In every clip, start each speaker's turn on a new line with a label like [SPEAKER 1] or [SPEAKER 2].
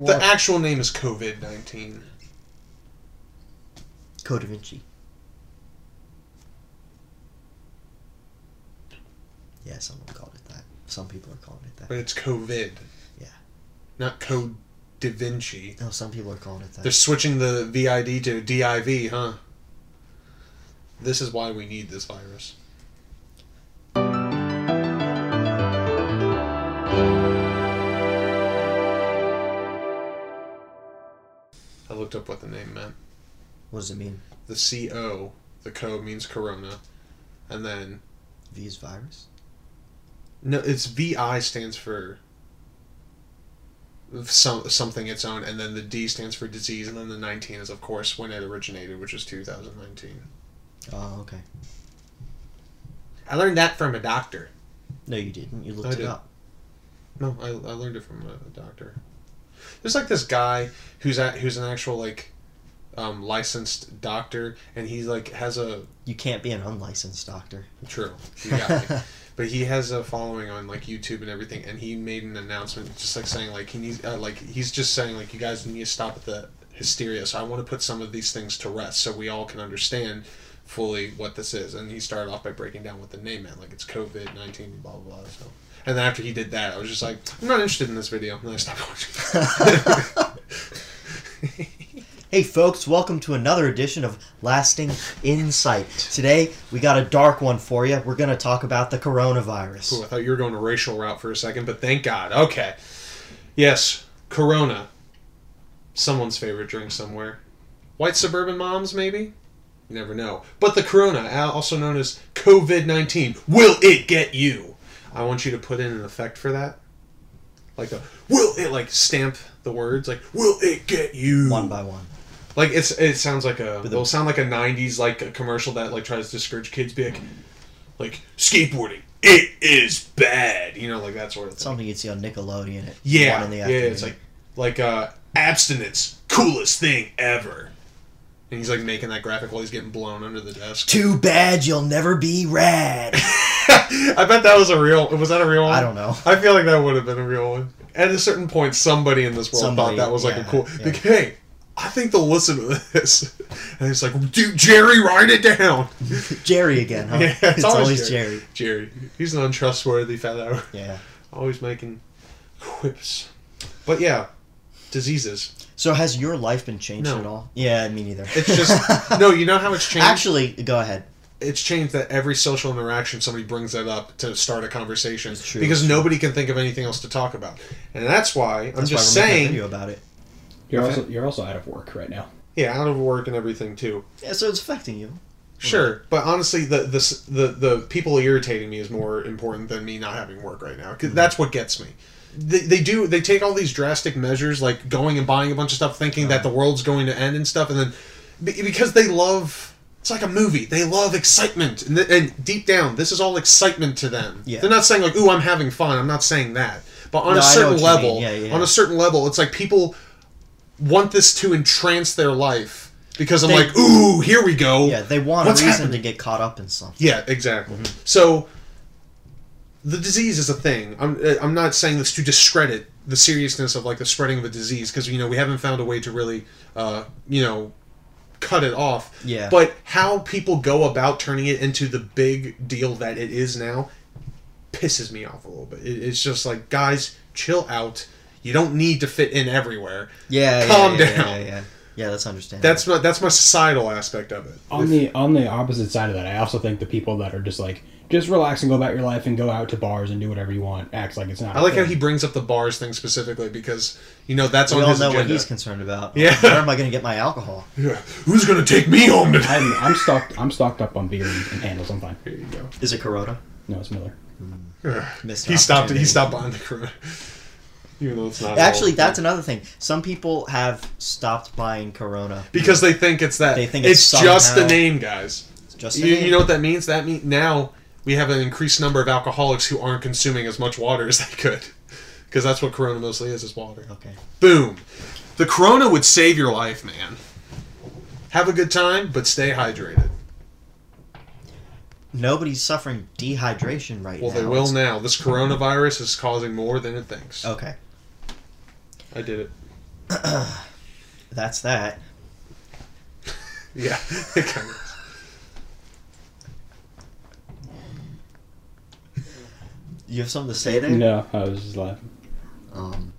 [SPEAKER 1] The actual name is COVID 19.
[SPEAKER 2] Code Da Vinci. Yeah, someone called it that. Some people are calling it that.
[SPEAKER 1] But it's COVID.
[SPEAKER 2] Yeah.
[SPEAKER 1] Not Code Da Vinci.
[SPEAKER 2] No, some people are calling it that.
[SPEAKER 1] They're switching the VID to DIV, huh? This is why we need this virus. I looked up what the name meant.
[SPEAKER 2] what does it mean?
[SPEAKER 1] The CO, the co means corona, and then
[SPEAKER 2] V is virus?
[SPEAKER 1] no, it's VI stands for some something its own, and then the D stands for disease, and then the 19 is of course when it originated, which is 2019.
[SPEAKER 2] Oh, okay.
[SPEAKER 1] I learned that from a doctor.
[SPEAKER 2] No, you didn't. You looked
[SPEAKER 1] I
[SPEAKER 2] it
[SPEAKER 1] did.
[SPEAKER 2] up.
[SPEAKER 1] No, I, I learned it from a doctor. There's like this guy who's at who's an actual like um, licensed doctor, and he like has a
[SPEAKER 2] You can't be an unlicensed doctor.
[SPEAKER 1] true. You got me. but he has a following on like YouTube and everything, and he made an announcement just like saying like he needs uh, like he's just saying like you guys need to stop with the hysteria. So I want to put some of these things to rest so we all can understand fully what this is. And he started off by breaking down what the name meant, like it's COVID nineteen, blah blah blah. So. And then after he did that, I was just like, I'm not interested in this video. And then I stopped watching.
[SPEAKER 2] Hey folks, welcome to another edition of Lasting Insight. Today, we got a dark one for you. We're going to talk about the coronavirus.
[SPEAKER 1] Cool. I thought you were going a racial route for a second, but thank God. Okay. Yes, Corona. Someone's favorite drink somewhere. White suburban moms, maybe? You never know. But the Corona, al- also known as COVID 19, will it get you? I want you to put in an effect for that. Like a will it like stamp the words like will it get you
[SPEAKER 2] One by one.
[SPEAKER 1] like it's it sounds like a
[SPEAKER 2] the-
[SPEAKER 1] it'll sound like a '90s like a commercial that like tries to discourage kids. Be like, like skateboarding, it is bad. You know, like that sort of thing.
[SPEAKER 2] Something you'd see on Nickelodeon at
[SPEAKER 1] yeah,
[SPEAKER 2] 1 in the
[SPEAKER 1] yeah.
[SPEAKER 2] afternoon.
[SPEAKER 1] It's like like uh, abstinence, coolest thing ever. And he's like making that graphic while he's getting blown under the desk.
[SPEAKER 2] Too bad you'll never be rad.
[SPEAKER 1] I bet that was a real. Was that a real one?
[SPEAKER 2] I don't know.
[SPEAKER 1] I feel like that would have been a real one. At a certain point, somebody in this world
[SPEAKER 2] Somebody,
[SPEAKER 1] thought that was like a
[SPEAKER 2] yeah,
[SPEAKER 1] cool.
[SPEAKER 2] yeah.
[SPEAKER 1] Like, hey, I think they'll listen to this. And it's like, dude, Jerry, write it down.
[SPEAKER 2] Jerry again, huh?
[SPEAKER 1] Yeah, it's always Jerry.
[SPEAKER 2] Oh, Jerry.
[SPEAKER 1] Jerry, he's an untrustworthy fellow.
[SPEAKER 2] Yeah.
[SPEAKER 1] Always making quips. But yeah, diseases.
[SPEAKER 2] So has your life been changed
[SPEAKER 1] No.
[SPEAKER 2] at all? Yeah, me neither.
[SPEAKER 1] It's just no. You know how it's changed.
[SPEAKER 2] Actually, go ahead.
[SPEAKER 1] it's changed that every social interaction somebody brings that up to start a conversation
[SPEAKER 2] It's true,
[SPEAKER 1] because
[SPEAKER 2] it's true.
[SPEAKER 1] nobody can think of anything else to talk about, and that's why I'm
[SPEAKER 2] That's
[SPEAKER 1] just
[SPEAKER 2] why we're making a
[SPEAKER 1] saying.
[SPEAKER 2] video about it.
[SPEAKER 3] You're
[SPEAKER 1] Okay.
[SPEAKER 3] also you're also out of work right now.
[SPEAKER 1] Yeah, out of work and everything too.
[SPEAKER 2] Yeah, so it's affecting you.
[SPEAKER 1] Sure, but honestly, the the s- the, the people irritating me is more important than me not having work right now.
[SPEAKER 2] Hmm.
[SPEAKER 1] 'cause that's what gets me. They, they do they take all these drastic measures like going and buying a bunch of stuff, thinking that
[SPEAKER 2] Oh.
[SPEAKER 1] the world's going to end and stuff, and then be- because they love it's like a movie. They love excitement, and, th- and deep down, this is all excitement to them.
[SPEAKER 2] Yeah.
[SPEAKER 1] They're not saying like, "Ooh, I'm having fun." I'm not saying that, but on
[SPEAKER 2] No,
[SPEAKER 1] a
[SPEAKER 2] I know
[SPEAKER 1] certain
[SPEAKER 2] what you mean.
[SPEAKER 1] level,
[SPEAKER 2] Yeah, yeah.
[SPEAKER 1] on a certain level, it's like people want this to entrance their life because I'm
[SPEAKER 2] They-
[SPEAKER 1] like, "Ooh, here we go."
[SPEAKER 2] Yeah, they want
[SPEAKER 1] What's
[SPEAKER 2] a reason
[SPEAKER 1] happening?
[SPEAKER 2] to get caught up in something.
[SPEAKER 1] Yeah, exactly.
[SPEAKER 2] Mm-hmm.
[SPEAKER 1] So the disease is a thing. I'm uh, I'm not saying this to discredit the seriousness of like the spreading of a disease because you know we haven't found a way to really uh, you know cut it off.
[SPEAKER 2] Yeah.
[SPEAKER 1] But how people go about turning it into the big deal that it is now pisses me off a little bit. It, it's just like guys, chill out. You don't need to fit in everywhere.
[SPEAKER 2] Yeah, yeah,
[SPEAKER 1] Calm
[SPEAKER 2] yeah, yeah,
[SPEAKER 1] down.
[SPEAKER 2] Yeah, yeah, Yeah, that's understandable.
[SPEAKER 1] That's my that's my societal aspect of it.
[SPEAKER 3] On the on the opposite side of that, I also think the people that are just like just relax and go about your life and go out to bars and do whatever you want acts like it's not.
[SPEAKER 1] I like how he brings up the bars thing specifically because you know that's
[SPEAKER 2] we
[SPEAKER 1] on
[SPEAKER 2] all
[SPEAKER 1] his
[SPEAKER 2] know
[SPEAKER 1] agenda.
[SPEAKER 2] what he's concerned about.
[SPEAKER 1] Yeah.
[SPEAKER 2] Where am I going to get my alcohol?
[SPEAKER 1] Yeah. Who's gonna take me home today?
[SPEAKER 3] I'm, I'm stocked. I'm stocked up on beer and, and handles. I'm fine.
[SPEAKER 1] Here you go.
[SPEAKER 2] Is it Corona?
[SPEAKER 3] No, it's Miller.
[SPEAKER 2] Missed
[SPEAKER 1] He stopped. He
[SPEAKER 2] opportunity.
[SPEAKER 1] stopped buying the corona. Even though it's not at all-
[SPEAKER 2] Actually, that's another thing. Some people have stopped buying Corona.
[SPEAKER 1] because they think it's that.
[SPEAKER 2] They think
[SPEAKER 1] it's,
[SPEAKER 2] it's
[SPEAKER 1] just the
[SPEAKER 2] somehow-
[SPEAKER 1] name, guys.
[SPEAKER 2] It's Just
[SPEAKER 1] You, you know what that means? That mean now we have an increased number of alcoholics who aren't consuming as much water as they could, because that's what Corona mostly is—is water.
[SPEAKER 2] Okay.
[SPEAKER 1] Boom. The Corona would save your life, man. Have a good time, but stay hydrated.
[SPEAKER 2] Nobody's suffering dehydration right
[SPEAKER 1] Well,
[SPEAKER 2] now.
[SPEAKER 1] they will
[SPEAKER 2] It's- Oh.
[SPEAKER 1] now. This coronavirus is causing more than it thinks.
[SPEAKER 2] Okay.
[SPEAKER 1] I did it.
[SPEAKER 2] That's that.
[SPEAKER 1] Yeah, it kind of.
[SPEAKER 2] You have something to say there?
[SPEAKER 3] No, I was just laughing.
[SPEAKER 2] Um,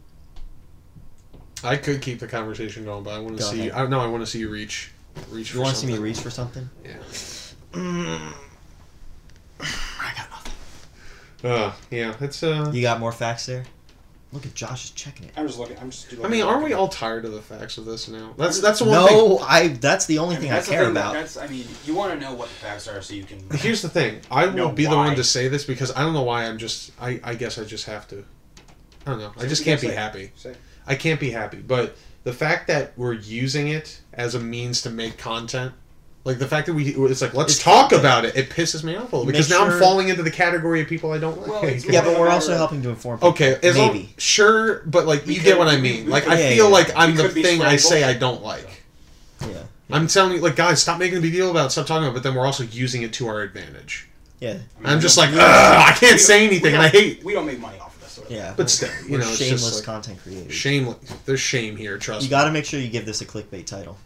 [SPEAKER 1] I could keep the conversation going, but I want to
[SPEAKER 2] Go
[SPEAKER 1] see.
[SPEAKER 2] ahead.
[SPEAKER 1] I, no, I want to see you reach. Reach.
[SPEAKER 2] you
[SPEAKER 1] for
[SPEAKER 2] want to see me
[SPEAKER 1] something.
[SPEAKER 2] reach for something?
[SPEAKER 1] Yeah.
[SPEAKER 2] Mm. I got nothing.
[SPEAKER 1] Uh, yeah, it's uh.
[SPEAKER 2] You got more facts there? Look at Josh is checking it.
[SPEAKER 3] I'm just looking. I'm just.
[SPEAKER 1] I mean, aren't we all tired of the facts of this now? That's that's the one
[SPEAKER 2] No, I. That's the only thing I
[SPEAKER 4] that's the
[SPEAKER 2] care
[SPEAKER 4] thing,
[SPEAKER 2] about.
[SPEAKER 4] That's, I mean, you want to know what the facts are so you can.
[SPEAKER 1] thing. Here's the thing. I will
[SPEAKER 4] No,
[SPEAKER 1] be the
[SPEAKER 4] why?
[SPEAKER 1] one to say this because I don't know why I'm just. I I guess I just have to. I don't know. I
[SPEAKER 3] Say
[SPEAKER 1] just
[SPEAKER 3] what you
[SPEAKER 1] can't
[SPEAKER 3] gotta
[SPEAKER 1] be
[SPEAKER 3] say.
[SPEAKER 1] happy. I can't be happy. But the fact that we're using it as a means to make content, like the fact that we, it's like let's
[SPEAKER 2] It's
[SPEAKER 1] talk
[SPEAKER 2] content.
[SPEAKER 1] about it. It pisses me off a little
[SPEAKER 2] Make
[SPEAKER 1] because now
[SPEAKER 2] sure-
[SPEAKER 1] I'm falling into the category of people I don't like.
[SPEAKER 4] Well, it's-
[SPEAKER 2] yeah, but we're
[SPEAKER 4] Matter-
[SPEAKER 2] also helping to inform. people.
[SPEAKER 1] Okay, as long-
[SPEAKER 2] maybe.
[SPEAKER 1] sure, but like
[SPEAKER 4] We
[SPEAKER 1] you get
[SPEAKER 4] could-
[SPEAKER 1] what I
[SPEAKER 4] we-
[SPEAKER 1] mean.
[SPEAKER 4] we
[SPEAKER 1] like
[SPEAKER 4] could-
[SPEAKER 1] I
[SPEAKER 2] Yeah, yeah,
[SPEAKER 1] feel
[SPEAKER 2] yeah.
[SPEAKER 1] like I'm
[SPEAKER 4] We
[SPEAKER 1] the
[SPEAKER 4] could be
[SPEAKER 1] thing I say I
[SPEAKER 4] scrambled.
[SPEAKER 1] don't like.
[SPEAKER 2] yeah,
[SPEAKER 1] I'm telling you, like guys, stop making a big deal about it, stop talking about it. But then we're also using it to our advantage.
[SPEAKER 2] yeah,
[SPEAKER 4] I mean,
[SPEAKER 1] I'm
[SPEAKER 4] we
[SPEAKER 1] just
[SPEAKER 4] don't-
[SPEAKER 1] like,
[SPEAKER 4] we
[SPEAKER 1] Ugh,
[SPEAKER 4] don't-
[SPEAKER 1] I
[SPEAKER 4] we
[SPEAKER 1] can't
[SPEAKER 4] don't-
[SPEAKER 1] say
[SPEAKER 4] we
[SPEAKER 1] anything, and
[SPEAKER 4] don't-
[SPEAKER 1] I hate.
[SPEAKER 4] We don't make money off of this. Sort of
[SPEAKER 2] yeah.
[SPEAKER 1] But still, you
[SPEAKER 2] We're
[SPEAKER 1] know, it's
[SPEAKER 2] shameless
[SPEAKER 1] just like,
[SPEAKER 2] content creators.
[SPEAKER 1] shameless. There's shame here. Trust
[SPEAKER 2] you
[SPEAKER 1] me.
[SPEAKER 2] got to make sure you give this a clickbait title.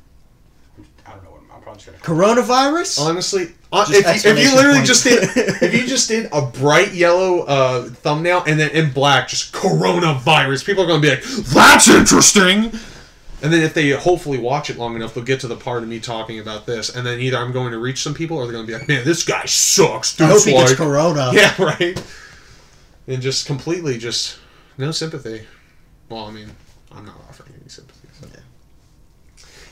[SPEAKER 4] thing. I don't know. what I'm- I'm probably just gonna.
[SPEAKER 2] Coronavirus.
[SPEAKER 1] Honestly, uh, if,
[SPEAKER 2] Just
[SPEAKER 1] you, if you
[SPEAKER 2] exclamation
[SPEAKER 1] literally
[SPEAKER 2] point.
[SPEAKER 1] just did, if you just did a bright yellow uh, thumbnail and then in black just coronavirus, people are going to be like, "That's interesting." And then if they hopefully watch it long enough, they'll get to the part of me talking about this, and then either I'm going to reach some people, or they're going to be like, "Man, this guy sucks."
[SPEAKER 2] I
[SPEAKER 1] Dude,
[SPEAKER 2] hope he gets
[SPEAKER 1] like,
[SPEAKER 2] corona.
[SPEAKER 1] yeah, right. And just completely, just no sympathy. Well, I mean, I'm not offering any sympathy. So.
[SPEAKER 2] Yeah.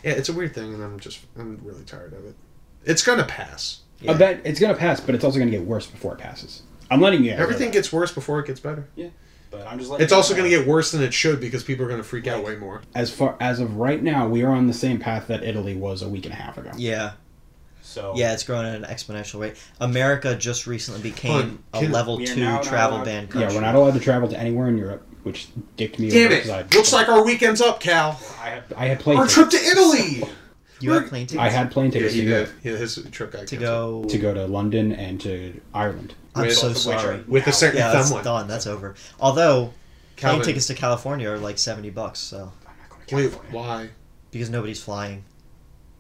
[SPEAKER 1] yeah, it's a weird thing, and I'm just I'm really tired of it. It's gonna pass.
[SPEAKER 2] Yeah.
[SPEAKER 3] I bet it's gonna pass, but it's also gonna get worse before it passes. I'm letting you.
[SPEAKER 1] Everything gets worse before it gets better.
[SPEAKER 4] But I'm just like.
[SPEAKER 1] It's also going to get worse than it should because people are going to freak out way more.
[SPEAKER 3] As far as of right now, we are on the same path that Italy was a week and a half ago.
[SPEAKER 2] Yeah,
[SPEAKER 4] So
[SPEAKER 2] yeah, it's growing at an exponential rate. America just recently became
[SPEAKER 1] Hun,
[SPEAKER 2] a
[SPEAKER 1] can-
[SPEAKER 2] level
[SPEAKER 4] We are
[SPEAKER 2] two
[SPEAKER 4] now not
[SPEAKER 2] travel
[SPEAKER 4] allowed-
[SPEAKER 2] ban country.
[SPEAKER 3] Yeah, we're not allowed to travel to anywhere in Europe, which dicked me.
[SPEAKER 1] Damn
[SPEAKER 3] over
[SPEAKER 1] it!
[SPEAKER 3] 'cause I-
[SPEAKER 1] Looks like our weekend's up, Cal.
[SPEAKER 4] I have.
[SPEAKER 3] I had plane.
[SPEAKER 1] Our trip
[SPEAKER 3] Tickets.
[SPEAKER 1] to Italy.
[SPEAKER 2] You have plane tickets
[SPEAKER 3] I had plane
[SPEAKER 1] Yeah,
[SPEAKER 3] tickets
[SPEAKER 1] he
[SPEAKER 3] to, go-
[SPEAKER 1] did. Yeah, his trip got
[SPEAKER 2] to
[SPEAKER 1] canceled.
[SPEAKER 2] go.
[SPEAKER 3] to go to London and to Ireland.
[SPEAKER 2] I'm
[SPEAKER 1] Wait,
[SPEAKER 2] so
[SPEAKER 1] both
[SPEAKER 4] of which are-
[SPEAKER 2] sorry.
[SPEAKER 1] with a
[SPEAKER 4] Now.
[SPEAKER 1] certain
[SPEAKER 2] Yeah, that's
[SPEAKER 1] thumb one.
[SPEAKER 2] done. That's over. Although plane
[SPEAKER 1] Calvin,
[SPEAKER 2] tickets to California are like seventy bucks, so
[SPEAKER 4] I'm not going to
[SPEAKER 1] Wait,
[SPEAKER 4] California.
[SPEAKER 1] why?
[SPEAKER 2] because nobody's flying.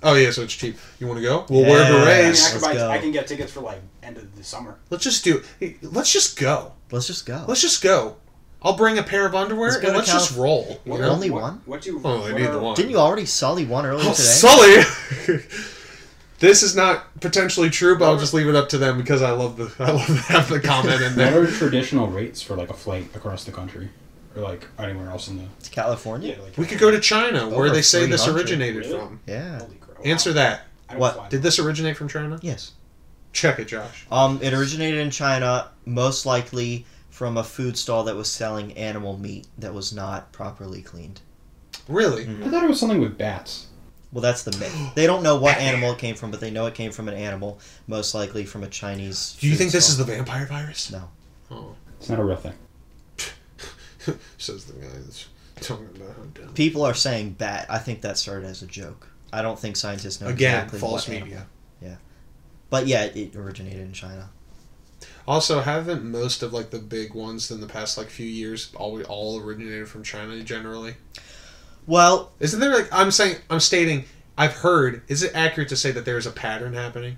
[SPEAKER 1] Oh yeah, so it's cheap. You want to go? We'll wear
[SPEAKER 2] Yeah.
[SPEAKER 4] I, mean,
[SPEAKER 1] berets.
[SPEAKER 4] I, can
[SPEAKER 2] Let's
[SPEAKER 4] buy,
[SPEAKER 2] go.
[SPEAKER 4] I can get tickets for like end of the summer.
[SPEAKER 1] Let's just do. hey, Let's just go.
[SPEAKER 2] Let's just go.
[SPEAKER 1] Let's just go. I'll bring a pair of underwear
[SPEAKER 2] Let's go
[SPEAKER 1] and
[SPEAKER 2] to
[SPEAKER 1] let's
[SPEAKER 2] Cal-
[SPEAKER 1] just roll. You
[SPEAKER 2] Well,
[SPEAKER 1] know?
[SPEAKER 2] only
[SPEAKER 4] what,
[SPEAKER 2] one?
[SPEAKER 4] What do you?
[SPEAKER 1] Oh, I
[SPEAKER 4] what
[SPEAKER 1] need
[SPEAKER 4] are-
[SPEAKER 1] the one.
[SPEAKER 2] Didn't you already sully one earlier
[SPEAKER 1] Oh,
[SPEAKER 2] today?
[SPEAKER 1] Sully. this is not potentially true, but I'll
[SPEAKER 4] What
[SPEAKER 1] just leave it up to them because I love the I love have the comment in
[SPEAKER 3] What
[SPEAKER 1] there.
[SPEAKER 3] are traditional rates for like a flight across the country, or like anywhere else in the?
[SPEAKER 2] to
[SPEAKER 4] Yeah,
[SPEAKER 2] California.
[SPEAKER 4] like,
[SPEAKER 1] We could go to China, where
[SPEAKER 2] Over
[SPEAKER 1] they say this
[SPEAKER 2] 300,
[SPEAKER 1] originated
[SPEAKER 4] really?
[SPEAKER 1] from.
[SPEAKER 2] Yeah.
[SPEAKER 4] Holy crap.
[SPEAKER 1] Answer that.
[SPEAKER 4] I don't
[SPEAKER 2] What?
[SPEAKER 4] fly.
[SPEAKER 1] Did this originate from China?
[SPEAKER 2] Yes.
[SPEAKER 1] Check it, Josh.
[SPEAKER 2] Um, it originated in China, most likely from a food stall that was selling animal meat that was not properly cleaned.
[SPEAKER 1] Really?
[SPEAKER 2] Mm.
[SPEAKER 3] I thought it was something with bats.
[SPEAKER 2] Well, that's the myth. They don't know what animal it came from, but they know it came from an animal, most likely from a Chinese.
[SPEAKER 1] Do you
[SPEAKER 2] food
[SPEAKER 1] think this is
[SPEAKER 2] stall.
[SPEAKER 1] the vampire virus?
[SPEAKER 2] No.
[SPEAKER 1] Oh,
[SPEAKER 3] It's not a real thing.
[SPEAKER 1] says the guy that's talking about how dumb.
[SPEAKER 2] People are saying bat. I think that started as a joke. I don't think scientists know
[SPEAKER 1] Again,
[SPEAKER 2] exactly
[SPEAKER 1] false
[SPEAKER 2] what animal.
[SPEAKER 1] media.
[SPEAKER 2] But yeah, it- it originated in China.
[SPEAKER 1] Also, haven't most of like the big ones in the past like few years all all originated from China generally?
[SPEAKER 2] Well,
[SPEAKER 1] Isn't there like I'm saying I'm stating I've heard. Is it accurate to say that there is a pattern happening?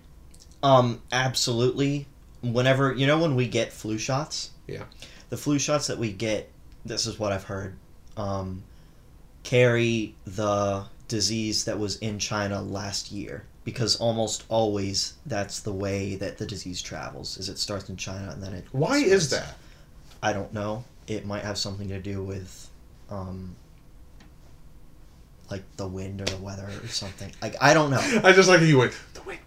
[SPEAKER 2] um, absolutely. Whenever you know when we get flu shots,
[SPEAKER 1] Yeah.
[SPEAKER 2] the flu shots that we get. This is what I've heard. Um, carry the disease that was in China last year because almost always that's the way that the disease travels. Is it starts in China and then it.
[SPEAKER 1] Why is
[SPEAKER 2] spreads.
[SPEAKER 1] that?
[SPEAKER 2] I don't know. It might have something to do with, um, like the wind or the weather or something. Like I don't know.
[SPEAKER 1] I just like you went the wind.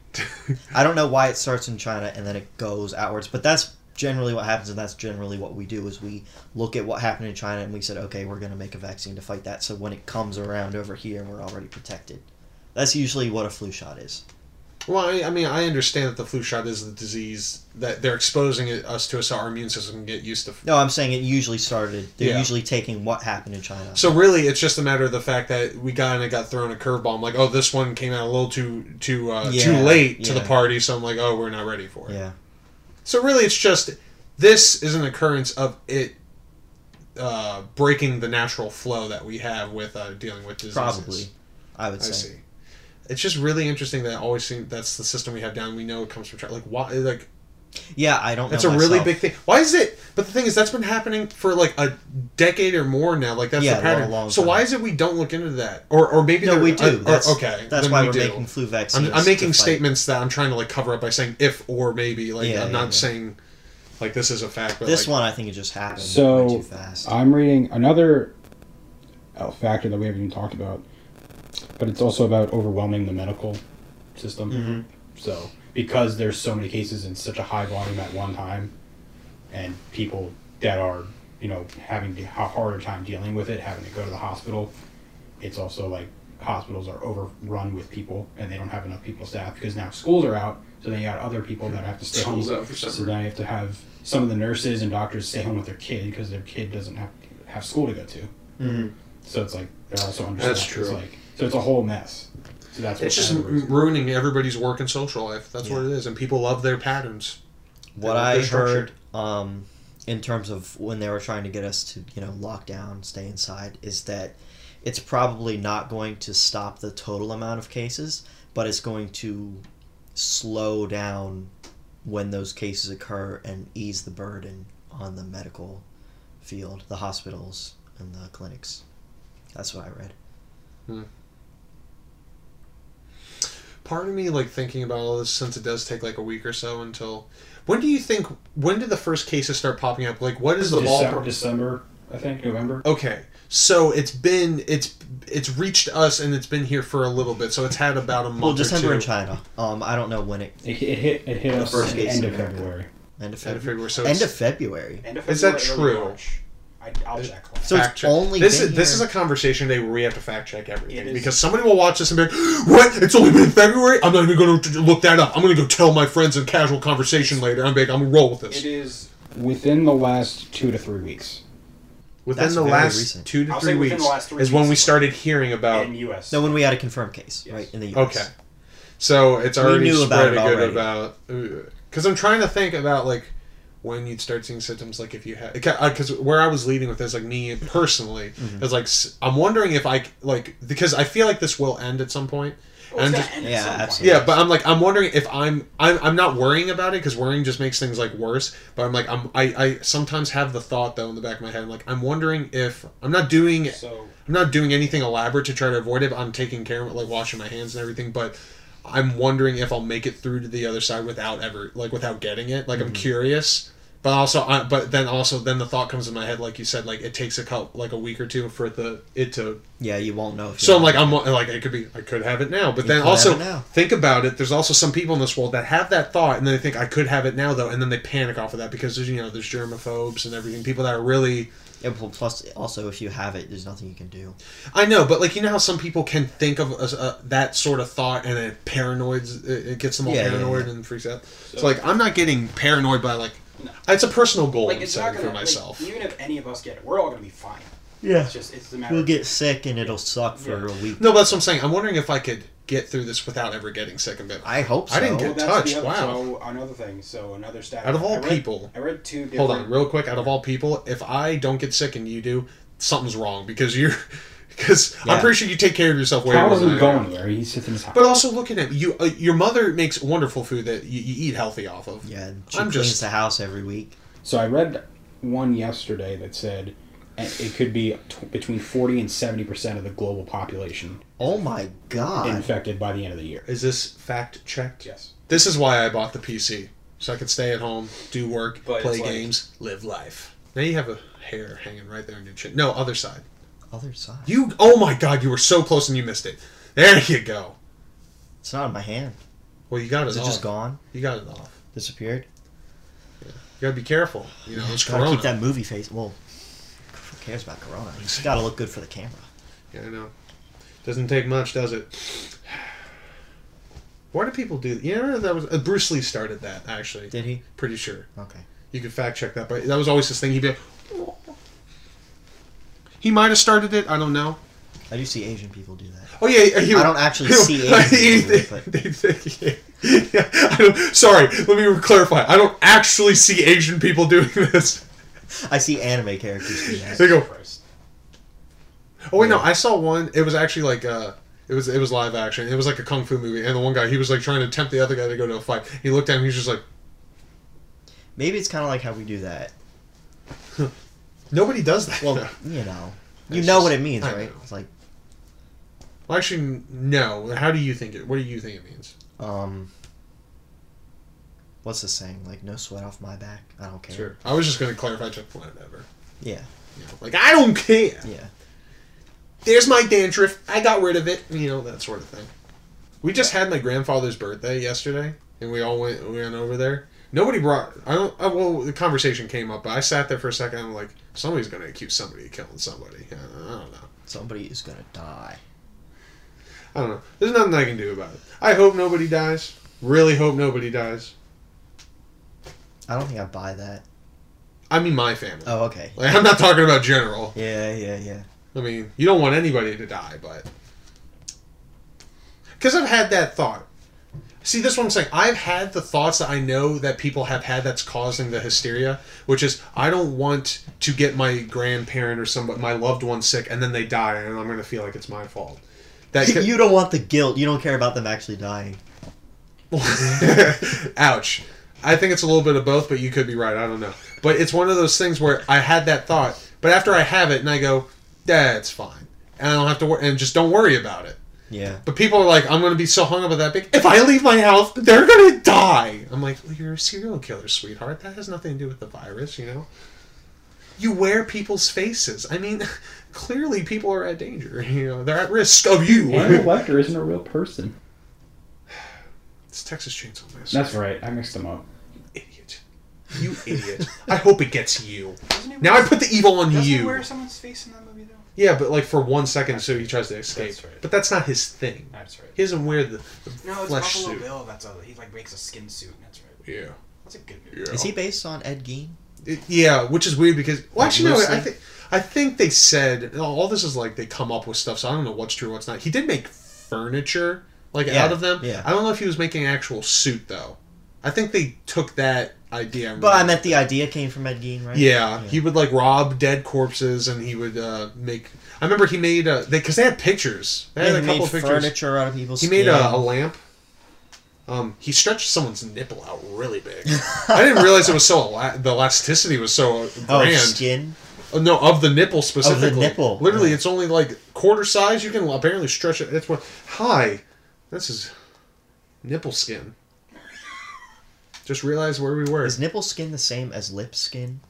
[SPEAKER 2] I don't know why it starts in China and then it goes outwards, but that's generally what happens, and that's generally what we do is we look at what happened in China and we said, okay, we're going to make a vaccine to fight that. So when it comes around over here, we're already protected. That's usually what a flu shot is.
[SPEAKER 1] Well, I, I mean, I understand that the flu shot is the disease that they're exposing it- us to, so our immune system can get used to.
[SPEAKER 2] No, I'm saying it usually started. They're
[SPEAKER 1] Yeah.
[SPEAKER 2] usually taking what happened in China.
[SPEAKER 1] So really, it's just a matter of the fact that we got in and got thrown a curveball. I'm like, oh, this one came out a little too too uh, too
[SPEAKER 2] Yeah,
[SPEAKER 1] late to the
[SPEAKER 2] yeah.
[SPEAKER 1] party, so I'm like, oh, we're not ready for it.
[SPEAKER 2] yeah,
[SPEAKER 1] So really, it's just this is an occurrence of it uh, breaking the natural flow that we have with uh, dealing with diseases.
[SPEAKER 2] Probably, I would
[SPEAKER 1] I
[SPEAKER 2] say.
[SPEAKER 1] see. It's just really interesting that it always seems that's the system we have down. We know it comes from China. Like why? Like
[SPEAKER 2] Yeah, I don't.
[SPEAKER 1] that's
[SPEAKER 2] know
[SPEAKER 1] a really
[SPEAKER 2] myself.
[SPEAKER 1] big thing. Why is it? But the thing is, that's been happening for like a decade or more now. Like that's
[SPEAKER 2] Yeah,
[SPEAKER 1] the
[SPEAKER 2] a
[SPEAKER 1] pattern.
[SPEAKER 2] long
[SPEAKER 1] so why
[SPEAKER 2] time.
[SPEAKER 1] is it we don't look into that? Or or maybe
[SPEAKER 2] No,
[SPEAKER 1] there-
[SPEAKER 2] we do.
[SPEAKER 1] uh, or-
[SPEAKER 2] that's,
[SPEAKER 1] okay,
[SPEAKER 2] That's
[SPEAKER 1] then
[SPEAKER 2] why
[SPEAKER 1] we
[SPEAKER 2] we're
[SPEAKER 1] do.
[SPEAKER 2] making flu vaccines.
[SPEAKER 1] I'm, I'm making
[SPEAKER 2] to fight.
[SPEAKER 1] statements that I'm trying to like cover up by saying if or maybe. Like
[SPEAKER 2] Yeah,
[SPEAKER 1] I'm
[SPEAKER 2] yeah,
[SPEAKER 1] not
[SPEAKER 2] yeah.
[SPEAKER 1] saying like this is a fact. But
[SPEAKER 2] This
[SPEAKER 1] like,
[SPEAKER 2] one, I think it just happened
[SPEAKER 5] So, uh,
[SPEAKER 2] way too fast.
[SPEAKER 5] I'm reading another uh, factor that we haven't even talked about, but it's also about overwhelming the medical system. So, because there's so many cases in such a high volume at one time, and people that are, you know, having a harder time dealing with it, having to go to the hospital, it's also like hospitals are overrun with people and they don't have enough people staff because now schools are out, so they got other people that have to stay home.
[SPEAKER 6] School's out for some
[SPEAKER 5] So now you have to have some of the nurses and doctors stay home with their kid because their kid doesn't have have school to go to.
[SPEAKER 1] Mm-hmm.
[SPEAKER 2] Mhm.
[SPEAKER 5] So it's like they're also understaffed.
[SPEAKER 1] true.
[SPEAKER 5] It's like, so it's a whole mess. So that's
[SPEAKER 1] it's
[SPEAKER 5] what
[SPEAKER 1] just
[SPEAKER 5] kind of
[SPEAKER 1] m-
[SPEAKER 5] reason-
[SPEAKER 1] ruining everybody's work and social life. That's what it is, and people love their patterns.
[SPEAKER 2] what
[SPEAKER 1] they're
[SPEAKER 2] I
[SPEAKER 1] structured.
[SPEAKER 2] heard um, in terms of when they were trying to get us to you know lock down, stay inside, is that it's probably not going to stop the total amount of cases, but it's going to slow down when those cases occur and ease the burden on the medical field, the hospitals and the clinics. That's what I read.
[SPEAKER 1] part of me like thinking about all this since it does take like a week or so until when do you think when did the first cases start popping up like what is the ball
[SPEAKER 5] December, December, I think November.
[SPEAKER 1] okay so it's been it's it's reached us and it's been here for a little bit so it's had about a month
[SPEAKER 2] Well,
[SPEAKER 1] or
[SPEAKER 2] December
[SPEAKER 1] two
[SPEAKER 2] in China. Um, I don't know when it
[SPEAKER 5] It, it hit it hit us
[SPEAKER 2] first
[SPEAKER 5] at the
[SPEAKER 2] case
[SPEAKER 5] end
[SPEAKER 2] in
[SPEAKER 5] of
[SPEAKER 2] America.
[SPEAKER 5] February.
[SPEAKER 2] end of
[SPEAKER 1] End of
[SPEAKER 2] February.
[SPEAKER 1] February, so
[SPEAKER 2] End
[SPEAKER 1] it's-
[SPEAKER 2] of February.
[SPEAKER 7] End of
[SPEAKER 1] Is that
[SPEAKER 7] February, early
[SPEAKER 1] true?
[SPEAKER 7] March. I, I'll check.
[SPEAKER 2] So it's
[SPEAKER 1] fact check.
[SPEAKER 2] only
[SPEAKER 1] this
[SPEAKER 2] been
[SPEAKER 1] is this
[SPEAKER 2] here-
[SPEAKER 1] is a conversation day where we have to fact check
[SPEAKER 7] It
[SPEAKER 1] everything
[SPEAKER 7] is.
[SPEAKER 1] because somebody will watch this and be like, "What? It's only been February? I'm not even going to look that up. I'm going to go tell my friends in casual conversation later. I'm like, I'm gonna roll with this."
[SPEAKER 7] It is.
[SPEAKER 5] Within the last two to three weeks.
[SPEAKER 1] within
[SPEAKER 2] That's
[SPEAKER 1] the
[SPEAKER 2] very
[SPEAKER 1] last
[SPEAKER 2] recent.
[SPEAKER 1] two to
[SPEAKER 7] I'll
[SPEAKER 1] three
[SPEAKER 7] say within
[SPEAKER 1] weeks
[SPEAKER 7] the last three
[SPEAKER 1] is when
[SPEAKER 7] weeks
[SPEAKER 1] we
[SPEAKER 7] is like-
[SPEAKER 1] started hearing about
[SPEAKER 7] in U.S.
[SPEAKER 2] No, when we had a confirmed case,
[SPEAKER 7] Yes.
[SPEAKER 2] right in the U.S.
[SPEAKER 1] Okay. So it's already
[SPEAKER 2] knew
[SPEAKER 1] spread
[SPEAKER 2] about it
[SPEAKER 1] a good
[SPEAKER 2] already.
[SPEAKER 1] about because I'm trying to think about like when you'd start seeing symptoms like if you had because where I was leading with this like me personally
[SPEAKER 2] Mm-hmm.
[SPEAKER 1] is like s- I'm wondering if I c- like because I feel like this will end at some point.
[SPEAKER 7] Well, it's
[SPEAKER 1] and
[SPEAKER 7] gonna
[SPEAKER 1] just-
[SPEAKER 7] end at
[SPEAKER 2] Yeah,
[SPEAKER 7] some point.
[SPEAKER 2] absolutely.
[SPEAKER 1] Yeah, but I'm like I'm wondering if I'm I'm, I'm not worrying about it because worrying just makes things like worse. But I'm like I'm I, I sometimes have the thought though in the back of my head I'm like I'm wondering if I'm not doing
[SPEAKER 7] So
[SPEAKER 1] I'm not doing anything elaborate to try to avoid it. But I'm taking care of it, like washing my hands and everything. But I'm wondering if I'll make it through to the other side without ever, like, without getting it. Like, I'm
[SPEAKER 2] Mm-hmm.
[SPEAKER 1] curious. But also, I, but then also, then the thought comes in my head, like you said, like it takes a couple, like a week or two for the it to.
[SPEAKER 2] Yeah, you won't know. If
[SPEAKER 1] So
[SPEAKER 2] you
[SPEAKER 1] I'm like,
[SPEAKER 2] have
[SPEAKER 1] I'm like, it could be, I could have it now. But
[SPEAKER 2] You
[SPEAKER 1] then
[SPEAKER 2] could have
[SPEAKER 1] also,
[SPEAKER 2] it now.
[SPEAKER 1] think about it. There's also some people in this world that have that thought, and then they think I could have it now, though, and then they panic off of that because there's you know there's germaphobes and everything. People that are really
[SPEAKER 2] it. Yeah, well, plus, also, if you have it, there's nothing you can do.
[SPEAKER 1] I know, but like you know how some people can think of a, a, that sort of thought and it paranoids, it, it gets them all
[SPEAKER 2] Yeah, yeah,
[SPEAKER 1] paranoid
[SPEAKER 2] yeah.
[SPEAKER 1] and freaks out. So, like I'm not getting paranoid by like
[SPEAKER 7] No.
[SPEAKER 1] it's a personal goal
[SPEAKER 7] like
[SPEAKER 1] I'm
[SPEAKER 7] it's not
[SPEAKER 1] setting
[SPEAKER 7] gonna
[SPEAKER 1] for
[SPEAKER 7] like,
[SPEAKER 1] myself.
[SPEAKER 7] even if any of us get it, we're all gonna be fine.
[SPEAKER 2] Yeah,
[SPEAKER 7] It's just it's the matter.
[SPEAKER 2] you'll
[SPEAKER 7] of-
[SPEAKER 2] get sick and it'll suck for a week.
[SPEAKER 1] no, but that's what I'm saying. I'm wondering if I could get through this without ever getting sick and bit.
[SPEAKER 2] I hope so.
[SPEAKER 1] I didn't
[SPEAKER 7] well,
[SPEAKER 1] get-
[SPEAKER 7] that's
[SPEAKER 1] touched,
[SPEAKER 7] The other,
[SPEAKER 1] wow.
[SPEAKER 7] So another thing. So another stat.
[SPEAKER 1] Out of all
[SPEAKER 7] I read-
[SPEAKER 1] people-
[SPEAKER 7] I read two different.
[SPEAKER 1] Hold on, real quick. Out of all people, if I don't get sick and you do, something's wrong because you're because I'm
[SPEAKER 2] Yeah.
[SPEAKER 1] pretty sure you take care of yourself way
[SPEAKER 5] Kyle
[SPEAKER 1] more than I
[SPEAKER 5] doesn't
[SPEAKER 1] do.
[SPEAKER 5] go anywhere. He sits in his house.
[SPEAKER 1] But also, look at him. You, uh, your mother makes wonderful food that you, you eat healthy off of.
[SPEAKER 2] Yeah, and she
[SPEAKER 1] I'm
[SPEAKER 2] cleans
[SPEAKER 1] just-
[SPEAKER 2] the house every week.
[SPEAKER 5] So I read one yesterday that said and it could be t- between 40 and 70% of the global population
[SPEAKER 2] Oh my god!
[SPEAKER 5] infected by the end of the year.
[SPEAKER 1] Is this fact checked?
[SPEAKER 7] Yes.
[SPEAKER 1] This is why I bought the PC. So I could stay at home, do work,
[SPEAKER 7] But
[SPEAKER 1] play
[SPEAKER 7] it's like-
[SPEAKER 1] games, live life. Now you have a hair hanging right there on your chin. No, other side.
[SPEAKER 2] Other side.
[SPEAKER 1] You oh my god, you were so close and you missed it. There you go.
[SPEAKER 2] It's not in my hand.
[SPEAKER 1] Well you got it,
[SPEAKER 2] Is it
[SPEAKER 1] off.
[SPEAKER 2] just gone?
[SPEAKER 1] You got it off.
[SPEAKER 2] Disappeared.
[SPEAKER 1] You gotta be careful. You know, it's
[SPEAKER 2] Gotta
[SPEAKER 1] corona.
[SPEAKER 2] keep that movie face. Well, who cares about Corona? You just gotta look good for the camera.
[SPEAKER 1] Yeah, I know. Doesn't take much, does it? Why do people do You know that was uh, Bruce Lee started that actually.
[SPEAKER 2] Did he?
[SPEAKER 1] Pretty sure.
[SPEAKER 2] Okay.
[SPEAKER 1] You could fact check that, but that was always his thing. He'd be like, He might have started it, I don't know.
[SPEAKER 2] I do see Asian people do that.
[SPEAKER 1] Oh yeah, yeah, he,
[SPEAKER 2] I don't actually see Asian people,
[SPEAKER 1] yeah, I don't, sorry, let me clarify. I don't actually see Asian people doing this.
[SPEAKER 2] I see anime characters do that.
[SPEAKER 1] There you go.
[SPEAKER 4] Christ.
[SPEAKER 1] Oh wait, no, I saw one. It was actually like uh it was it was live action. It was like a kung fu movie, and the one guy he was like trying to tempt the other guy to go to a fight. He looked at him. He was just like,
[SPEAKER 2] Maybe it's kind of like how we do that.
[SPEAKER 1] nobody does that.
[SPEAKER 2] Well,
[SPEAKER 1] though.
[SPEAKER 2] you know, you
[SPEAKER 1] It's
[SPEAKER 2] know
[SPEAKER 1] just-
[SPEAKER 2] what it means,
[SPEAKER 1] I
[SPEAKER 2] right?
[SPEAKER 1] know.
[SPEAKER 2] It's like,
[SPEAKER 1] Well, actually, no. How do you think it? What do you think it means?
[SPEAKER 2] um, what's the saying? Like, no sweat off my back. I don't care.
[SPEAKER 1] Sure. I was just going to clarify to whatever.
[SPEAKER 2] Yeah.
[SPEAKER 1] You know, like I don't care.
[SPEAKER 2] Yeah.
[SPEAKER 1] There's my dandruff. I got rid of it. You know that sort of thing. We just had my grandfather's birthday yesterday, and we all went we went over there. Nobody brought. I don't. I, well, the conversation came up, but I sat there for a second. I'm like, somebody's going to accuse somebody of killing somebody. I don't know.
[SPEAKER 2] Somebody is gonna die.
[SPEAKER 1] I don't know. There's nothing I can do about it. I hope nobody dies. Really hope nobody dies.
[SPEAKER 2] I don't think I buy that.
[SPEAKER 1] I mean, my family.
[SPEAKER 2] Oh, okay.
[SPEAKER 1] Like, I'm not talking about general.
[SPEAKER 2] Yeah, yeah, yeah.
[SPEAKER 1] I mean, you don't want anybody to die, but because I've had that thought. See, this is what I'm saying. I've had the thoughts that I know that people have had that's causing the hysteria, which is I don't want to get my grandparent or somebody, my loved one sick, and then they die, and I'm going to feel like it's my fault. That could-
[SPEAKER 2] you don't want the guilt. You don't care about them actually dying.
[SPEAKER 1] Ouch. I think it's a little bit of both, but you could be right. I don't know. But it's one of those things where I had that thought, but after I have it and I go, that's fine. And I don't have to worry, and just don't worry about it.
[SPEAKER 2] Yeah.
[SPEAKER 1] But people are like, I'm going to be so hung up with that big. If I leave my house, they're going to die. I'm like, well, you're a serial killer, sweetheart. That has nothing to do with the virus, you know? You wear people's faces. I mean, clearly people are at danger. You know, they're at risk of you.
[SPEAKER 3] Hannibal Lecter isn't a real person.
[SPEAKER 1] It's Texas Chainsaw Massacre.
[SPEAKER 3] That's right. I mixed them up.
[SPEAKER 1] Idiot. You idiot. I hope it gets you.
[SPEAKER 4] Doesn't he
[SPEAKER 1] Now I
[SPEAKER 4] wear-
[SPEAKER 1] put the evil on
[SPEAKER 4] doesn't he
[SPEAKER 1] you.
[SPEAKER 4] wear someone's face in that movie though?
[SPEAKER 1] Yeah, but like for one second, so he tries to escape.
[SPEAKER 4] That's right.
[SPEAKER 1] But that's not his thing.
[SPEAKER 4] That's right.
[SPEAKER 1] He doesn't wear the, the
[SPEAKER 4] No, it's
[SPEAKER 1] flesh
[SPEAKER 4] Buffalo
[SPEAKER 1] suit.
[SPEAKER 4] Bill. That's a, he like makes a skin suit. and That's right.
[SPEAKER 1] Yeah.
[SPEAKER 4] That's a good movie.
[SPEAKER 1] Yeah.
[SPEAKER 2] Is he based on Ed Gein?
[SPEAKER 1] It- yeah, which is weird because well,
[SPEAKER 2] Like
[SPEAKER 1] actually, no. I
[SPEAKER 2] loosely?
[SPEAKER 1] think I think they said all this is like they come up with stuff, so I don't know what's true, what's not. He did make furniture like
[SPEAKER 2] Yeah,
[SPEAKER 1] out of them.
[SPEAKER 2] yeah.
[SPEAKER 1] I don't know if he was making an actual suit though. I think they took that idea. and
[SPEAKER 2] But I meant the idea came from Ed Gein, right?
[SPEAKER 1] Yeah,
[SPEAKER 2] Yeah.
[SPEAKER 1] he would like rob dead corpses, and he would uh, make. I remember he made uh, they because they had pictures. They
[SPEAKER 2] And
[SPEAKER 1] had a
[SPEAKER 2] he
[SPEAKER 1] couple
[SPEAKER 2] made
[SPEAKER 1] pictures.
[SPEAKER 2] furniture out of people's.
[SPEAKER 1] He made a, a
[SPEAKER 2] skin.
[SPEAKER 1] lamp. Um, he stretched someone's nipple out really big. I didn't realize it was so ela- the elasticity was so
[SPEAKER 2] oh
[SPEAKER 1] grand.
[SPEAKER 2] skin.
[SPEAKER 1] Oh, no, of the nipple specifically.
[SPEAKER 2] nipple,
[SPEAKER 1] Literally,
[SPEAKER 2] yeah.
[SPEAKER 1] it's only like quarter size. You can apparently stretch it. It's one. Hi, this is nipple skin. Just realized where we were.
[SPEAKER 2] Is nipple skin the same as lip skin?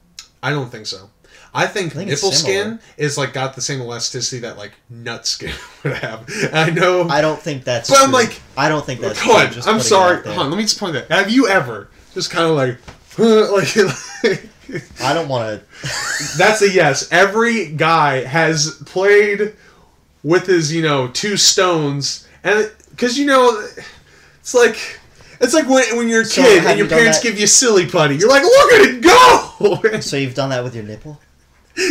[SPEAKER 1] I don't think so. I think,
[SPEAKER 2] think it's
[SPEAKER 1] nipple
[SPEAKER 2] similar.
[SPEAKER 1] skin is like got the same elasticity that like nut skin would have. I know.
[SPEAKER 2] I don't think that's.
[SPEAKER 1] But I'm
[SPEAKER 2] true.
[SPEAKER 1] like-
[SPEAKER 2] I don't think that's.
[SPEAKER 1] God,
[SPEAKER 2] true, just
[SPEAKER 1] I'm
[SPEAKER 2] putting it
[SPEAKER 1] sorry.
[SPEAKER 2] out there.
[SPEAKER 1] Hon, let me just point that. Have you ever just kind of like, huh, like,
[SPEAKER 2] I don't want to.
[SPEAKER 1] that's a yes. Every guy has played with his, you know, two stones, and because you know, it's like. It's like when, when you're a
[SPEAKER 2] So,
[SPEAKER 1] kid
[SPEAKER 2] have
[SPEAKER 1] and your
[SPEAKER 2] you done
[SPEAKER 1] parents
[SPEAKER 2] that-
[SPEAKER 1] give you silly putty. You're like, look at it go!
[SPEAKER 2] So you've done that with your nipple.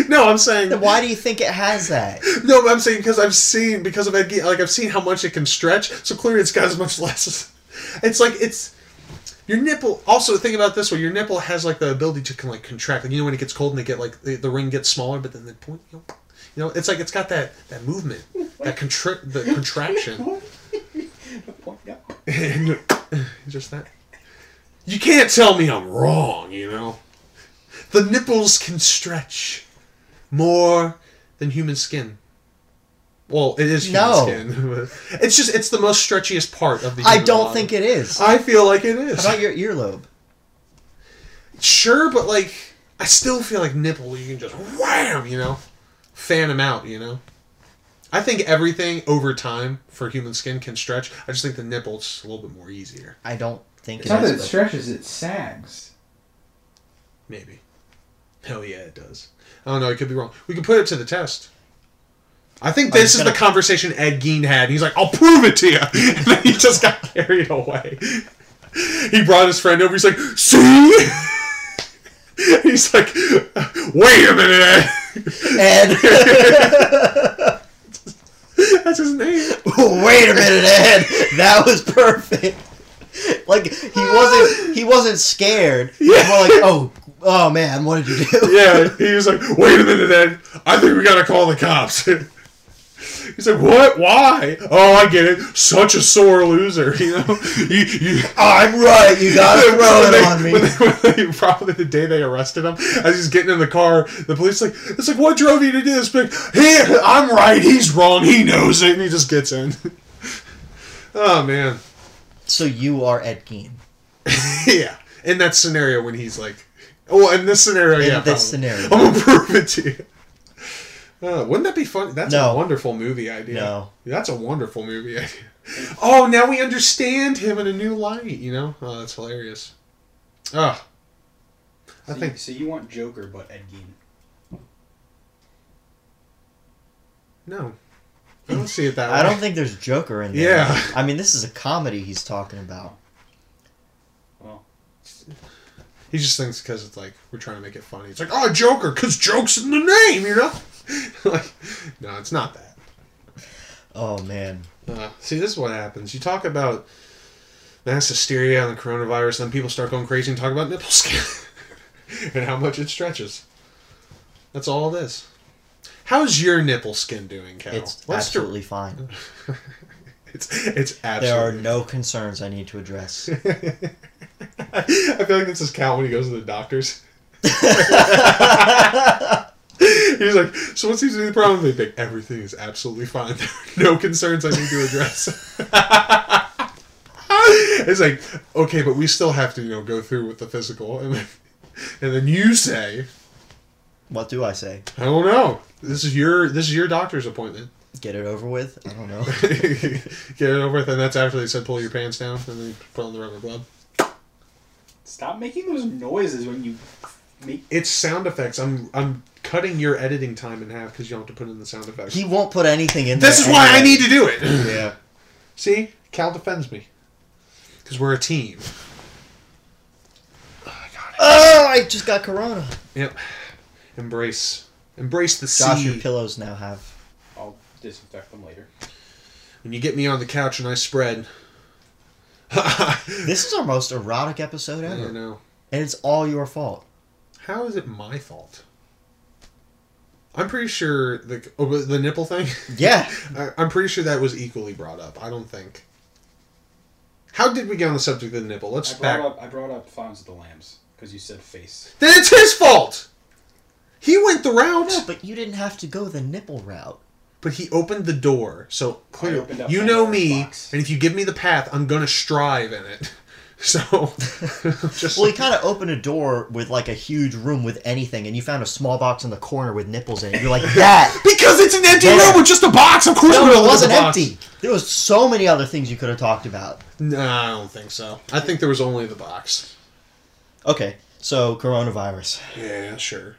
[SPEAKER 1] no, I'm saying.
[SPEAKER 2] Then why do you think it has that?
[SPEAKER 1] No, but I'm saying because I've seen because of Ed Gein, like I've seen how much it can stretch. So clearly, it's got as much less. It's like it's your nipple. Also, think about it this way: your nipple has like the ability to can like contract. Like you know when it gets cold and they get like the, the ring gets smaller, but then the point. You know, you know, it's like it's got that that movement, that contract, the contraction. Just that. You can't tell me I'm wrong. You know, the nipples can stretch more than human skin. Well, it is human
[SPEAKER 2] No.
[SPEAKER 1] skin. but It's just it's the most stretchiest part of the. Uh,
[SPEAKER 2] I
[SPEAKER 1] human
[SPEAKER 2] don't
[SPEAKER 1] body.
[SPEAKER 2] think it is. How
[SPEAKER 1] I feel like it is.
[SPEAKER 2] about your earlobe?
[SPEAKER 1] Sure, but like I still feel like nipple. You can just wham, you know, fan them out. You know, I think everything over time for human skin can stretch. I just think the nipple's a little bit more easier,
[SPEAKER 2] I don't think
[SPEAKER 3] It's
[SPEAKER 2] it
[SPEAKER 3] not that it
[SPEAKER 2] is. but-
[SPEAKER 3] stretches, it sags.
[SPEAKER 1] maybe. Hell yeah, it does. I don't know. I could be wrong. We could put it to the test. I think
[SPEAKER 2] I'm
[SPEAKER 1] this
[SPEAKER 2] just
[SPEAKER 1] is
[SPEAKER 2] gonna-
[SPEAKER 1] the conversation Ed Gein had. He's like, "I'll prove it to you," and then he just got carried away. He brought his friend over. He's like, "See." He's like, wait a minute. Ed."
[SPEAKER 2] Ed.
[SPEAKER 1] That's his name.
[SPEAKER 2] Wait a minute, Ed. That was perfect. Like he wasn't he wasn't scared. He's more like, oh oh man, what did you do?
[SPEAKER 1] Yeah, he was like, wait a minute, Ed. I think we gotta call the cops. He's like, what? Why? Oh, I get it. Such a sore loser, you know. you, you,
[SPEAKER 2] I'm right. You gotta
[SPEAKER 1] When
[SPEAKER 2] throw
[SPEAKER 1] they-
[SPEAKER 2] it on me.
[SPEAKER 1] when they- when they- probably the day they arrested him, as he's getting in the car, the police like, it's like, what drove you to do this? But he, I'm right. He's wrong. He knows it, and he just gets in. oh man,
[SPEAKER 2] So you are Ed Gein.
[SPEAKER 1] yeah. In that scenario, when he's like, oh, in this scenario,
[SPEAKER 2] In
[SPEAKER 1] yeah,
[SPEAKER 2] this
[SPEAKER 1] probably.
[SPEAKER 2] scenario.
[SPEAKER 1] I'm gonna prove it to you. Uh, wouldn't that be fun? That's
[SPEAKER 2] No.
[SPEAKER 1] a wonderful movie idea.
[SPEAKER 2] No.
[SPEAKER 1] That's a wonderful movie idea. Oh, now we understand him in a new light, you know? Oh, that's hilarious. Oh. I
[SPEAKER 4] So
[SPEAKER 1] think
[SPEAKER 4] You, so you want Joker, but Ed Gein.
[SPEAKER 1] No. I don't see it that way.
[SPEAKER 2] I don't think there's Joker in there.
[SPEAKER 1] Yeah.
[SPEAKER 2] I mean, this is a comedy he's talking about.
[SPEAKER 1] He just thinks because it's like we're trying to make it funny. It's like, oh, Joker, because jokes in the name, you know? like, no, it's not that.
[SPEAKER 2] Oh man.
[SPEAKER 1] Uh, see, this is what happens. You talk about mass hysteria and the coronavirus, then people start going crazy and talk about nipple skin and how much it stretches. That's all it is. How's your nipple skin doing, Cal?
[SPEAKER 2] It's
[SPEAKER 1] Let's do-
[SPEAKER 2] absolutely fine.
[SPEAKER 1] it's it's
[SPEAKER 2] There are
[SPEAKER 1] absolutely.
[SPEAKER 2] no concerns I need to address.
[SPEAKER 1] I feel like this is Cal when he goes to the doctors. He's like, so what's usually the problem? They think everything is absolutely fine. There are no concerns I need to address. it's like, okay, but we still have to, you know, go through with the physical, and then, and then you say,
[SPEAKER 2] What do I say?
[SPEAKER 1] I don't know. This is your this is your doctor's appointment.
[SPEAKER 2] Get it over with? I don't know.
[SPEAKER 1] Get it over with, and that's after they said pull your pants down, and then you put on the rubber glove.
[SPEAKER 4] Stop making those noises when you make.
[SPEAKER 1] It's sound effects. I'm I'm cutting your editing time in half because you don't have to put in the sound effects.
[SPEAKER 2] He won't put anything in
[SPEAKER 1] this
[SPEAKER 2] there.
[SPEAKER 1] is why I
[SPEAKER 2] anyway.
[SPEAKER 1] need to do it.
[SPEAKER 2] Yeah.
[SPEAKER 1] See, Cal defends me because we're a team.
[SPEAKER 2] Oh, I just got corona.
[SPEAKER 1] Yep. Embrace, embrace the
[SPEAKER 2] Josh,
[SPEAKER 1] sea.
[SPEAKER 2] your pillows now have.
[SPEAKER 4] I'll disinfect them later.
[SPEAKER 1] when you get me on the couch and I spread. I
[SPEAKER 2] This is our most erotic episode ever,
[SPEAKER 1] don't know.
[SPEAKER 2] and it's all your fault.
[SPEAKER 1] How is it my fault? I'm pretty sure the oh, but the nipple thing.
[SPEAKER 2] Yeah.
[SPEAKER 1] I, I'm pretty sure that was equally brought up. I don't think. How did we get on the subject of the nipple? Let's
[SPEAKER 4] I brought
[SPEAKER 1] back.
[SPEAKER 4] up I brought up Silence of the Lambs because you said face.
[SPEAKER 1] Then it's his fault. He went the route,
[SPEAKER 2] No, but you didn't have to go the nipple route.
[SPEAKER 1] but he opened the door. So clearly,
[SPEAKER 4] opened up
[SPEAKER 1] you know
[SPEAKER 4] Pandora's
[SPEAKER 1] me,
[SPEAKER 4] box.
[SPEAKER 1] and if you give me the path, I'm gonna strive in it. So, just
[SPEAKER 2] Well, he kind of opened a door with like a huge room with anything, and you found a small box in the corner with nipples in it. You're like, that.
[SPEAKER 1] because it's an empty
[SPEAKER 2] Yeah.
[SPEAKER 1] room with just a box. Of course,
[SPEAKER 2] No,
[SPEAKER 1] we're gonna
[SPEAKER 2] it
[SPEAKER 1] look at
[SPEAKER 2] wasn't
[SPEAKER 1] the box.
[SPEAKER 2] empty. There was so many other things you could have talked about.
[SPEAKER 1] No, I don't think so. I think there was only the box.
[SPEAKER 2] Okay, so coronavirus.
[SPEAKER 1] Yeah, sure.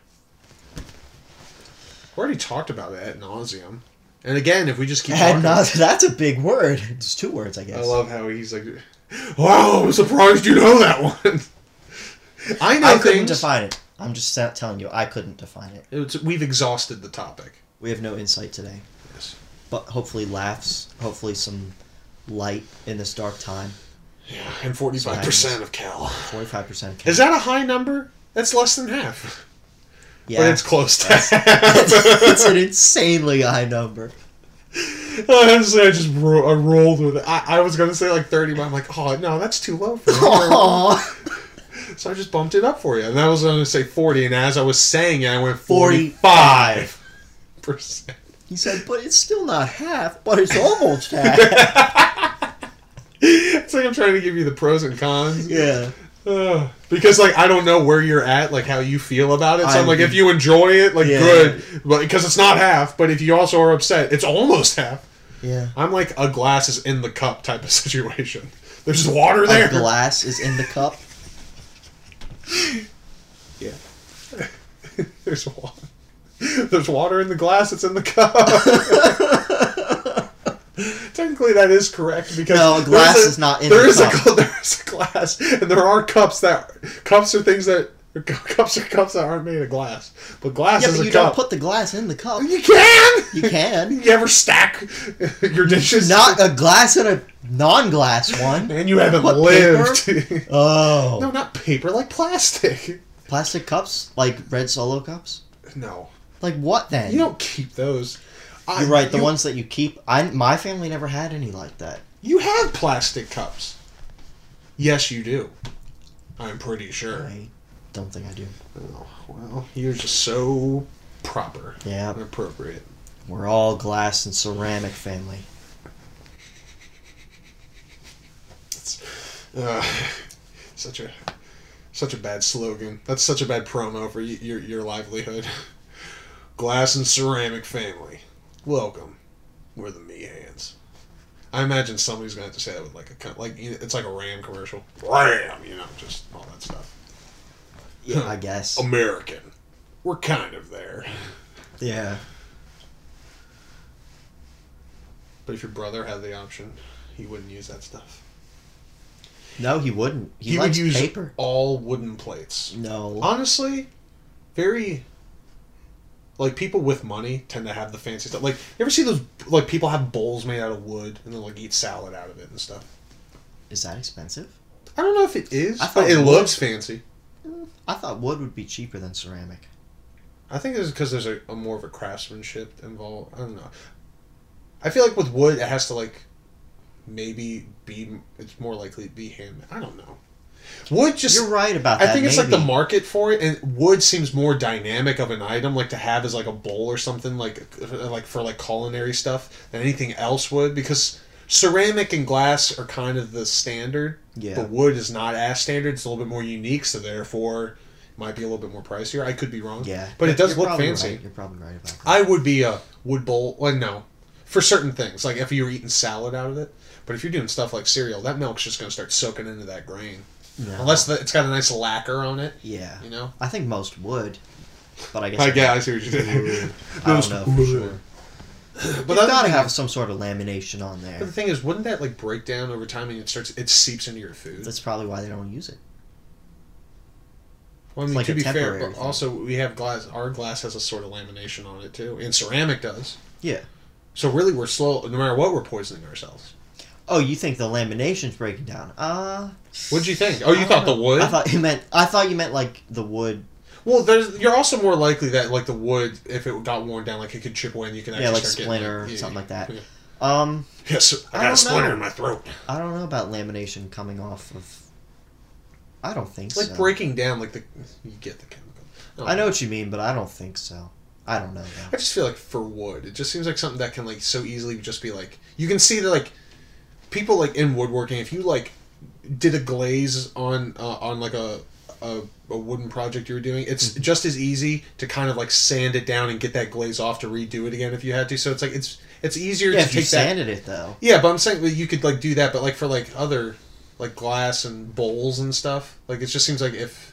[SPEAKER 1] We already talked about it ad nauseum. And again, if we just keep
[SPEAKER 2] Ad
[SPEAKER 1] talking,
[SPEAKER 2] nas- that's a big word. It's two words, I guess.
[SPEAKER 1] I love how he's like, "Wow, I'm surprised you know that one." I know
[SPEAKER 2] I couldn't
[SPEAKER 1] things.
[SPEAKER 2] define it. I'm just sa- telling you, I couldn't define it.
[SPEAKER 1] It's- we've exhausted the topic.
[SPEAKER 2] We have no insight today,
[SPEAKER 1] Yes.
[SPEAKER 2] but hopefully laughs, hopefully some light in this dark time.
[SPEAKER 1] Yeah, and forty-five percent of Cal.
[SPEAKER 2] 45%
[SPEAKER 1] Is that a high number? That's less than half.
[SPEAKER 2] Yeah.
[SPEAKER 1] But it's close to half.
[SPEAKER 2] it's an insanely high number.
[SPEAKER 1] Honestly, I just ro- I rolled with it. I, I was gonna say like thirty, but I'm like, oh no, that's too low for me.
[SPEAKER 2] Aw.
[SPEAKER 1] so I just bumped it up for you, and I was gonna say forty, and as I was saying it, I went
[SPEAKER 2] 45.
[SPEAKER 1] forty-five percent.
[SPEAKER 2] He said, but it's still not half, but it's almost half.
[SPEAKER 1] It's like I'm trying to give you the pros and cons.
[SPEAKER 2] yeah.
[SPEAKER 1] Ugh. because like I don't know where you're at, like how you feel about it. So I'm,
[SPEAKER 2] I'm-
[SPEAKER 1] like, if you enjoy it, like
[SPEAKER 2] Yeah.
[SPEAKER 1] good, but because it's not half. But if you also are upset, it's almost half.
[SPEAKER 2] Yeah.
[SPEAKER 1] I'm like a glass is in the cup type of situation. There's just water there.
[SPEAKER 2] A glass is in the cup.
[SPEAKER 1] There's water. There's water in the glass. It's in the cup. Technically, that is correct because
[SPEAKER 2] No, a
[SPEAKER 1] there's
[SPEAKER 2] glass is not in
[SPEAKER 1] there
[SPEAKER 2] the
[SPEAKER 1] is
[SPEAKER 2] cup.
[SPEAKER 1] A, gla- there is a glass, and there are cups that cups are things that cups are cups that aren't made of glass. But glass
[SPEAKER 2] Yeah,
[SPEAKER 1] is
[SPEAKER 2] but
[SPEAKER 1] a
[SPEAKER 2] you don't
[SPEAKER 1] cup.
[SPEAKER 2] put the glass in the cup.
[SPEAKER 1] You can.
[SPEAKER 2] You can.
[SPEAKER 1] You ever stack your dishes?
[SPEAKER 2] Not a glass and a non-glass one.
[SPEAKER 1] And you haven't
[SPEAKER 2] What,
[SPEAKER 1] lived.
[SPEAKER 2] Oh.
[SPEAKER 1] no, not paper, like plastic.
[SPEAKER 2] Plastic cups? Like red solo cups?
[SPEAKER 1] No,
[SPEAKER 2] Like what then?
[SPEAKER 1] you don't keep those. I-
[SPEAKER 2] You're right. The
[SPEAKER 1] you-
[SPEAKER 2] ones that you keep, I my family never had any like that.
[SPEAKER 1] you have plastic cups. Yes, you do. I'm pretty sure.
[SPEAKER 2] I don't think I do.
[SPEAKER 1] Oh, well, you're just so proper
[SPEAKER 2] Yeah,
[SPEAKER 1] and appropriate.
[SPEAKER 2] we're all glass and ceramic family.
[SPEAKER 1] Uh, such a such a bad slogan. That's such a bad promo for y- your your livelihood. Glass and ceramic family, welcome. We're the Meehans. I imagine somebody's gonna have to say that with like a co- like you know, it's like a Ram commercial. Ram, you know, just all that stuff.
[SPEAKER 2] Yeah, I guess.
[SPEAKER 1] Um, American. We're kind of there.
[SPEAKER 2] Yeah.
[SPEAKER 1] But if your brother had the option, he wouldn't use that stuff.
[SPEAKER 2] No, he wouldn't. He,
[SPEAKER 1] he would
[SPEAKER 2] likes
[SPEAKER 1] use
[SPEAKER 2] paper.
[SPEAKER 1] all wooden plates.
[SPEAKER 2] No.
[SPEAKER 1] honestly, very like people with money tend to have the fancy stuff. Like you ever see those like people have bowls made out of wood and then like eat salad out of it and stuff.
[SPEAKER 2] Is that expensive?
[SPEAKER 1] I don't know if it is,
[SPEAKER 2] I
[SPEAKER 1] but
[SPEAKER 2] thought
[SPEAKER 1] it
[SPEAKER 2] wood-
[SPEAKER 1] looks fancy.
[SPEAKER 2] I thought wood would be cheaper than ceramic.
[SPEAKER 1] I think it's because there's a, a more of a craftsmanship involved. I don't know. I feel like with wood, it has to like maybe be. It's more likely to be handmade. I don't know. Wood just
[SPEAKER 2] You're right about that.
[SPEAKER 1] I think it's like
[SPEAKER 2] maybe.
[SPEAKER 1] the market for it, and wood seems more dynamic of an item, like to have as like a bowl or something, like like for like culinary stuff than anything else would, because ceramic and glass are kind of the standard,
[SPEAKER 2] Yeah.
[SPEAKER 1] but wood is not as standard. It's a little bit more unique, so therefore it might be a little bit more pricier. I could be wrong.
[SPEAKER 2] Yeah.
[SPEAKER 1] but it does
[SPEAKER 2] You're
[SPEAKER 1] look
[SPEAKER 2] probably
[SPEAKER 1] fancy.
[SPEAKER 2] right. You're probably right about that.
[SPEAKER 1] I would be a wood bowl. Well, no, for certain things, like if you were eating salad out of it. But if you're doing stuff like cereal, that milk's just going to start soaking into that grain,
[SPEAKER 2] No.
[SPEAKER 1] unless the, it's got a nice lacquer on it.
[SPEAKER 2] Yeah.
[SPEAKER 1] You know.
[SPEAKER 2] I think most would. But I guess.
[SPEAKER 1] I yeah, I see what you did.
[SPEAKER 2] I don't know for sure.
[SPEAKER 1] But
[SPEAKER 2] But
[SPEAKER 1] the
[SPEAKER 2] you
[SPEAKER 1] other
[SPEAKER 2] gotta
[SPEAKER 1] thing-
[SPEAKER 2] have some sort of lamination on
[SPEAKER 1] But the
[SPEAKER 2] there.
[SPEAKER 1] thing is, wouldn't that like break down over time and it starts it seeps into your food?
[SPEAKER 2] That's probably why they don't use it.
[SPEAKER 1] well, I
[SPEAKER 2] it's
[SPEAKER 1] mean,
[SPEAKER 2] like
[SPEAKER 1] to
[SPEAKER 2] a
[SPEAKER 1] be fair,
[SPEAKER 2] temporary
[SPEAKER 1] but
[SPEAKER 2] thing.
[SPEAKER 1] also we have glass. Our glass has a sort of lamination on it too, and ceramic does.
[SPEAKER 2] Yeah.
[SPEAKER 1] So really, we're slow. No matter what, we're poisoning ourselves.
[SPEAKER 2] Oh, you think the lamination's breaking down? Uh
[SPEAKER 1] What'd you think? Oh, you
[SPEAKER 2] I
[SPEAKER 1] thought the
[SPEAKER 2] don't know.
[SPEAKER 1] wood?
[SPEAKER 2] I thought you meant. I thought you meant like the wood.
[SPEAKER 1] well, there's you're also more likely that like the wood, if it got worn down, like it could chip away and you can actually
[SPEAKER 2] Yeah, like
[SPEAKER 1] start
[SPEAKER 2] splinter or
[SPEAKER 1] getting,
[SPEAKER 2] something like that.
[SPEAKER 1] Yeah.
[SPEAKER 2] Um,
[SPEAKER 1] Yes, I
[SPEAKER 2] I
[SPEAKER 1] got a
[SPEAKER 2] don't
[SPEAKER 1] splinter
[SPEAKER 2] know.
[SPEAKER 1] in my throat.
[SPEAKER 2] I don't know about lamination coming off of. I don't think
[SPEAKER 1] It's like
[SPEAKER 2] so.
[SPEAKER 1] breaking down, like the you get the chemical.
[SPEAKER 2] I know what you mean, but I don't think so. I don't know
[SPEAKER 1] I
[SPEAKER 2] though.
[SPEAKER 1] just feel like for wood, it just seems like something that can like so easily just be like you can see that like people like in woodworking, if you like did a glaze on uh, on like a, a a wooden project you were doing, it's
[SPEAKER 2] Mm-hmm.
[SPEAKER 1] just as easy to kind of like sand it down and get that glaze off to redo it again if you had to. So it's like it's it's easier
[SPEAKER 2] Yeah,
[SPEAKER 1] to
[SPEAKER 2] if you
[SPEAKER 1] take that.
[SPEAKER 2] sanded it though.
[SPEAKER 1] Yeah, but I'm saying that you could like do that, but like for like other like glass and bowls and stuff, like it just seems like if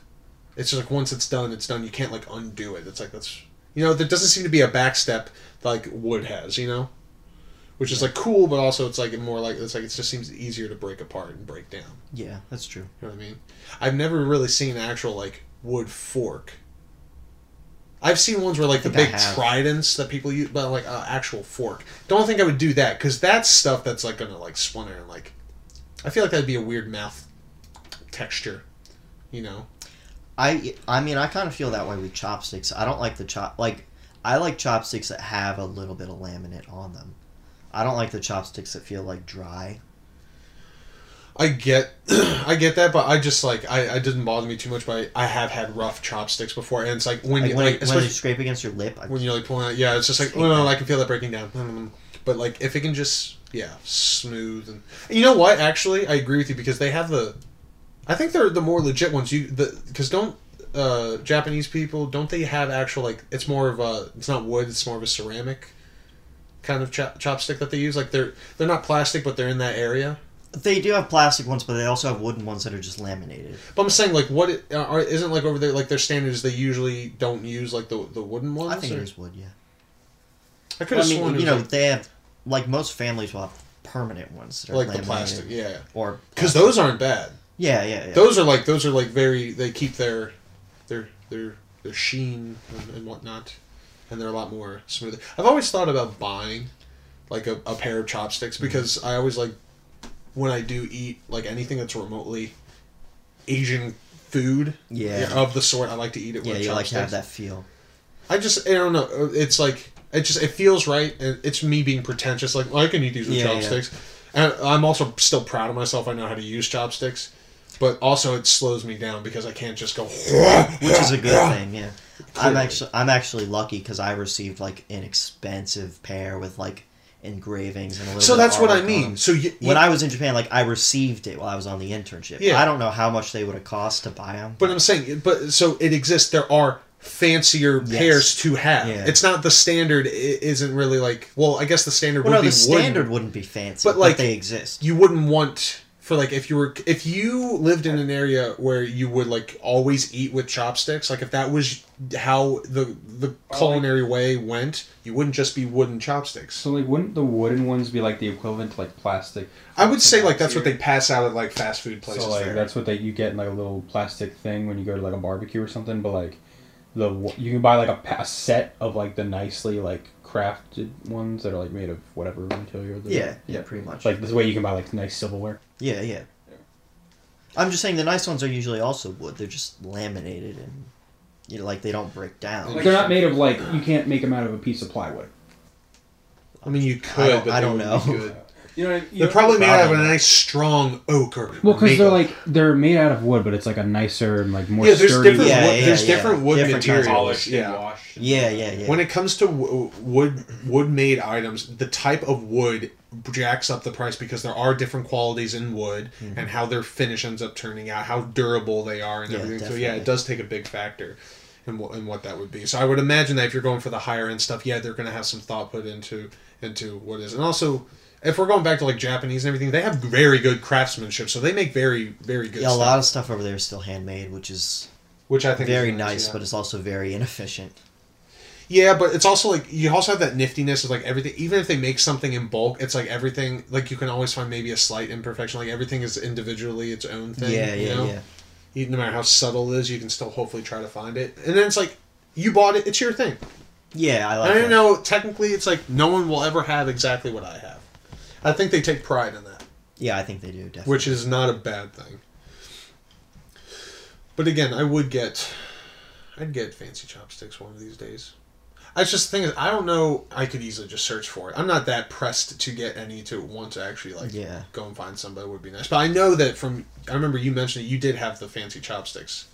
[SPEAKER 1] it's just like once it's done, it's done. You can't like undo it. It's like that's you know there doesn't seem to be a back step like wood has, you know, which is like cool, but also it's like more like it's like it just seems easier to break apart and break down.
[SPEAKER 2] Yeah, that's true.
[SPEAKER 1] You know what I mean? I've never really seen an actual like wood fork. I've seen ones where like the
[SPEAKER 2] think I
[SPEAKER 1] big
[SPEAKER 2] have.
[SPEAKER 1] tridents that people use, but like uh, actual fork. Don't think I would do that because that's stuff that's like gonna like splinter and like. I feel like that'd be a weird mouth texture, you know.
[SPEAKER 2] I I mean I kind of feel that way with chopsticks. I don't like the chop like I like chopsticks that have a little bit of laminate on them. I don't like the chopsticks that feel like dry.
[SPEAKER 1] I get, I get that, but I just like I, I didn't bother me too much. But I, I have had rough chopsticks before, and it's like when
[SPEAKER 2] Like
[SPEAKER 1] you
[SPEAKER 2] when,
[SPEAKER 1] like
[SPEAKER 2] it, when
[SPEAKER 1] especially
[SPEAKER 2] you scrape against your lip, I,
[SPEAKER 1] when you're like pulling out yeah it's just like
[SPEAKER 2] Hate
[SPEAKER 1] oh no
[SPEAKER 2] that.
[SPEAKER 1] i can feel that breaking down Mm. but like if it can just yeah smooth and and you know what actually i agree with you because they have the i think they're the more legit ones you the because don't uh japanese people don't they have actual like it's more of a it's not wood it's more of a ceramic kind of chop, chopstick that they use like they're they're not plastic but they're in that area
[SPEAKER 2] they do have plastic ones, but they also have wooden ones that are just laminated.
[SPEAKER 1] but i'm saying like what it, are, isn't like over there like their standards they usually don't use like the the wooden ones
[SPEAKER 2] I think
[SPEAKER 1] or-
[SPEAKER 2] it is wood, yeah.
[SPEAKER 1] i could
[SPEAKER 2] I
[SPEAKER 1] have
[SPEAKER 2] mean,
[SPEAKER 1] sworn it
[SPEAKER 2] you
[SPEAKER 1] was,
[SPEAKER 2] know,
[SPEAKER 1] like,
[SPEAKER 2] they have like most families will have permanent ones that are
[SPEAKER 1] like the
[SPEAKER 2] laminated
[SPEAKER 1] plastic yeah
[SPEAKER 2] or
[SPEAKER 1] because those aren't bad
[SPEAKER 2] yeah, yeah, yeah.
[SPEAKER 1] Those are like those are like very they keep their their their their sheen and, and whatnot, and they're a lot more smooth. I've always thought about buying like a, a pair of chopsticks
[SPEAKER 2] Mm-hmm.
[SPEAKER 1] because I always like when I do eat like anything that's remotely Asian food
[SPEAKER 2] Yeah.
[SPEAKER 1] of the sort I like to eat it
[SPEAKER 2] Yeah,
[SPEAKER 1] with
[SPEAKER 2] you like to
[SPEAKER 1] chopsticks.
[SPEAKER 2] have that feel.
[SPEAKER 1] I just I don't know. uh, It's like it just it feels right. and It's me being pretentious. Like I can eat these with
[SPEAKER 2] Yeah, yeah.
[SPEAKER 1] chopsticks, and I'm also still proud of myself. I know how to use chopsticks, but also it slows me down because I can't just go.
[SPEAKER 2] which is a good thing. Yeah, I'm
[SPEAKER 1] Clearly.
[SPEAKER 2] actually I'm actually lucky because I received like an expensive pair with like engravings and a little.
[SPEAKER 1] So
[SPEAKER 2] bit of
[SPEAKER 1] that's what I
[SPEAKER 2] artwork on
[SPEAKER 1] mean.
[SPEAKER 2] them.
[SPEAKER 1] So you,
[SPEAKER 2] When I was in Japan, like I received it while I was on the internship.
[SPEAKER 1] Yeah.
[SPEAKER 2] I don't know how much they would have cost to buy them.
[SPEAKER 1] But I'm saying, but so it exists. There are fancier
[SPEAKER 2] Yes.
[SPEAKER 1] pairs to have.
[SPEAKER 2] Yeah.
[SPEAKER 1] It's not the standard. i- Isn't really like. Well, I guess the standard
[SPEAKER 2] well,
[SPEAKER 1] would be
[SPEAKER 2] no, the
[SPEAKER 1] wooden.
[SPEAKER 2] standard wouldn't be fancy,
[SPEAKER 1] But,
[SPEAKER 2] but
[SPEAKER 1] like,
[SPEAKER 2] like they exist.
[SPEAKER 1] You wouldn't want for like if you were if you lived in an area where you would like always eat with chopsticks. Like if that was how the the culinary way went, you wouldn't just be wooden chopsticks.
[SPEAKER 5] So like, wouldn't the wooden ones be like the equivalent to like plastic?
[SPEAKER 1] I would say like that's what they pass out at like fast food places.
[SPEAKER 5] So like,
[SPEAKER 1] there.
[SPEAKER 5] that's what they you get in like a little plastic thing when you go to like a barbecue or something. But like, the wo- you can buy like a, pa- a set of like the nicely like crafted ones that are like made of whatever material. they're-
[SPEAKER 2] Yeah, yeah, pretty much.
[SPEAKER 5] Like this way you can buy like nice silverware.
[SPEAKER 2] yeah, yeah. I'm just saying the nice ones are usually also wood. They're just laminated and you know, like they don't break down.
[SPEAKER 3] They're not made of like you can't make them out of a piece of plywood.
[SPEAKER 1] I mean, you
[SPEAKER 2] I
[SPEAKER 1] could,
[SPEAKER 2] don't-
[SPEAKER 1] but
[SPEAKER 2] I
[SPEAKER 1] they
[SPEAKER 2] don't
[SPEAKER 1] wouldn't be
[SPEAKER 2] know.
[SPEAKER 1] good.
[SPEAKER 4] You know, you
[SPEAKER 1] They're
[SPEAKER 4] know-
[SPEAKER 1] probably made out of a
[SPEAKER 2] Probably.
[SPEAKER 1] nice strong oak or
[SPEAKER 5] Well, because they're
[SPEAKER 1] maple.
[SPEAKER 5] like they're made out of wood, but it's like a nicer and like more
[SPEAKER 1] yeah, there's
[SPEAKER 5] sturdy.
[SPEAKER 1] different
[SPEAKER 2] Yeah,
[SPEAKER 1] wood,
[SPEAKER 2] yeah,
[SPEAKER 1] there's
[SPEAKER 2] yeah.
[SPEAKER 1] different wood
[SPEAKER 2] Different kinds of
[SPEAKER 1] materials.
[SPEAKER 4] polished and
[SPEAKER 1] Yeah.
[SPEAKER 4] washed.
[SPEAKER 2] Yeah, yeah, yeah.
[SPEAKER 1] When it comes to w- wood wood made items, the type of wood jacks up the price because there are different qualities in wood and how their finish ends up turning out, how durable they are, and
[SPEAKER 2] Mm-hmm. Yeah,
[SPEAKER 1] everything. So yeah,
[SPEAKER 2] definitely.
[SPEAKER 1] it does take a big factor. in what and what that would be. So I would imagine that if you're going for the higher end stuff, yeah, they're going to have some thought put into into what is. And also, if we're going back to like Japanese and everything, they have very good craftsmanship. So they make very very good
[SPEAKER 2] yeah, a
[SPEAKER 1] stuff,
[SPEAKER 2] lot of stuff over there is still handmade, which is
[SPEAKER 1] which I think is
[SPEAKER 2] very nice,
[SPEAKER 1] yeah.
[SPEAKER 2] but it's also very inefficient.
[SPEAKER 1] Yeah, but it's also like you also have that niftiness of like everything. Even if they make something in bulk, it's like everything. Like you can always find maybe a slight imperfection. Like everything is individually its own thing.
[SPEAKER 2] yeah,
[SPEAKER 1] you
[SPEAKER 2] yeah,
[SPEAKER 1] know?
[SPEAKER 2] yeah.
[SPEAKER 1] You- No matter how subtle it is, you can still hopefully try to find it. And then it's like you bought it; it's your thing.
[SPEAKER 2] Yeah, I like.
[SPEAKER 1] I
[SPEAKER 2] that.
[SPEAKER 1] don't know. Technically, it's like no one will ever have exactly what I have. I think they take pride in that,
[SPEAKER 2] Yeah, I think they do definitely.
[SPEAKER 1] which is not a bad thing. But again, I would get, I'd get fancy chopsticks one of these days. I just the thing is, I don't know. I could easily just search for it. I'm not that pressed to get any to want to actually like
[SPEAKER 2] Yeah.
[SPEAKER 1] go and find somebody would be nice. But I know that from I remember you mentioned that you did have the fancy chopsticks.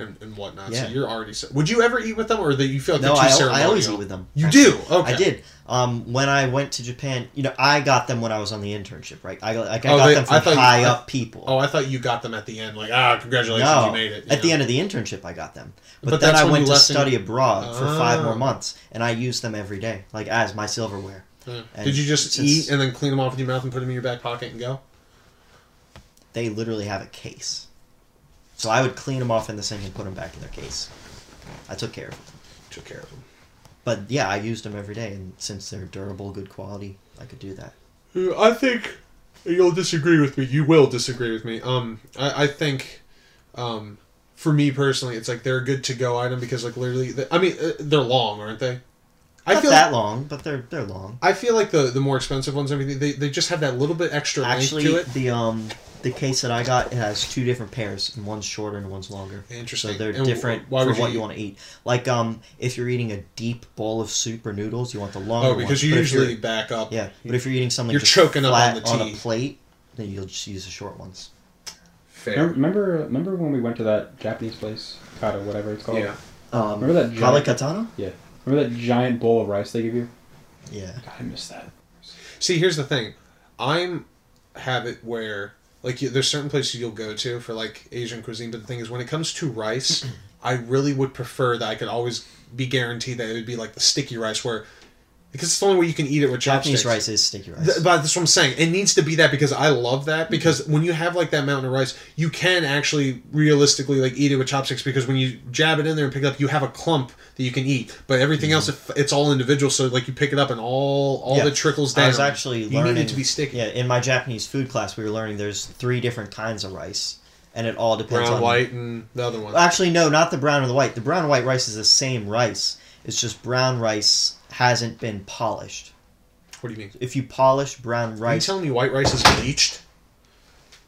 [SPEAKER 1] And, and whatnot.
[SPEAKER 2] Yeah.
[SPEAKER 1] So you're already. se- Would you ever eat with them, or that you feel like
[SPEAKER 2] no,
[SPEAKER 1] they're too
[SPEAKER 2] I, I
[SPEAKER 1] ceremonial?
[SPEAKER 2] always eat with them.
[SPEAKER 1] You
[SPEAKER 2] actually.
[SPEAKER 1] do. Okay.
[SPEAKER 2] I did. Um, when I went to Japan, you know, I got them when I was on the internship, right? I got, like, I
[SPEAKER 1] Oh,
[SPEAKER 2] got
[SPEAKER 1] they-
[SPEAKER 2] them
[SPEAKER 1] I
[SPEAKER 2] from
[SPEAKER 1] thought you- I-
[SPEAKER 2] high up people.
[SPEAKER 1] Oh, I thought you got them at the end. Like, ah, congratulations,
[SPEAKER 2] no,
[SPEAKER 1] you made it.
[SPEAKER 2] at the end of the internship, I got them. But,
[SPEAKER 1] But
[SPEAKER 2] then
[SPEAKER 1] that's
[SPEAKER 2] I
[SPEAKER 1] when
[SPEAKER 2] went
[SPEAKER 1] you
[SPEAKER 2] to
[SPEAKER 1] left and-
[SPEAKER 2] study abroad for five
[SPEAKER 1] Ah.
[SPEAKER 2] more months, and I used them every day, like as my silverware.
[SPEAKER 1] end.
[SPEAKER 2] and
[SPEAKER 1] Did you just
[SPEAKER 2] since-
[SPEAKER 1] eat and then clean them off with your mouth and put them in your back pocket and go?
[SPEAKER 2] They literally have a case, so I would clean them off in the sink and put them back in their case. I took care of them,
[SPEAKER 1] Took care of them.
[SPEAKER 2] but yeah, I used them every day, and since they're durable, good quality, I could do that.
[SPEAKER 1] I think you'll disagree with me. You will disagree with me. Um, I, I think, um, for me personally, it's like they're a good to go item because like literally, the, I mean, uh, they're long, aren't they? I
[SPEAKER 2] Not
[SPEAKER 1] feel
[SPEAKER 2] that long, but they're they're long.
[SPEAKER 1] I feel like the the more expensive ones, and everything they, they just have that little bit extra
[SPEAKER 2] Actually,
[SPEAKER 1] length to it.
[SPEAKER 2] the um the case that I got it has two different pairs, and one's shorter and one's longer.
[SPEAKER 1] Interesting.
[SPEAKER 2] So they're
[SPEAKER 1] And w-
[SPEAKER 2] different
[SPEAKER 1] why
[SPEAKER 2] for
[SPEAKER 1] would
[SPEAKER 2] what you
[SPEAKER 1] eat-
[SPEAKER 2] want to eat. Like um, if you're eating a deep bowl of soup or noodles, you want the longer
[SPEAKER 1] Oh,
[SPEAKER 2] one.
[SPEAKER 1] because you
[SPEAKER 2] But if you're-
[SPEAKER 1] usually back up.
[SPEAKER 2] yeah. But if you're eating something
[SPEAKER 1] You're
[SPEAKER 2] just
[SPEAKER 1] choking up
[SPEAKER 2] flat
[SPEAKER 1] on the tea.
[SPEAKER 2] a plate, then you'll just use the short ones.
[SPEAKER 1] Fair.
[SPEAKER 5] Remember, remember when we went to that Japanese place, Kata, whatever it's called.
[SPEAKER 1] Yeah.
[SPEAKER 2] Um,
[SPEAKER 5] Remember that giant-
[SPEAKER 2] Halakatana?
[SPEAKER 5] Remember that giant bowl of rice they give you?
[SPEAKER 2] Yeah.
[SPEAKER 5] God, I miss that.
[SPEAKER 1] See, here's the thing. I'm have it where like you, there's certain places you'll go to for like Asian cuisine, but the thing is, when it comes to rice, I really would prefer that I could always be guaranteed that it would be like the sticky rice where because it's the only way you can eat it with chopsticks.
[SPEAKER 2] Japanese rice is sticky rice.
[SPEAKER 1] Th- but that's what I'm saying. It needs to be that because I love
[SPEAKER 2] Mm-hmm.
[SPEAKER 1] that because when you have like that mountain of rice, you can actually realistically like eat it with chopsticks because when you jab it in there and pick it up, you have a clump that you can eat. But everything else, if it's all individual, so like you pick it up and all all
[SPEAKER 2] Mm-hmm. Yeah.
[SPEAKER 1] the trickles down.
[SPEAKER 2] I was actually
[SPEAKER 1] you
[SPEAKER 2] learning
[SPEAKER 1] need it to be sticky.
[SPEAKER 2] Yeah, in my Japanese food class, we were learning there's three different kinds of rice, and it all depends
[SPEAKER 1] brown,
[SPEAKER 2] on
[SPEAKER 1] white, and the other one.
[SPEAKER 2] Actually, no, not the brown and the white. The brown and white rice is the same rice. It's just brown rice hasn't been polished.
[SPEAKER 1] what do you mean?
[SPEAKER 2] If you polish brown
[SPEAKER 1] Are you
[SPEAKER 2] rice,
[SPEAKER 1] telling me white rice is bleached?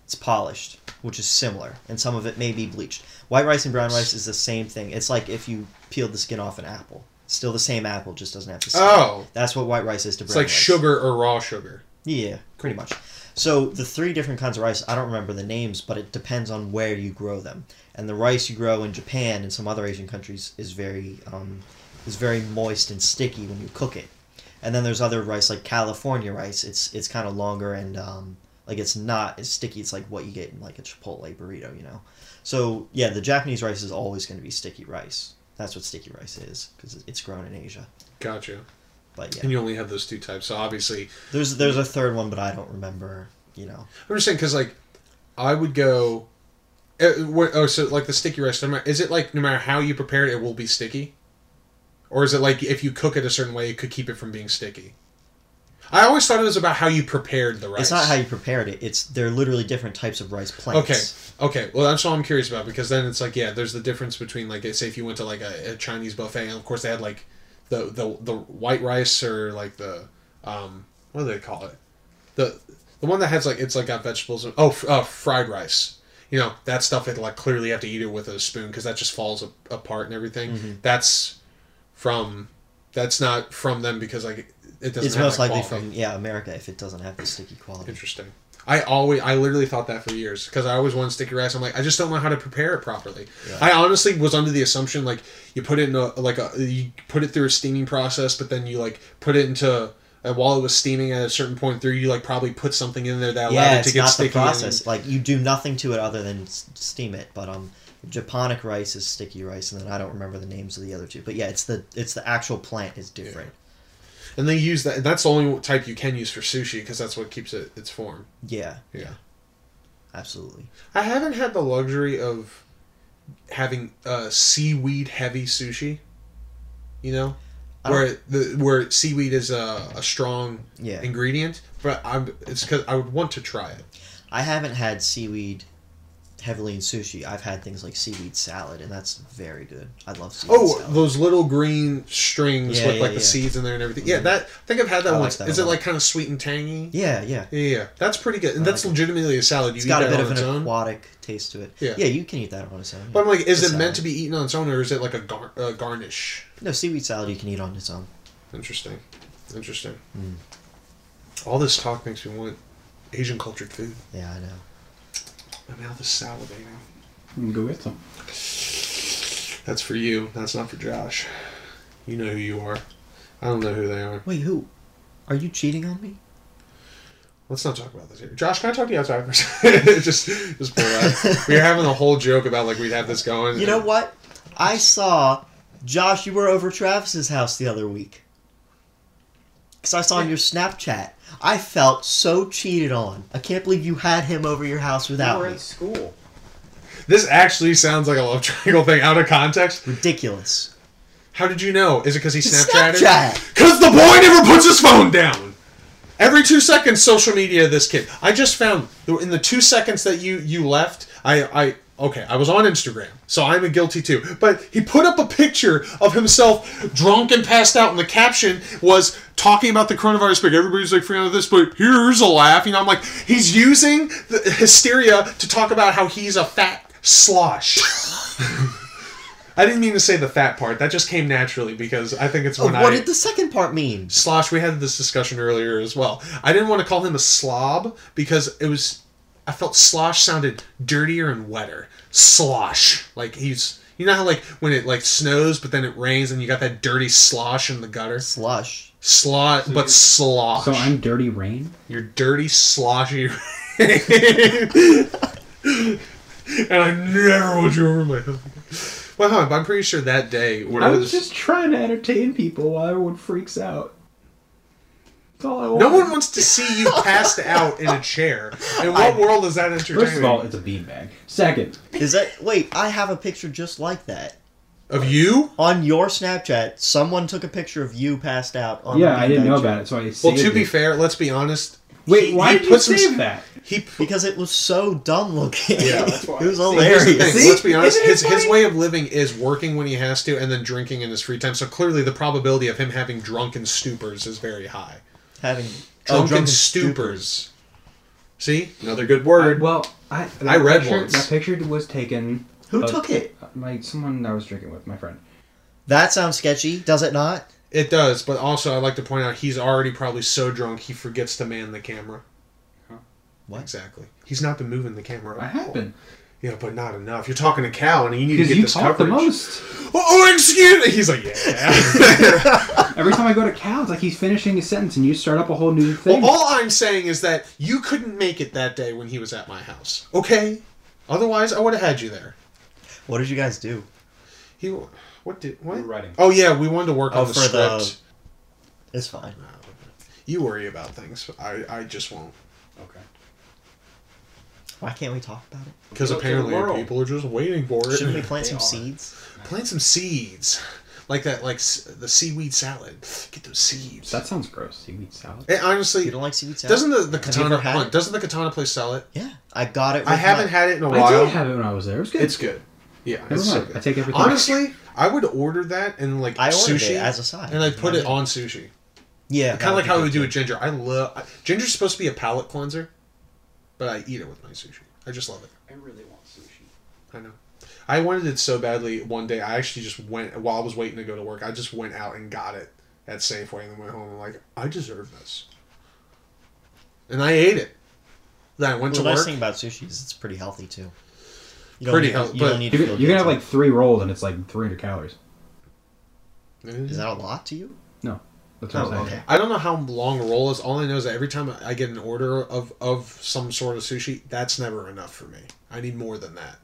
[SPEAKER 2] it's polished. which is similar, and some of it may be bleached. White rice and brown rice is the same thing. It's like if you peeled the skin off an apple. Still the same apple, just doesn't have the skin.
[SPEAKER 1] Oh,
[SPEAKER 2] That's what white rice is to brown
[SPEAKER 1] it's like
[SPEAKER 2] rice.
[SPEAKER 1] sugar or raw sugar.
[SPEAKER 2] Yeah, pretty much. So the three different kinds of rice, I don't remember the names, but it depends on where you grow them. And the rice you grow in Japan and some other Asian countries is very um, is very moist and sticky when you cook it. And then there's other rice like California rice. It's it's kind of longer and um, like it's not as sticky. It's like what you get in like a Chipotle burrito, you know. So yeah, the Japanese rice is always going to be sticky rice. That's what sticky rice is because it's grown in Asia.
[SPEAKER 1] Gotcha.
[SPEAKER 2] But yeah,
[SPEAKER 1] And you only have those two types. So obviously,
[SPEAKER 2] there's there's a third one, but I don't remember. You know.
[SPEAKER 1] I'm just saying because like I would go. eh, wh- Oh, so like the sticky rice. No matter, is it like no matter how you prepare it, it will be sticky, or is it like if you cook it a certain way, it could keep it from being sticky? I always thought it was about how you prepared the rice.
[SPEAKER 2] It's not how you prepared it. It's they're literally different types of rice plants.
[SPEAKER 1] Okay, well that's all I'm curious about because then it's like yeah, there's the difference between like say if you went to like a, a Chinese buffet and of course they had like the the the white rice or like the um what do they call it the the one that has like it's like got vegetables and, oh f- uh, fried rice you know that stuff it like clearly you have to eat it with a spoon because that just falls a- apart and everything
[SPEAKER 2] Mm-hmm.
[SPEAKER 1] that's from that's not from them because like it doesn't
[SPEAKER 2] It's
[SPEAKER 1] have
[SPEAKER 2] most
[SPEAKER 1] that
[SPEAKER 2] likely
[SPEAKER 1] quality.
[SPEAKER 2] from yeah America if it doesn't have the sticky quality.
[SPEAKER 1] Interesting. I always, I literally thought that for years because I always wanted sticky rice. I'm like, I just don't know how to prepare it properly.
[SPEAKER 2] Yeah.
[SPEAKER 1] I honestly was under the assumption like you put it in a like a you put it through a steaming process, but then you like put it into uh, while it was steaming at a certain point through, you like probably put something in there that allowed
[SPEAKER 2] Yeah,
[SPEAKER 1] it to
[SPEAKER 2] it's
[SPEAKER 1] get
[SPEAKER 2] not
[SPEAKER 1] sticky.
[SPEAKER 2] the
[SPEAKER 1] and-
[SPEAKER 2] process. Like you do nothing to it other than s- steam it. But um, Japonic rice is sticky rice, and then I don't remember the names of the other two. But yeah, it's the it's the actual plant is different.
[SPEAKER 1] And they use that. And that's the only type you can use for sushi because that's what keeps it its form.
[SPEAKER 2] Yeah,
[SPEAKER 1] Yeah.
[SPEAKER 2] absolutely.
[SPEAKER 1] I haven't had the luxury of having uh, seaweed heavy sushi. You know,
[SPEAKER 2] I don't-
[SPEAKER 1] where the where seaweed is a, a strong
[SPEAKER 2] Yeah.
[SPEAKER 1] ingredient, but I'm it's because I would want to try it.
[SPEAKER 2] I haven't had seaweed heavily in sushi. I've had things like seaweed salad, and that's very good. I love seaweed
[SPEAKER 1] Oh,
[SPEAKER 2] salad.
[SPEAKER 1] those little green strings
[SPEAKER 2] Yeah,
[SPEAKER 1] with
[SPEAKER 2] yeah,
[SPEAKER 1] like the
[SPEAKER 2] yeah.
[SPEAKER 1] seeds in there and everything. Yeah, that I think I've had
[SPEAKER 2] I
[SPEAKER 1] that
[SPEAKER 2] like
[SPEAKER 1] once. Is
[SPEAKER 2] that
[SPEAKER 1] it
[SPEAKER 2] a lot.
[SPEAKER 1] like kind of sweet and tangy?
[SPEAKER 2] yeah, yeah.
[SPEAKER 1] Yeah, yeah, yeah. that's pretty good, and
[SPEAKER 2] I
[SPEAKER 1] that's
[SPEAKER 2] like it.
[SPEAKER 1] legitimately a salad. You
[SPEAKER 2] It's
[SPEAKER 1] eat
[SPEAKER 2] got a
[SPEAKER 1] that
[SPEAKER 2] bit
[SPEAKER 1] on
[SPEAKER 2] of an
[SPEAKER 1] its own.
[SPEAKER 2] aquatic taste to it.
[SPEAKER 1] Yeah.
[SPEAKER 2] yeah, you can eat that on its own. yeah.
[SPEAKER 1] But I'm like, is
[SPEAKER 2] It's
[SPEAKER 1] it meant
[SPEAKER 2] salad.
[SPEAKER 1] to be eaten on its own, or is it like a gar- uh, garnish?
[SPEAKER 2] No, seaweed salad you can eat on its own.
[SPEAKER 1] Interesting. Interesting. Hmm. All this talk makes me want Asian cultured food.
[SPEAKER 2] Yeah, I know.
[SPEAKER 1] My mouth is salivating.
[SPEAKER 5] Go get some.
[SPEAKER 1] That's for you. That's not for Josh. You know who you are. I don't know who they are.
[SPEAKER 2] Wait, who? Are you cheating on me?
[SPEAKER 1] Let's not talk about this here. Josh, can I talk to you outside for a second? just, just pull that. we were having a whole joke about like we'd have this going.
[SPEAKER 2] You know what? I saw Josh. You were over Travis's house the other week. Cause I saw on your Snapchat. I felt so cheated on. I can't believe you had him over your house without
[SPEAKER 4] we were
[SPEAKER 2] me.
[SPEAKER 4] at school.
[SPEAKER 1] This actually sounds like a love triangle thing out of context.
[SPEAKER 2] Ridiculous.
[SPEAKER 1] How did you know? Is it because he Snapchatted?
[SPEAKER 2] Snapchat.
[SPEAKER 1] Because the boy never puts his phone down. Every two seconds, social media. This kid. I just found in the two seconds that you you left. I I okay. I was on Instagram, so I'm a guilty too. But he put up a picture of himself drunk and passed out, and the caption was talking about the coronavirus. But everybody's like freaking out of this. But here's a laugh. You know, I'm like he's using the hysteria to talk about how he's a fat slosh. I didn't mean to say the fat part. That just came naturally because I think it's
[SPEAKER 2] Oh,
[SPEAKER 1] when I
[SPEAKER 2] what did the second part mean?
[SPEAKER 1] slosh we had this discussion earlier as well i didn't want to call him a slob because it was i felt slosh sounded dirtier and wetter slosh like he's you know how like when it like snows but then it rains and you got that dirty slosh in the gutter
[SPEAKER 2] Slush.
[SPEAKER 1] slosh but slosh
[SPEAKER 5] So I'm Dirty Rain.
[SPEAKER 1] you're dirty sloshy and i never would you over my house again. well huh, but i'm pretty sure that day when
[SPEAKER 5] I was just trying to entertain people while everyone freaks out. That's all I want.
[SPEAKER 1] No one wants to see you passed out in a chair. In what world is that entertaining?
[SPEAKER 5] First of all, it's a beanbag. Second,
[SPEAKER 2] Is that? Wait, I have a picture just like that
[SPEAKER 1] of you?
[SPEAKER 2] on your Snapchat. Someone took a picture of you passed out. on
[SPEAKER 5] yeah,
[SPEAKER 2] the
[SPEAKER 5] I didn't
[SPEAKER 2] beanbag
[SPEAKER 5] know
[SPEAKER 2] chair.
[SPEAKER 5] about it, so I.
[SPEAKER 1] Well,
[SPEAKER 5] saved
[SPEAKER 1] to be
[SPEAKER 5] it.
[SPEAKER 1] fair, let's be honest.
[SPEAKER 5] wait,
[SPEAKER 1] he-
[SPEAKER 5] why
[SPEAKER 1] he
[SPEAKER 5] did
[SPEAKER 1] put some-
[SPEAKER 5] you save that?
[SPEAKER 1] He
[SPEAKER 2] Because it was so dumb looking.
[SPEAKER 1] Yeah,
[SPEAKER 4] that's why.
[SPEAKER 2] it was
[SPEAKER 4] See,
[SPEAKER 1] here's the thing,
[SPEAKER 2] hilarious.
[SPEAKER 1] Let's be honest.
[SPEAKER 4] Isn't it
[SPEAKER 1] His his
[SPEAKER 4] funny?
[SPEAKER 1] way of living is working when he has to, and then drinking in his free time. So clearly, the probability of him having drunken stupors is very high.
[SPEAKER 2] Having oh,
[SPEAKER 1] Drunken
[SPEAKER 2] drunken
[SPEAKER 1] stupors. See, another good word.
[SPEAKER 5] well, I
[SPEAKER 1] I read
[SPEAKER 5] picture,
[SPEAKER 1] once.
[SPEAKER 5] That picture was taken
[SPEAKER 2] Who
[SPEAKER 5] Uh,
[SPEAKER 2] took it?
[SPEAKER 5] by someone I was drinking with, my friend.
[SPEAKER 2] That sounds sketchy, does it not?
[SPEAKER 1] It does, but also I like to point out he's already probably so drunk he forgets to man the camera.
[SPEAKER 5] Huh.
[SPEAKER 2] What?
[SPEAKER 1] Exactly. He's not been moving the camera. at
[SPEAKER 5] I
[SPEAKER 1] all.
[SPEAKER 5] have been
[SPEAKER 1] Yeah, but not enough. You're talking to Cal, and you need to
[SPEAKER 5] because
[SPEAKER 1] get
[SPEAKER 5] you
[SPEAKER 1] this
[SPEAKER 5] talk the
[SPEAKER 1] coverage.
[SPEAKER 5] most.
[SPEAKER 1] Oh, oh, excuse me. He's like, yeah.
[SPEAKER 5] Every time I go to Cal, it's like he's finishing his sentence, and you start up a whole new thing.
[SPEAKER 1] well, all I'm saying is that you couldn't make it that day when he was at my house. Okay. Otherwise, I would have had you there.
[SPEAKER 2] What did you guys do?
[SPEAKER 1] He. What did
[SPEAKER 4] We're
[SPEAKER 1] what?
[SPEAKER 4] writing.
[SPEAKER 1] Oh yeah, we wanted to work
[SPEAKER 2] Oh,
[SPEAKER 1] on the
[SPEAKER 2] for the-
[SPEAKER 1] script.
[SPEAKER 2] It's fine.
[SPEAKER 1] You worry about things. I I just won't.
[SPEAKER 4] Okay.
[SPEAKER 2] Why can't we talk about it?
[SPEAKER 1] Because
[SPEAKER 4] Go to the
[SPEAKER 1] apparently
[SPEAKER 4] world.
[SPEAKER 1] people are just waiting for it.
[SPEAKER 2] Shouldn't we plant
[SPEAKER 4] They
[SPEAKER 2] some
[SPEAKER 4] are.
[SPEAKER 2] seeds?
[SPEAKER 1] Plant some seeds, like that, like s- the seaweed salad. Get those seeds.
[SPEAKER 5] that sounds gross. Seaweed salad.
[SPEAKER 1] It
[SPEAKER 2] You
[SPEAKER 1] honestly
[SPEAKER 2] don't like seaweed salad?
[SPEAKER 1] doesn't the, the
[SPEAKER 2] Have you
[SPEAKER 1] katana
[SPEAKER 2] ever had
[SPEAKER 1] hold on,
[SPEAKER 2] it?
[SPEAKER 1] doesn't the katana place sell it?
[SPEAKER 2] Yeah, I got it.
[SPEAKER 1] I
[SPEAKER 2] with
[SPEAKER 1] haven't
[SPEAKER 2] my-
[SPEAKER 1] had it in a
[SPEAKER 5] I
[SPEAKER 1] while.
[SPEAKER 5] did have it when I was there. It was good.
[SPEAKER 1] It's good. Yeah,
[SPEAKER 5] Never
[SPEAKER 1] it's so
[SPEAKER 5] mind. I
[SPEAKER 1] good.
[SPEAKER 5] take everything.
[SPEAKER 1] Honestly, I would order that and like
[SPEAKER 2] I ordered
[SPEAKER 1] sushi
[SPEAKER 2] it as a side.
[SPEAKER 1] and I put it on sushi.
[SPEAKER 2] Yeah,
[SPEAKER 1] Kind of like
[SPEAKER 2] that
[SPEAKER 1] how we
[SPEAKER 2] would be
[SPEAKER 1] do
[SPEAKER 2] good.
[SPEAKER 1] with ginger. I love ginger's supposed to be a palate cleanser, but I eat it with my sushi. I just love it.
[SPEAKER 4] I really want sushi.
[SPEAKER 1] I know. I wanted it so badly one day. I actually just went while I was waiting to go to work. I just went out and got it at Safeway and then went home and like I deserve this. And I ate it. Then I went
[SPEAKER 2] The
[SPEAKER 1] to
[SPEAKER 2] nice
[SPEAKER 1] work.
[SPEAKER 2] thing about sushi is it's pretty healthy too. You
[SPEAKER 1] Pretty
[SPEAKER 2] need,
[SPEAKER 1] healthy,
[SPEAKER 2] You don't
[SPEAKER 1] but-
[SPEAKER 2] need to
[SPEAKER 5] You're,
[SPEAKER 2] feel
[SPEAKER 5] you're gonna have
[SPEAKER 2] guilty.
[SPEAKER 5] like three rolls, and it's like 300 calories.
[SPEAKER 2] Is that a lot to you?
[SPEAKER 5] That's what I'm
[SPEAKER 2] Oh,
[SPEAKER 5] saying.
[SPEAKER 2] okay.
[SPEAKER 1] I don't know how long a roll is. All I know is that every time I get an order of of some sort of sushi, that's never enough for me. I need more than that.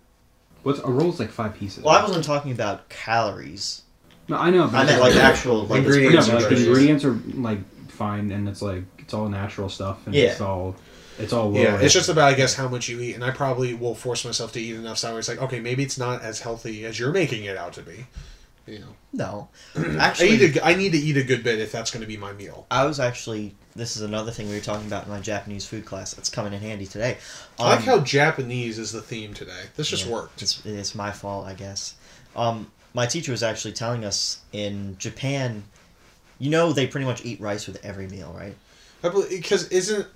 [SPEAKER 5] What's a roll's like five pieces.
[SPEAKER 2] Well, I wasn't talking about calories.
[SPEAKER 5] No, I know.
[SPEAKER 2] I
[SPEAKER 5] But
[SPEAKER 2] meant like actual like it's
[SPEAKER 5] no,
[SPEAKER 1] Ingredients
[SPEAKER 2] pretty
[SPEAKER 5] but like the
[SPEAKER 1] Ingredients.
[SPEAKER 5] ingredients are like fine, and it's like it's all natural stuff, and
[SPEAKER 2] Yeah.
[SPEAKER 5] it's all it's all low.
[SPEAKER 1] Yeah, it's just about I guess how much you eat, and I probably will force myself to eat enough. So it's like, okay, maybe it's not as healthy as you're making it out to be. You know,
[SPEAKER 2] No,
[SPEAKER 1] I
[SPEAKER 2] actually,
[SPEAKER 1] need a, g- I need to eat a good bit if that's going to be my meal.
[SPEAKER 2] I was actually. This is another thing we were talking about in my Japanese food class. That's coming in handy today.
[SPEAKER 1] I like
[SPEAKER 2] Um,
[SPEAKER 1] how Japanese is the theme today. This just
[SPEAKER 2] Yeah,
[SPEAKER 1] worked.
[SPEAKER 2] It's, it's my fault, I guess. Um, my teacher was actually telling us in Japan, you know, they pretty much eat rice with every meal, right?
[SPEAKER 1] Because isn't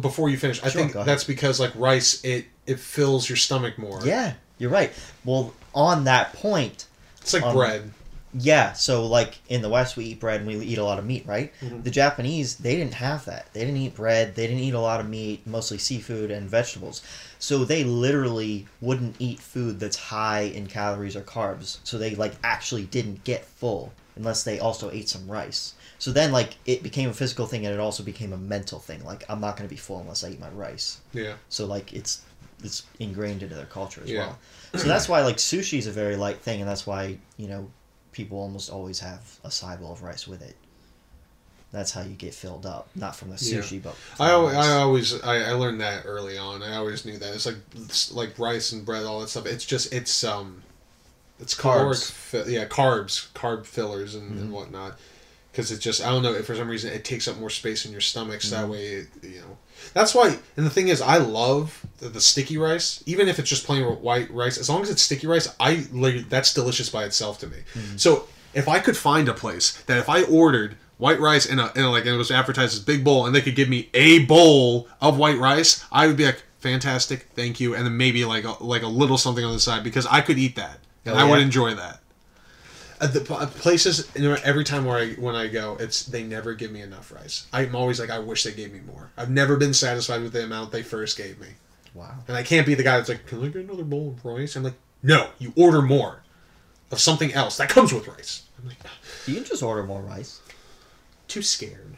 [SPEAKER 1] before you finish, I
[SPEAKER 2] Sure,
[SPEAKER 1] think
[SPEAKER 2] go ahead.
[SPEAKER 1] that's because like rice, it it fills your stomach more.
[SPEAKER 2] Yeah, you're right. Well, on that point,
[SPEAKER 1] it's like
[SPEAKER 2] Um,
[SPEAKER 1] bread.
[SPEAKER 2] yeah. So, like in the West, we eat bread and we eat a lot of meat, right? The Japanese, they didn't have that. They didn't eat bread. They didn't eat a lot of meat, mostly seafood and vegetables. So they literally wouldn't eat food that's high in calories or carbs. So they like actually didn't get full unless they also ate some rice. So then, like, it became a physical thing and it also became a mental thing. Like, I'm not going to be full unless I eat my rice.
[SPEAKER 1] Yeah.
[SPEAKER 2] So like it's it's ingrained into their culture as
[SPEAKER 1] Yeah.
[SPEAKER 2] well. So that's why like sushi is a very light thing, and that's why you know people almost always have a side bowl of rice with it. That's how you get filled up, not from the
[SPEAKER 1] Yeah.
[SPEAKER 2] sushi, but from
[SPEAKER 1] I, al-
[SPEAKER 2] rice.
[SPEAKER 1] I uh, always I, I learned that early on. I always knew that it's like it's like rice and bread, all that stuff. It's just it's um, it's caloric
[SPEAKER 2] Carbs.
[SPEAKER 1] Fi- yeah, carbs, carb fillers and, and whatnot. Because it's just I don't know if for some reason it takes up more space in your stomach. So that way it, you know that's why. And the thing is, I love the, the sticky rice. Even if it's just plain white rice, as long as it's sticky rice, I like that's delicious by itself to me. So if I could find a place that if I ordered white rice and, a, and like it was advertised as big bowl and they could give me a bowl of white rice, I would be like fantastic, thank you, and then maybe like a, like a little something on the side because I could eat that and
[SPEAKER 2] Oh,
[SPEAKER 1] I would
[SPEAKER 2] yeah.
[SPEAKER 1] enjoy that. Uh, the pl- places you know, every time where I when I go, it's they never give me enough rice. I'm always like, I wish they gave me more. I've never been satisfied with the amount they first gave me,
[SPEAKER 2] wow.
[SPEAKER 1] and I can't be the guy that's like, can I get another bowl of rice? I'm like, no, you order more of something else that comes with rice. I'm like,
[SPEAKER 2] You can just order more rice.
[SPEAKER 1] too scared.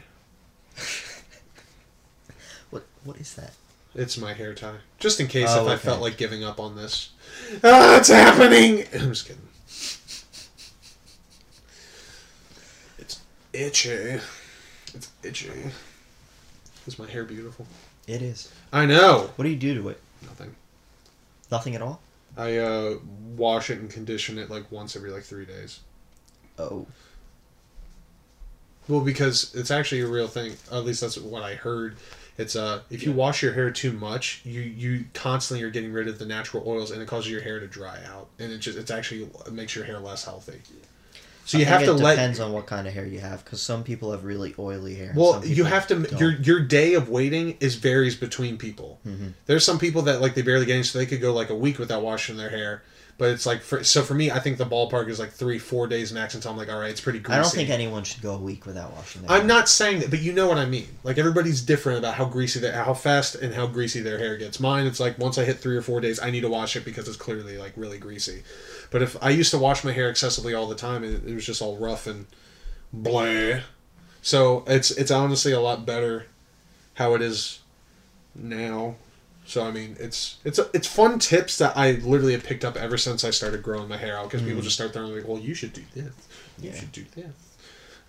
[SPEAKER 2] What what is that?
[SPEAKER 1] It's my hair tie, just in case
[SPEAKER 2] Oh,
[SPEAKER 1] if I
[SPEAKER 2] okay.
[SPEAKER 1] felt like giving up on this. Ah, it's happening. I'm just kidding. It's itchy. It's itchy. Is my hair beautiful?
[SPEAKER 2] It is.
[SPEAKER 1] I know.
[SPEAKER 2] What do you do to it?
[SPEAKER 1] Nothing.
[SPEAKER 2] Nothing at all.
[SPEAKER 1] I uh, wash it and condition it like once every like three days.
[SPEAKER 2] Oh,
[SPEAKER 1] Well, because it's actually a real thing. At least that's what I heard. It's uh, if you wash your hair too much, you you constantly are getting rid of the natural oils, and it causes your hair to dry out, and it just it's actually it makes your hair less healthy. So
[SPEAKER 2] I
[SPEAKER 1] you
[SPEAKER 2] think
[SPEAKER 1] have to
[SPEAKER 2] it
[SPEAKER 1] let
[SPEAKER 2] depends on what kind of hair you have because some people have really oily hair. and some
[SPEAKER 1] Well, you
[SPEAKER 2] people
[SPEAKER 1] have to
[SPEAKER 2] don't.
[SPEAKER 1] your your day of waiting is varies between people.
[SPEAKER 2] Mhm.
[SPEAKER 1] There's some people that like they barely get any, so they could go like a week without washing their hair. But it's like for, so for me, I think the ballpark is like three, four days max until I'm like, all right, it's pretty greasy.
[SPEAKER 2] I don't think anyone should go a week without washing their.
[SPEAKER 1] I'm
[SPEAKER 2] hair.
[SPEAKER 1] not saying that, but you know what I mean. Like everybody's different about how greasy their, how fast and how greasy their hair gets. Mine, it's like once I hit three or four days, I need to wash it because it's clearly like really greasy. But if I used to wash my hair excessively all the time, and it, it was just all rough and blah. So it's it's honestly a lot better how it is now. So I mean, it's it's it's fun tips that I literally have picked up ever since I started growing my hair out because people just start throwing like, well, you should do this, you
[SPEAKER 2] Yeah.
[SPEAKER 1] should do this, and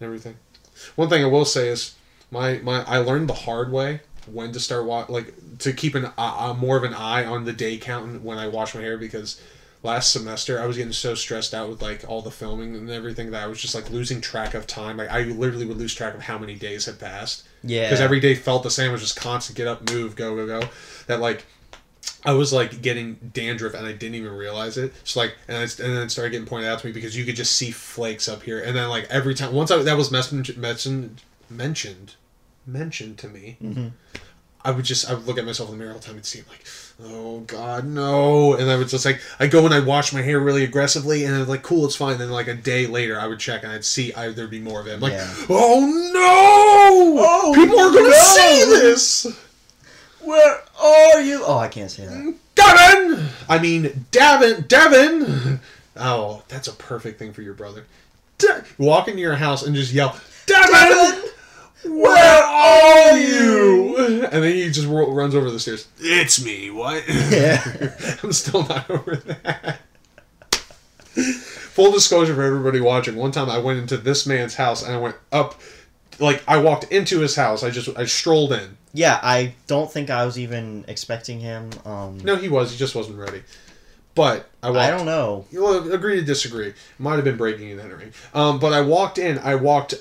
[SPEAKER 1] everything. One thing I will say is my my I learned the hard way when to start wa- like to keep an uh, more of an eye on the day count when I wash my hair because last semester I was getting so stressed out with like all the filming and everything that I was just like losing track of time. Like I literally would lose track of how many days had passed
[SPEAKER 2] Yeah.
[SPEAKER 1] because every day felt the same. It was just constant get up, move, go, go, go. That like I was like getting dandruff and I didn't even realize it. So like and, I, and then it started getting pointed out to me because you could just see flakes up here. And then like every time once I, that was mentioned mentioned mentioned mentioned to me.
[SPEAKER 2] Mhm.
[SPEAKER 1] I would just I would look at myself in the mirror all the time and see like, oh god no, and I would just like I go and I wash my hair really aggressively and I'm like cool it's fine. Then like a day later I would check and I'd see I, there'd be more of it. I'm like,
[SPEAKER 2] Yeah.
[SPEAKER 1] oh no,
[SPEAKER 2] Oh,
[SPEAKER 1] people are gonna
[SPEAKER 2] no!
[SPEAKER 1] see this.
[SPEAKER 2] Where are you? Oh, I can't
[SPEAKER 1] Mm.
[SPEAKER 2] say that.
[SPEAKER 1] Devin! I mean, Devin! Devin! Oh, that's a perfect thing for your brother. De- Walk into your house and just yell, Devin! Where are you? And then he just ro- runs over the stairs. It's me, what?
[SPEAKER 2] Yeah.
[SPEAKER 1] I'm still not over that. Full disclosure for everybody watching. One time I went into this man's house and I went up, like, I walked into his house. I just, I strolled in.
[SPEAKER 2] yeah, I don't think I was even expecting him. Um,
[SPEAKER 1] No, he was. He just wasn't ready. But I walked
[SPEAKER 2] I don't know.
[SPEAKER 1] You'll agree to disagree. Might have been breaking and entering. Um, but I walked in. I walked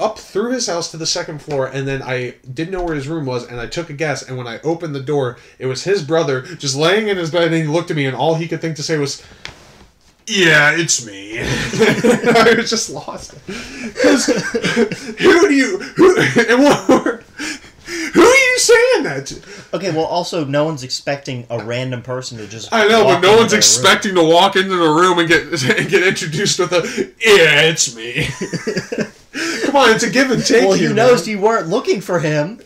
[SPEAKER 1] up through his house to the second floor, and then I didn't know where his room was, and I took a guess. And when I opened the door, it was his brother just laying in his bed, and he looked at me, and all he could think to say was, "Yeah, it's me." I was just lost. 'Cause who do you who and what, who are you saying that to?
[SPEAKER 2] Okay, well, also, no one's expecting a random person to just.
[SPEAKER 1] I know, but
[SPEAKER 2] walk
[SPEAKER 1] no
[SPEAKER 2] into
[SPEAKER 1] one's
[SPEAKER 2] their room.
[SPEAKER 1] expecting to walk into the room and get and get introduced with a "Yeah, it's me." Come on, it's a give and take.
[SPEAKER 2] Well,
[SPEAKER 1] here, man.
[SPEAKER 2] he knows you weren't looking for him.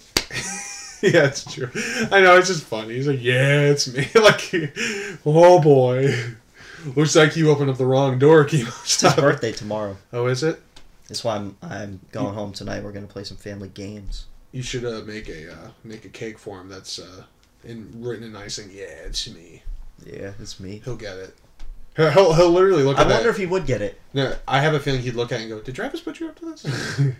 [SPEAKER 1] Yeah, it's true. I know it's just funny. He's like, "Yeah, it's me." like, oh boy, looks like you opened up the wrong door, Kimo.
[SPEAKER 2] It's his
[SPEAKER 1] Stop.
[SPEAKER 2] birthday tomorrow.
[SPEAKER 1] Oh, is it?
[SPEAKER 2] That's why I'm I'm going home tonight. We're gonna play some family games.
[SPEAKER 1] You should uh, make a uh, make a cake for him that's uh, in written in icing. Yeah, it's me.
[SPEAKER 2] Yeah, it's me.
[SPEAKER 1] He'll get it. He'll, he'll, he'll literally look
[SPEAKER 2] I
[SPEAKER 1] at that.
[SPEAKER 2] wonder if he would get it.
[SPEAKER 1] No, I have a feeling he'd look at it and go, "Did Travis put you up to this?"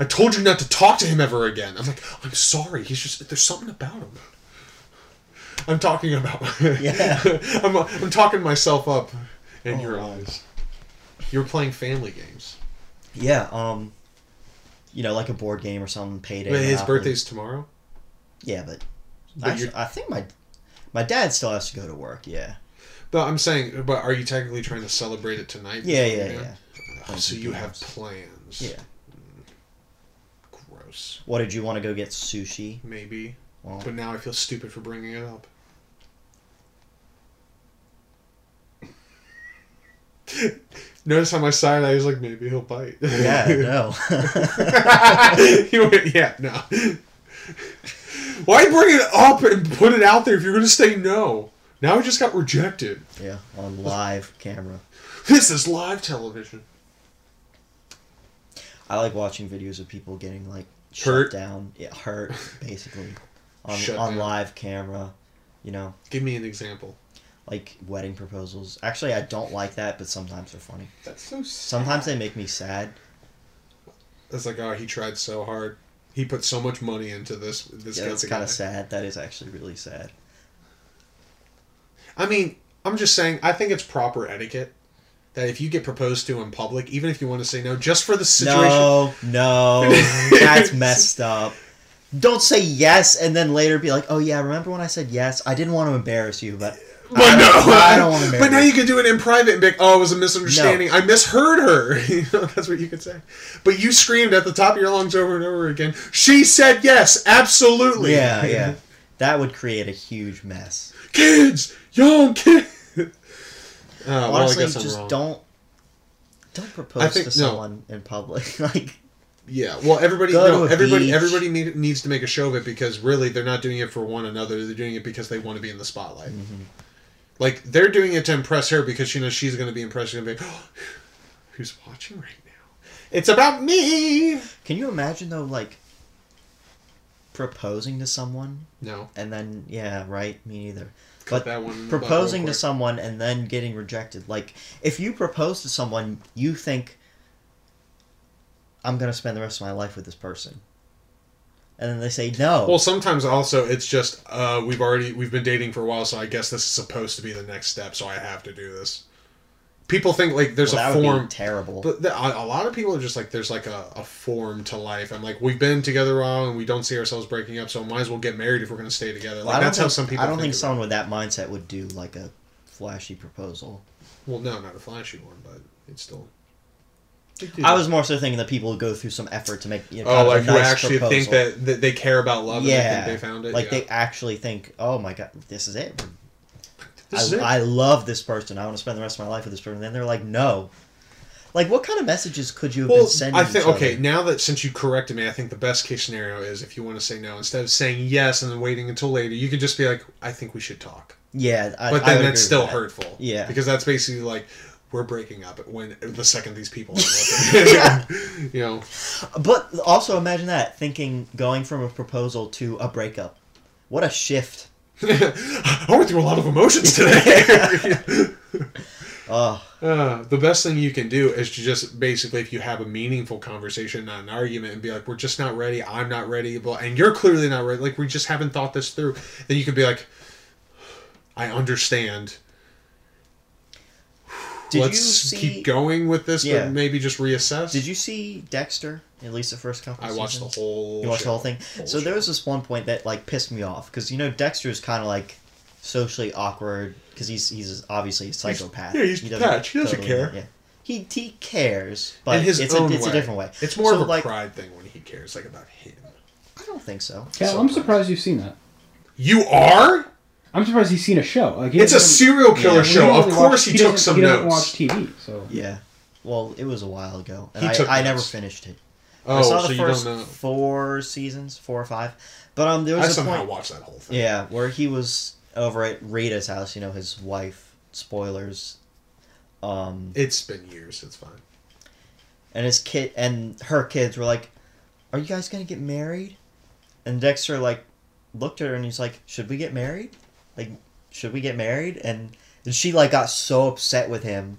[SPEAKER 1] I told you not to talk to him ever again. I'm like, I'm sorry. He's just there's something about him. I'm talking about.
[SPEAKER 2] Yeah.
[SPEAKER 1] I'm I'm talking myself up in
[SPEAKER 2] Oh,
[SPEAKER 1] your
[SPEAKER 2] wow.
[SPEAKER 1] eyes. You're playing family games.
[SPEAKER 2] Yeah, um, you know, like a board game or something. Payday.
[SPEAKER 1] Wait, his
[SPEAKER 2] Monopoly.
[SPEAKER 1] birthday's tomorrow.
[SPEAKER 2] Yeah, but,
[SPEAKER 1] But
[SPEAKER 2] actually,
[SPEAKER 1] you're-
[SPEAKER 2] I think my my dad still has to go to work. Yeah.
[SPEAKER 1] But I'm saying, but are you technically trying to celebrate it tonight?
[SPEAKER 2] Yeah,
[SPEAKER 1] before
[SPEAKER 2] yeah,
[SPEAKER 1] you go?
[SPEAKER 2] yeah.
[SPEAKER 1] Oh, so you have plans. Hmm.
[SPEAKER 2] Yeah.
[SPEAKER 1] Gross.
[SPEAKER 2] What did you want to go get sushi?
[SPEAKER 1] Maybe.
[SPEAKER 2] Well,
[SPEAKER 1] But now I feel stupid for bringing it up. Notice how my side eye is like, maybe he'll bite.
[SPEAKER 2] yeah, no.
[SPEAKER 1] he went, yeah, no. Why bring it up and put it out there if you're going to say no? Now I just got rejected.
[SPEAKER 2] yeah, on live camera.
[SPEAKER 1] This is live television.
[SPEAKER 2] I like watching videos of people getting like
[SPEAKER 1] Hurt.
[SPEAKER 2] shut down. Yeah, hurt basically on
[SPEAKER 1] Shut
[SPEAKER 2] on
[SPEAKER 1] down.
[SPEAKER 2] live camera. You know,
[SPEAKER 1] Give me an example.
[SPEAKER 2] like wedding proposals. Actually, I don't like that, but sometimes they're funny.
[SPEAKER 4] That's so.
[SPEAKER 2] Sometimes they make me sad.
[SPEAKER 1] It's like, oh, he tried so hard. He put so much money into this. This
[SPEAKER 2] yeah,
[SPEAKER 1] got
[SPEAKER 2] that's kind
[SPEAKER 1] together.
[SPEAKER 2] of sad. That is actually really sad.
[SPEAKER 1] I mean, I'm just saying, I think it's proper etiquette that if you get proposed to in public, even if you want to say no, just for the situation.
[SPEAKER 2] No, no, that's messed up. Don't say yes and then later be like, "Oh yeah, remember when I said yes? I didn't want to embarrass you, but
[SPEAKER 1] But no,
[SPEAKER 3] I don't wanna marry
[SPEAKER 1] But now
[SPEAKER 3] her.
[SPEAKER 1] you can do it in private and be like, "Oh, it was a misunderstanding. I misheard her." you know, that's what you could say. But you screamed at the top of your lungs over and over again. She said yes, absolutely.
[SPEAKER 2] Yeah, yeah. That would create a huge mess.
[SPEAKER 1] kids, young kids. Uh, well, I
[SPEAKER 2] Honestly,
[SPEAKER 1] guess I'm
[SPEAKER 2] just
[SPEAKER 1] wrong.
[SPEAKER 2] don't don't propose
[SPEAKER 1] think-
[SPEAKER 2] to
[SPEAKER 1] no.
[SPEAKER 2] someone in public. like
[SPEAKER 1] Yeah, well, everybody,
[SPEAKER 2] Go
[SPEAKER 1] no,
[SPEAKER 2] to a
[SPEAKER 1] everybody,
[SPEAKER 2] beach.
[SPEAKER 1] everybody need, needs to make a show of it because really, they're not doing it for one another. They're doing it because they want to be in the spotlight.
[SPEAKER 2] Mm-hmm.
[SPEAKER 1] Like they're doing it to impress her because she knows she's going to be impressed. She's going to be, like, oh, who's watching right now? It's about me.
[SPEAKER 2] Can you imagine though, like proposing to someone
[SPEAKER 1] No,
[SPEAKER 2] and then yeah, right? Me neither.
[SPEAKER 1] cut
[SPEAKER 2] But
[SPEAKER 1] that one. uh,
[SPEAKER 2] Proposing to
[SPEAKER 1] someone.
[SPEAKER 2] someone and then getting rejected. Like if you propose to someone, you think I'm gonna spend the rest of my life with this person, and then they say no.
[SPEAKER 1] Well, sometimes also it's just uh, we've already we've been dating for a while, so I guess this is supposed to be the next step. So I have to do this. People think like there's
[SPEAKER 2] Well,
[SPEAKER 1] a
[SPEAKER 2] that would be
[SPEAKER 1] form.
[SPEAKER 2] terrible.
[SPEAKER 1] But the, a, a lot of people are just like, there's like a, a form to life. I'm like, we've been together a while and we don't see ourselves breaking up, so might as well get married if we're going to stay together.
[SPEAKER 2] Well,
[SPEAKER 1] Like,
[SPEAKER 2] I don't
[SPEAKER 1] that's how
[SPEAKER 2] think-
[SPEAKER 1] some people
[SPEAKER 2] I don't think
[SPEAKER 1] think.
[SPEAKER 2] someone with that mindset would do like a flashy proposal.
[SPEAKER 1] so. Well, no, not a flashy one, but it's still.
[SPEAKER 2] I was more so thinking that people would go through some effort to make you know,
[SPEAKER 1] Oh,
[SPEAKER 2] kind of
[SPEAKER 1] like
[SPEAKER 2] a
[SPEAKER 1] who
[SPEAKER 2] nice
[SPEAKER 1] actually
[SPEAKER 2] proposal.
[SPEAKER 1] think that, that they care about love and they think they found it?
[SPEAKER 2] Like
[SPEAKER 1] yeah.
[SPEAKER 2] they actually think, oh my god, this is it.
[SPEAKER 1] This
[SPEAKER 2] I,
[SPEAKER 1] is it.
[SPEAKER 2] I love this person. I want to spend the rest of my life with this person. And then they're like, no. Like, what kind of messages could you have
[SPEAKER 1] Well,
[SPEAKER 2] been sending?
[SPEAKER 1] I think
[SPEAKER 2] each
[SPEAKER 1] okay.
[SPEAKER 2] other?
[SPEAKER 1] Now that since you corrected me, I think the best case scenario is if you want to say no instead of saying yes and then waiting until later, you could just be like, "I think we should talk,"
[SPEAKER 2] Yeah, I,
[SPEAKER 1] but
[SPEAKER 2] I
[SPEAKER 1] then
[SPEAKER 2] would
[SPEAKER 1] that's
[SPEAKER 2] agree
[SPEAKER 1] still
[SPEAKER 2] with that.
[SPEAKER 1] hurtful.
[SPEAKER 2] Yeah.
[SPEAKER 1] because that's basically like we're breaking up when the second these people are
[SPEAKER 2] Yeah.
[SPEAKER 1] looking. you know,
[SPEAKER 2] But also imagine that thinking going from a proposal to a breakup. What a shift.
[SPEAKER 1] I went through a lot of emotions today.
[SPEAKER 2] Oh,
[SPEAKER 1] Uh, the best thing you can do is to just basically, if you have a meaningful conversation, not an argument, and be like, "We're just not ready. I'm not ready," blah, and you're clearly not ready. Like we just haven't thought this through. Then you can be like, "I understand.
[SPEAKER 2] did
[SPEAKER 1] Let's
[SPEAKER 2] you see?
[SPEAKER 1] keep going with this,
[SPEAKER 2] Yeah.
[SPEAKER 1] but maybe just reassess."
[SPEAKER 2] Did you see Dexter? At least the first couple.
[SPEAKER 1] I watched the
[SPEAKER 2] seasons?
[SPEAKER 1] whole.
[SPEAKER 2] You watched the
[SPEAKER 1] show.
[SPEAKER 2] whole thing. So there was this one point that like pissed me off because you know Dexter's kind of like socially awkward because he's he's obviously a psychopath.
[SPEAKER 1] yeah, he's
[SPEAKER 2] doesn't
[SPEAKER 1] detached. He doesn't care.
[SPEAKER 2] Yeah. He, he cares, but
[SPEAKER 1] In his
[SPEAKER 2] it's,
[SPEAKER 1] own
[SPEAKER 2] a, it's
[SPEAKER 1] way.
[SPEAKER 2] a different way.
[SPEAKER 1] It's more
[SPEAKER 2] So,
[SPEAKER 1] of a
[SPEAKER 2] like,
[SPEAKER 1] pride thing when he cares, like about him.
[SPEAKER 2] I don't think so.
[SPEAKER 5] Yeah, I'm surprised you've seen that.
[SPEAKER 1] You are.
[SPEAKER 5] I'm surprised he's seen a show. Like, he
[SPEAKER 1] It's a
[SPEAKER 5] doesn't-
[SPEAKER 1] serial
[SPEAKER 5] Yeah,
[SPEAKER 1] killer
[SPEAKER 5] he
[SPEAKER 1] show.
[SPEAKER 5] doesn't
[SPEAKER 1] Of
[SPEAKER 5] really
[SPEAKER 1] course,
[SPEAKER 5] watch-
[SPEAKER 1] he,
[SPEAKER 5] doesn't-
[SPEAKER 1] took some
[SPEAKER 5] he doesn't
[SPEAKER 1] notes.
[SPEAKER 5] watch TV, so
[SPEAKER 2] Yeah. Well, it was a while ago, and
[SPEAKER 1] He took
[SPEAKER 2] I, I never
[SPEAKER 1] notes.
[SPEAKER 2] finished it.
[SPEAKER 1] Oh,
[SPEAKER 2] I saw
[SPEAKER 1] so
[SPEAKER 2] the
[SPEAKER 1] you don't
[SPEAKER 2] first
[SPEAKER 1] know.
[SPEAKER 2] four seasons, four or five. But um, there was
[SPEAKER 1] I
[SPEAKER 2] a
[SPEAKER 1] somehow
[SPEAKER 2] point.
[SPEAKER 1] watched that whole thing.
[SPEAKER 2] Yeah, where he was over at Rita's house, you know, his wife. Spoilers. Um,
[SPEAKER 1] It's been years. It's fine.
[SPEAKER 2] and his kid and her kids were like, "Are you guys gonna get married?" And Dexter like looked at her and he's like, "Should we get married? Like, should we get married?" And, and she like got so upset with him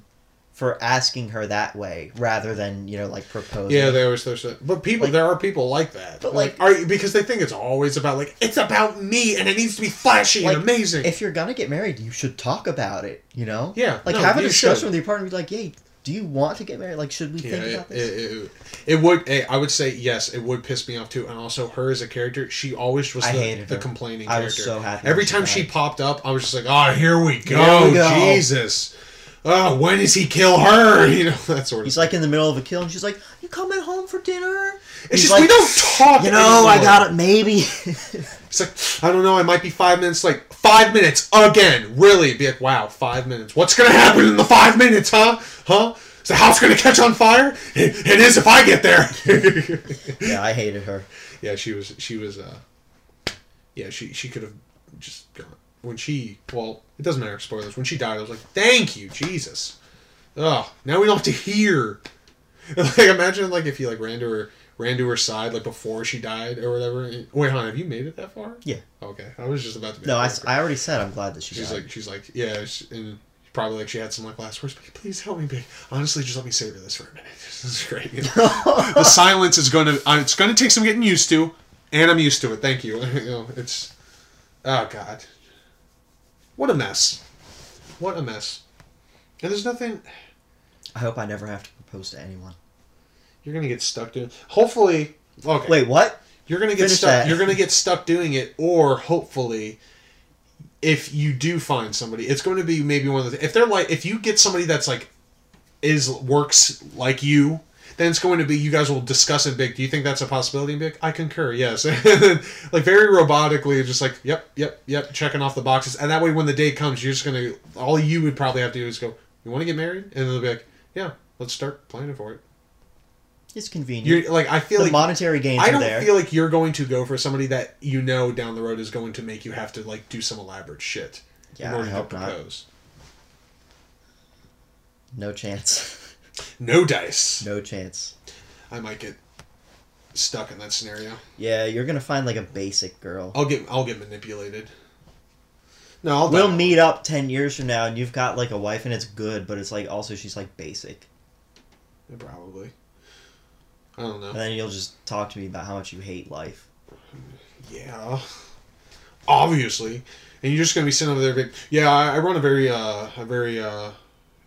[SPEAKER 2] for asking her that way rather than you know like proposing.
[SPEAKER 1] Yeah, they always throw shit. But people,
[SPEAKER 2] Like-
[SPEAKER 1] there are people like that.
[SPEAKER 2] But,
[SPEAKER 1] like,
[SPEAKER 2] like-
[SPEAKER 1] are you- because they think it's always about like it's about me and it needs to be flashy
[SPEAKER 2] Like,
[SPEAKER 1] and amazing.
[SPEAKER 2] if you're gonna get married, you should talk about it. You know.
[SPEAKER 1] Yeah,
[SPEAKER 2] Like
[SPEAKER 1] no,
[SPEAKER 2] have a
[SPEAKER 1] you
[SPEAKER 2] discussion
[SPEAKER 1] should.
[SPEAKER 2] with your partner. and Be like, "Hey, do you want to get married? Like, should we
[SPEAKER 1] yeah,
[SPEAKER 2] think
[SPEAKER 1] it,
[SPEAKER 2] about
[SPEAKER 1] it,
[SPEAKER 2] this?"
[SPEAKER 1] it, it would. eh, I would say yes. It would piss me off too. And also, her as a character, she always was
[SPEAKER 2] I
[SPEAKER 1] the,
[SPEAKER 2] hated
[SPEAKER 1] the
[SPEAKER 2] her.
[SPEAKER 1] complaining
[SPEAKER 2] I
[SPEAKER 1] character.
[SPEAKER 2] was so happy
[SPEAKER 1] Every
[SPEAKER 2] when she
[SPEAKER 1] time she
[SPEAKER 2] died.
[SPEAKER 1] popped up, I was just like, "Oh, here we go,
[SPEAKER 2] we go."
[SPEAKER 1] Jesus! Oh, when does he kill her? You know that sort of.
[SPEAKER 2] He's
[SPEAKER 1] thing.
[SPEAKER 2] like in the middle of a kill, and she's like, "You coming home for dinner?"
[SPEAKER 1] it's
[SPEAKER 2] He's
[SPEAKER 1] just
[SPEAKER 2] like,
[SPEAKER 1] we don't talk.
[SPEAKER 2] You know, I
[SPEAKER 1] anymore."
[SPEAKER 2] got it. Maybe.
[SPEAKER 1] It's like, I don't know, I might be five minutes like Five minutes again, really? Be like, wow, five minutes. What's gonna happen in the five minutes, huh? Huh? Is the house gonna catch on fire? It, it is if I get there.
[SPEAKER 2] yeah, I hated her.
[SPEAKER 1] yeah, she was. She was. uh Yeah, she she could have just gone when she. Well, it doesn't matter. Spoilers. When she died, I was like, thank you, Jesus. Oh, now we don't have to hear. Like, imagine like if you like ran to her ran to her side like before she died or whatever. Wait, hon, have you made it that far?
[SPEAKER 2] Yeah.
[SPEAKER 1] Okay, I was just about to. Be
[SPEAKER 2] No, I, s- I already said I'm glad that she
[SPEAKER 1] She's
[SPEAKER 2] died.
[SPEAKER 1] like, she's like, yeah, she, and probably like she had some like last words. But please help me, babe. Honestly, just let me savor this for a minute. This is great. You know? the silence is gonna, uh, it's gonna take some getting used to, and I'm used to it. Thank you. you know, it's, oh god, what a mess, what a mess. And there's nothing
[SPEAKER 2] I hope I never have to propose to anyone.
[SPEAKER 1] you're gonna get stuck doing. Hopefully, okay.
[SPEAKER 2] Wait, what?
[SPEAKER 1] You're gonna get
[SPEAKER 2] Finish
[SPEAKER 1] stuck.
[SPEAKER 2] that.
[SPEAKER 1] You're gonna get stuck doing it, or hopefully, if you do find somebody, it's going to be maybe one of the if they're like if you get somebody that's like is works like you, then it's going to be you guys will discuss it big. Do you think that's a possibility? And be like, I concur, yes. like very robotically, just like yep, yep, yep, checking off the boxes, and that way when the day comes, you're just gonna all you would probably have to do is go, you want to get married, and they'll be like, yeah, let's start planning for it.
[SPEAKER 2] It's convenient.
[SPEAKER 1] You're like I feel
[SPEAKER 2] the
[SPEAKER 1] like
[SPEAKER 2] monetary gains
[SPEAKER 1] I
[SPEAKER 2] are
[SPEAKER 1] don't
[SPEAKER 2] there.
[SPEAKER 1] feel like you're going to go for somebody that you know down the road is going to make you have to like do some elaborate shit
[SPEAKER 2] Yeah,
[SPEAKER 1] in order
[SPEAKER 2] I hope
[SPEAKER 1] to
[SPEAKER 2] not.
[SPEAKER 1] propose.
[SPEAKER 2] no chance.
[SPEAKER 1] No dice.
[SPEAKER 2] no chance.
[SPEAKER 1] I might get stuck in that scenario.
[SPEAKER 2] Yeah, you're gonna find like a basic girl.
[SPEAKER 1] I'll get I'll get manipulated. No, I'll
[SPEAKER 2] We'll
[SPEAKER 1] die.
[SPEAKER 2] meet up ten years from now, and you've got like a wife, and it's good, but it's like also she's like basic,
[SPEAKER 1] probably. I don't
[SPEAKER 2] and
[SPEAKER 1] know.
[SPEAKER 2] then you'll just talk to me about how much you hate life.
[SPEAKER 1] Yeah, obviously, and you're just gonna be sitting over there. Being, yeah, I, I run a very uh, a very uh,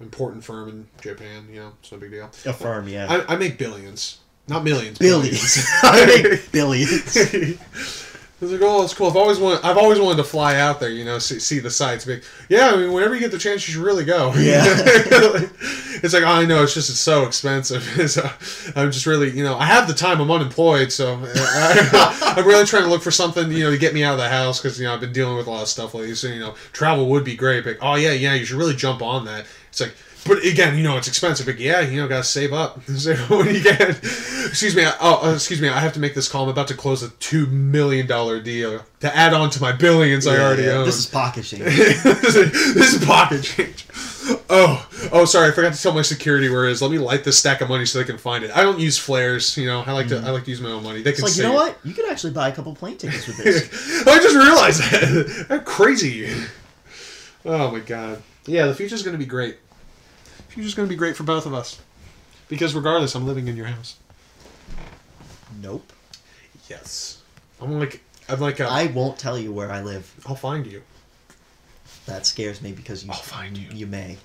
[SPEAKER 1] important firm in Japan. You know, it's no big deal.
[SPEAKER 2] Affirm, yeah.
[SPEAKER 1] I, I make billions, not millions.
[SPEAKER 2] Billions. I make billions.
[SPEAKER 1] I was like, oh, it's cool. I've always wanted, I've always wanted to fly out there, you know, see, see the sights. Be like, yeah, I mean, whenever you get the chance, you should really go.
[SPEAKER 2] Yeah.
[SPEAKER 1] it's like, "Oh, I know, it's just it's so expensive. so I'm just really, you know, I have the time. I'm unemployed, so uh, I, am really trying to look for something, you know, to get me out of the house because you know I've been dealing with a lot of stuff lately. So you know, travel would be great. But oh yeah, yeah, you should really jump on that. It's like. But again, you know it's expensive. But yeah, you know, gotta save up, save up when you can. Excuse me. I, oh, uh, excuse me. I have to make this call. I'm about to close a two million dollar deal to add on to my billions I
[SPEAKER 2] Yeah,
[SPEAKER 1] already
[SPEAKER 2] yeah.
[SPEAKER 1] own.
[SPEAKER 2] This is pocket change.
[SPEAKER 1] this, is, this is pocket change. Oh, oh, sorry, I forgot to tell my security where it is. Let me light this stack of money so they can find it. I don't use flares, you know. I like to, I like to use my own money. They
[SPEAKER 2] It's
[SPEAKER 1] can.
[SPEAKER 2] like you
[SPEAKER 1] save
[SPEAKER 2] know
[SPEAKER 1] it.
[SPEAKER 2] what? You could actually buy a couple plane tickets with this.
[SPEAKER 1] I just realized that. How crazy. Oh my god. Yeah, the future's gonna be great. Future's gonna be great for both of us, because regardless, I'm living in your house.
[SPEAKER 2] nope.
[SPEAKER 1] Yes. I'm like, I'm like, a,
[SPEAKER 2] I won't tell you where I live.
[SPEAKER 1] I'll find you.
[SPEAKER 2] That scares me because you
[SPEAKER 1] I'll find you.
[SPEAKER 2] you may.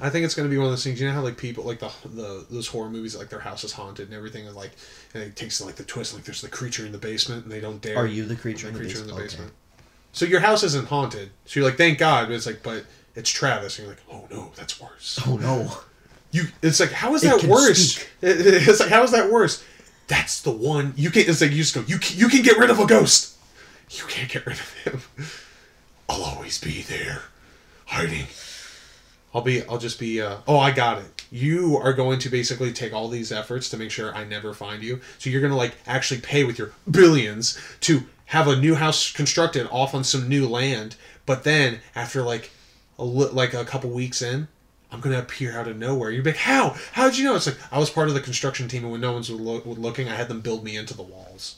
[SPEAKER 1] I think it's gonna be one of those things. You know how like people like the the those horror movies like their house is haunted and everything and like and it takes like the twist like there's the creature in the basement and they don't dare.
[SPEAKER 2] Are you the
[SPEAKER 1] the
[SPEAKER 2] creature,
[SPEAKER 1] creature
[SPEAKER 2] in the basement? Okay.
[SPEAKER 1] So your house isn't haunted. So you're like, thank God. But it's like, but it's Travis, and you're like, oh no, that's worse.
[SPEAKER 2] Oh no.
[SPEAKER 1] You, it's like, how is
[SPEAKER 2] It
[SPEAKER 1] that
[SPEAKER 2] can
[SPEAKER 1] worse?
[SPEAKER 2] speak.
[SPEAKER 1] It- it- it's like, how is that worse? That's the one you can. It's like you just go, you can, you can get rid of a ghost. You can't get rid of him. I'll always be there, hiding. I'll be. I'll just be. Uh, oh, I got it. You are going to basically take all these efforts to make sure I never find you. So you're going to like actually pay with your billions to have a new house constructed off on some new land. But then after like a li- like a couple weeks in, I'm going to appear out of nowhere. You're like, how? How'd you know? It's like I was part of the construction team, and when no one's lo- looking, I had them build me into the walls,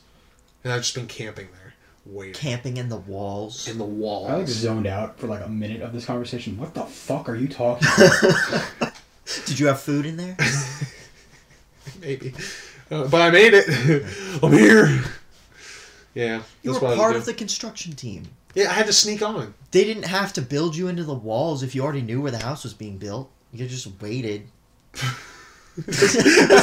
[SPEAKER 1] and I've just been camping there, waiting
[SPEAKER 2] Camping in the walls.
[SPEAKER 1] in the walls.
[SPEAKER 3] I like zoned out for like a minute of this conversation. What the fuck are you talking?
[SPEAKER 2] Did you have food in there?
[SPEAKER 1] maybe. Uh, but I made it. I'm here. Yeah,
[SPEAKER 2] You
[SPEAKER 1] that's
[SPEAKER 2] were
[SPEAKER 1] what I
[SPEAKER 2] part of
[SPEAKER 1] was doing.
[SPEAKER 2] the construction team.
[SPEAKER 1] Yeah, I had to sneak on.
[SPEAKER 2] They didn't have to build you into the walls if you already knew where the house was being built. You just waited.
[SPEAKER 1] That's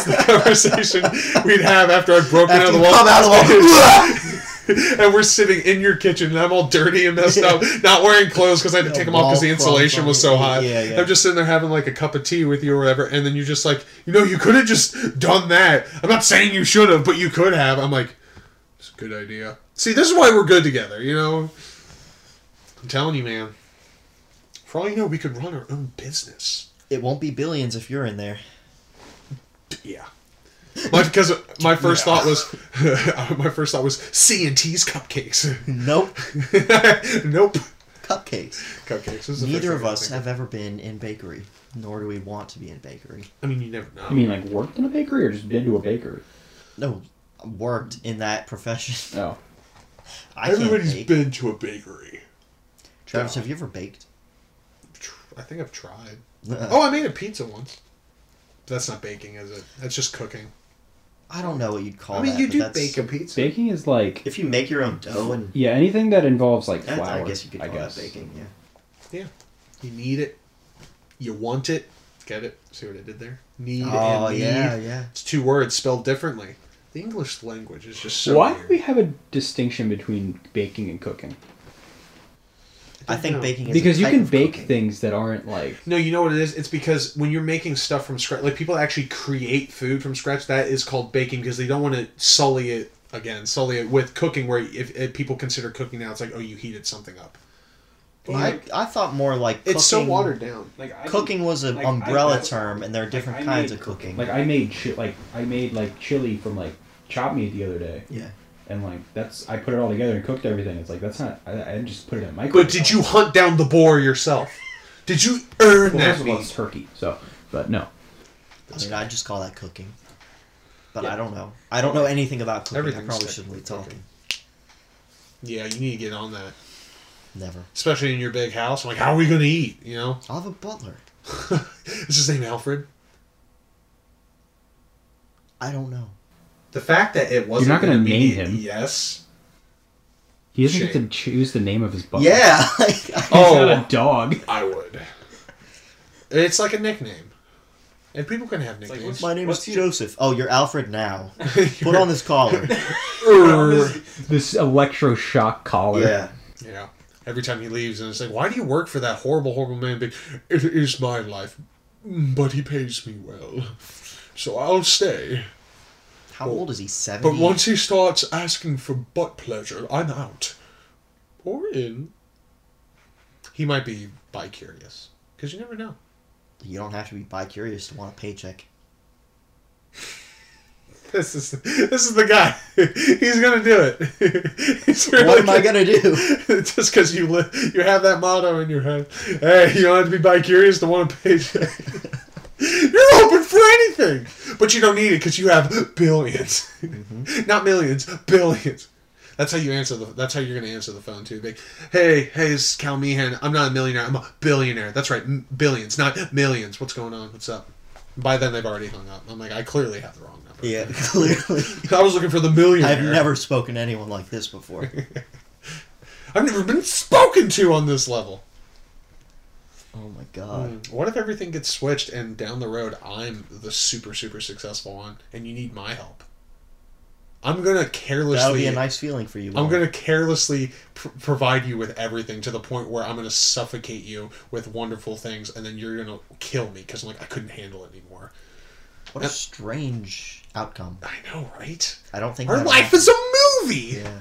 [SPEAKER 1] the conversation we'd have after I'd broken out
[SPEAKER 2] After
[SPEAKER 1] of the
[SPEAKER 2] you
[SPEAKER 1] wall.
[SPEAKER 2] come out of the wall.
[SPEAKER 1] and we're sitting in your kitchen, and I'm all dirty and messed up, not wearing clothes because I had to
[SPEAKER 2] Yeah,
[SPEAKER 1] take them off because the
[SPEAKER 2] wall
[SPEAKER 1] insulation
[SPEAKER 2] crumbs
[SPEAKER 1] was
[SPEAKER 2] on
[SPEAKER 1] so
[SPEAKER 2] it.
[SPEAKER 1] hot.
[SPEAKER 2] Yeah, yeah.
[SPEAKER 1] I'm just sitting there having like a cup of tea with you or whatever, and then you're just like, you know, you could have just done that. I'm not saying you should have, but you could have. I'm like, it's a good idea. See, this is why we're good together, you know. I'm telling you, man. For all you know, we could run our own business.
[SPEAKER 2] It won't be billions if you're in there.
[SPEAKER 1] Yeah. My, because my first thought was, my first thought was C and T's cupcakes.
[SPEAKER 2] Nope.
[SPEAKER 1] nope.
[SPEAKER 2] Cupcakes.
[SPEAKER 1] Cupcakes. is the first
[SPEAKER 2] Neither of
[SPEAKER 1] thing I
[SPEAKER 2] us
[SPEAKER 1] think
[SPEAKER 2] have ever been in bakery, nor do we want to be in bakery.
[SPEAKER 1] I mean, you never know.
[SPEAKER 5] I mean, like worked in a bakery or just been to a bakery?
[SPEAKER 2] No, worked in that profession.
[SPEAKER 5] Oh,
[SPEAKER 2] I can't
[SPEAKER 1] everybody's
[SPEAKER 2] bake.
[SPEAKER 1] been to a bakery.
[SPEAKER 2] Travis, have you ever baked?
[SPEAKER 1] Tr- I think I've tried.
[SPEAKER 2] Oh.
[SPEAKER 1] Oh, I made a pizza once. That's not baking, is it? That's just cooking.
[SPEAKER 2] I don't know what you'd call
[SPEAKER 1] I mean,
[SPEAKER 2] Oh, that.
[SPEAKER 1] you
[SPEAKER 2] but
[SPEAKER 1] do
[SPEAKER 2] that's-
[SPEAKER 1] bake a pizza.
[SPEAKER 5] baking is like
[SPEAKER 2] If you make your own dough and
[SPEAKER 5] yeah, anything that involves like
[SPEAKER 2] that's,
[SPEAKER 5] flour.
[SPEAKER 2] I guess you could call that baking. Yeah.
[SPEAKER 1] You need it. You want it. Get it? See what I did there? Need
[SPEAKER 2] Oh
[SPEAKER 1] and need.
[SPEAKER 2] yeah, yeah.
[SPEAKER 1] It's two words spelled differently. The English language is just so
[SPEAKER 5] Why do
[SPEAKER 1] weird.
[SPEAKER 5] we have a distinction between baking and cooking?
[SPEAKER 2] I think
[SPEAKER 1] No.
[SPEAKER 2] baking is
[SPEAKER 5] because
[SPEAKER 2] a
[SPEAKER 5] you
[SPEAKER 2] type
[SPEAKER 5] can
[SPEAKER 2] of
[SPEAKER 5] bake
[SPEAKER 2] cooking.
[SPEAKER 5] things that aren't like
[SPEAKER 1] No, you know what it is? It's because when you're making stuff from scratch, like people actually create food from scratch, that is called baking because they don't want to sully it again, sully it with cooking, where if, if people consider cooking now, it's like, oh, you heated something up.
[SPEAKER 2] I, I thought more like
[SPEAKER 1] It's so
[SPEAKER 2] cooking-
[SPEAKER 1] watered down.
[SPEAKER 4] Like I
[SPEAKER 2] Cooking was an
[SPEAKER 4] Like, I-
[SPEAKER 2] umbrella
[SPEAKER 4] I-
[SPEAKER 2] term, and there are different
[SPEAKER 4] like, I
[SPEAKER 2] kinds
[SPEAKER 4] made
[SPEAKER 2] of cooking.
[SPEAKER 5] like I made chi- like I made like chili from like chop meat the other day.
[SPEAKER 2] Yeah.
[SPEAKER 5] And like that's I put it all together and cooked everything. It's like that's not I, I didn't just put it in my.
[SPEAKER 1] But did you hunt down the boar yourself? Did you earn
[SPEAKER 5] Well,
[SPEAKER 1] that
[SPEAKER 5] first of all, it's
[SPEAKER 1] meat?
[SPEAKER 5] turkey. So, but no.
[SPEAKER 2] I mean, I just call that cooking. But I don't know. I don't know anything about cooking. I
[SPEAKER 1] Everything's
[SPEAKER 2] probably shouldn't be
[SPEAKER 1] technically
[SPEAKER 2] talking.
[SPEAKER 1] cooking. Yeah, you need to get on that,
[SPEAKER 2] Never.
[SPEAKER 1] especially in your big house. I'm like, how are we going to eat? You know,
[SPEAKER 2] I'll have a butler.
[SPEAKER 1] is his name Alfred?
[SPEAKER 2] I don't know.
[SPEAKER 1] The fact that it wasn't
[SPEAKER 5] not gonna
[SPEAKER 1] an
[SPEAKER 5] name
[SPEAKER 1] immediate
[SPEAKER 5] him.
[SPEAKER 1] Yes.
[SPEAKER 5] He doesn't get to
[SPEAKER 1] Shame.
[SPEAKER 5] choose the name of his butler.
[SPEAKER 2] Yeah. like, I-
[SPEAKER 5] He's
[SPEAKER 1] Oh.
[SPEAKER 5] not a dog.
[SPEAKER 1] I would. It's like a nickname. And people can have
[SPEAKER 4] It's like,
[SPEAKER 1] nicknames.
[SPEAKER 2] my name
[SPEAKER 4] What's
[SPEAKER 2] is
[SPEAKER 4] your-
[SPEAKER 2] Joseph. Oh, you're Alfred now. Put on this collar.
[SPEAKER 5] This electroshock collar.
[SPEAKER 2] yeah.
[SPEAKER 1] yeah. Every time he leaves, and it's like, why do you work for that horrible, horrible man? But it is my life, but he pays me well, so I'll stay.
[SPEAKER 2] How old is he? Seventy.
[SPEAKER 1] But once he starts asking for butt pleasure, I'm out. Or in. He might be bi curious. Because you never know.
[SPEAKER 2] you don't have to be bi-curious to want a paycheck.
[SPEAKER 1] This is this is the guy. He's gonna do it. He's
[SPEAKER 2] What
[SPEAKER 1] really
[SPEAKER 2] am I gonna do?
[SPEAKER 1] just because you li- you have that motto in your head. Hey, you don't have to be bi curious to want a paycheck. You're open for anything, but you don't need it because you have 1000000000s
[SPEAKER 2] Mm-hmm.
[SPEAKER 1] not millions, billions. That's how you answer the. That's how you're gonna answer the phone too. Like, hey, hey, this is Cal Meehan. I'm not a millionaire. I'm a billionaire. That's right, m- billions, not millions. What's going on? What's up? By then they've already hung up. I'm like, I clearly have the wrong number.
[SPEAKER 2] Yeah, clearly.
[SPEAKER 1] I was looking for the millionaire.
[SPEAKER 2] I've never spoken to anyone like this before.
[SPEAKER 1] I've never been spoken to on this level.
[SPEAKER 2] Oh my god.
[SPEAKER 1] Mm. What if everything gets switched and down the road I'm the super super successful one and you need my help? I'm gonna
[SPEAKER 2] That'll
[SPEAKER 1] carelessly.
[SPEAKER 2] be a nice feeling for you.
[SPEAKER 1] I'm
[SPEAKER 2] won't
[SPEAKER 1] gonna
[SPEAKER 2] it?
[SPEAKER 1] carelessly pr- provide you with everything to the point where I'm gonna suffocate you with wonderful things and then you're gonna kill me because I'm like I couldn't handle it anymore.
[SPEAKER 2] What a strange outcome.
[SPEAKER 1] I know, right?
[SPEAKER 2] I don't think
[SPEAKER 1] Our
[SPEAKER 2] that
[SPEAKER 1] life
[SPEAKER 2] happened.
[SPEAKER 1] is a movie.
[SPEAKER 2] Yeah.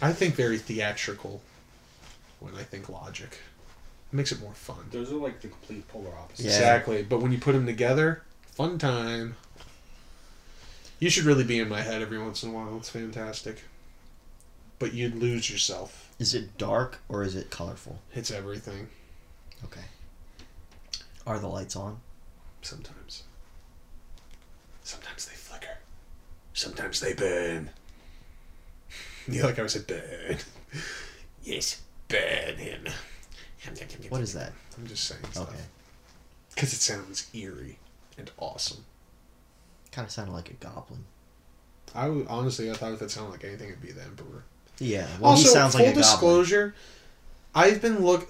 [SPEAKER 1] I think very theatrical when I think logic. It makes it more fun.
[SPEAKER 4] Those are like the complete polar opposites.
[SPEAKER 2] Yeah.
[SPEAKER 1] Exactly. But when you put them together, fun time. You should really be in my head every once in a while. It's fantastic. But you'd lose yourself.
[SPEAKER 2] Is it dark or is it colorful?
[SPEAKER 1] It's everything
[SPEAKER 2] Okay. Are the lights on?
[SPEAKER 1] sometimes. Sometimes they flicker. Sometimes they burn. You like how I said burn? Yes, burn him.
[SPEAKER 2] What is that?
[SPEAKER 1] I'm just saying stuff.
[SPEAKER 2] Okay.
[SPEAKER 1] Because it sounds eerie and awesome.
[SPEAKER 2] Kind of sounded like a goblin.
[SPEAKER 1] I would, honestly, I thought if that sounded like anything, it'd be the Emperor.
[SPEAKER 2] Yeah. Well,
[SPEAKER 1] also,
[SPEAKER 2] he sounds
[SPEAKER 1] full
[SPEAKER 2] like a goblin.
[SPEAKER 1] disclosure, I've been look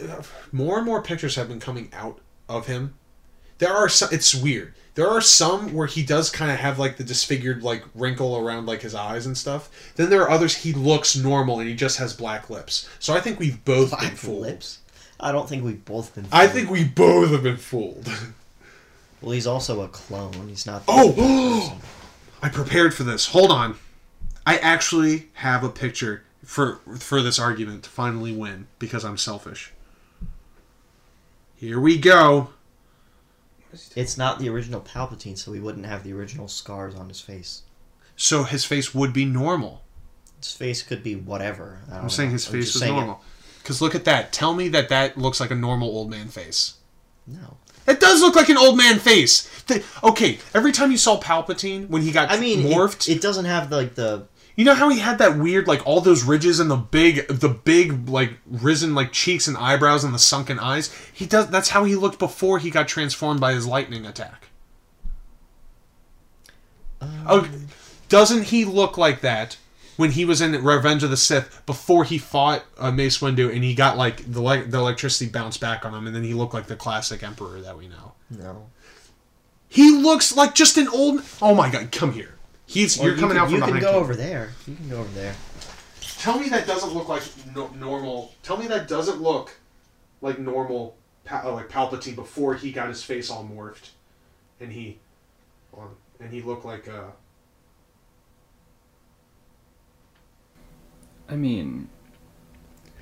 [SPEAKER 1] more and more pictures have been coming out of him. There are some. It's weird. There are some where he does kind of have like the disfigured like wrinkle around like his eyes and stuff. Then there are others he looks normal and he just has black lips. So I think we've both been
[SPEAKER 2] Black
[SPEAKER 1] fooled.
[SPEAKER 2] lips. I don't think we've both been.
[SPEAKER 1] I
[SPEAKER 2] fooled.
[SPEAKER 1] think we both have been fooled.
[SPEAKER 2] Well, he's also a clone. He's not. the original
[SPEAKER 1] Oh,
[SPEAKER 2] person.
[SPEAKER 1] I prepared for this. Hold on. I actually have a picture for for this argument to finally win because I'm selfish. Here we go.
[SPEAKER 2] It's not the original Palpatine, so he wouldn't have the original scars on his face.
[SPEAKER 1] So his face would be normal.
[SPEAKER 2] His face could be whatever. I don't
[SPEAKER 1] I'm saying his face
[SPEAKER 2] Oh, just
[SPEAKER 1] is
[SPEAKER 2] saying it-
[SPEAKER 1] normal. Cuz look at that. Tell me that that looks like a normal old man face.
[SPEAKER 2] No.
[SPEAKER 1] It does look like an old man face. The- okay, every time you saw Palpatine when he got
[SPEAKER 2] I mean, it-
[SPEAKER 1] morphed,
[SPEAKER 2] It, doesn't have like the
[SPEAKER 1] You know how he had that weird, like all those ridges and the big, the big, like risen, like cheeks and eyebrows and the sunken eyes. He does. That's how he looked before he got transformed by his lightning attack.
[SPEAKER 2] Um,
[SPEAKER 1] oh, doesn't he look like that when he was in Revenge of the Sith before he fought uh, Mace Windu and he got like the le- the electricity bounced back on him and then he looked like the classic Emperor that we know.
[SPEAKER 2] no.
[SPEAKER 1] He looks like just an old. Oh my God! Come here. He's
[SPEAKER 2] Or
[SPEAKER 1] you're
[SPEAKER 2] you
[SPEAKER 1] coming
[SPEAKER 2] can,
[SPEAKER 1] out from
[SPEAKER 2] You can
[SPEAKER 1] behind.
[SPEAKER 2] go
[SPEAKER 1] Cam.
[SPEAKER 2] over there. You can go over there.
[SPEAKER 1] Tell me that doesn't look like no, normal. Tell me that doesn't look like normal, pa- uh, like Palpatine before he got his face all morphed, and he, hold on, and he looked like uh,
[SPEAKER 5] I mean,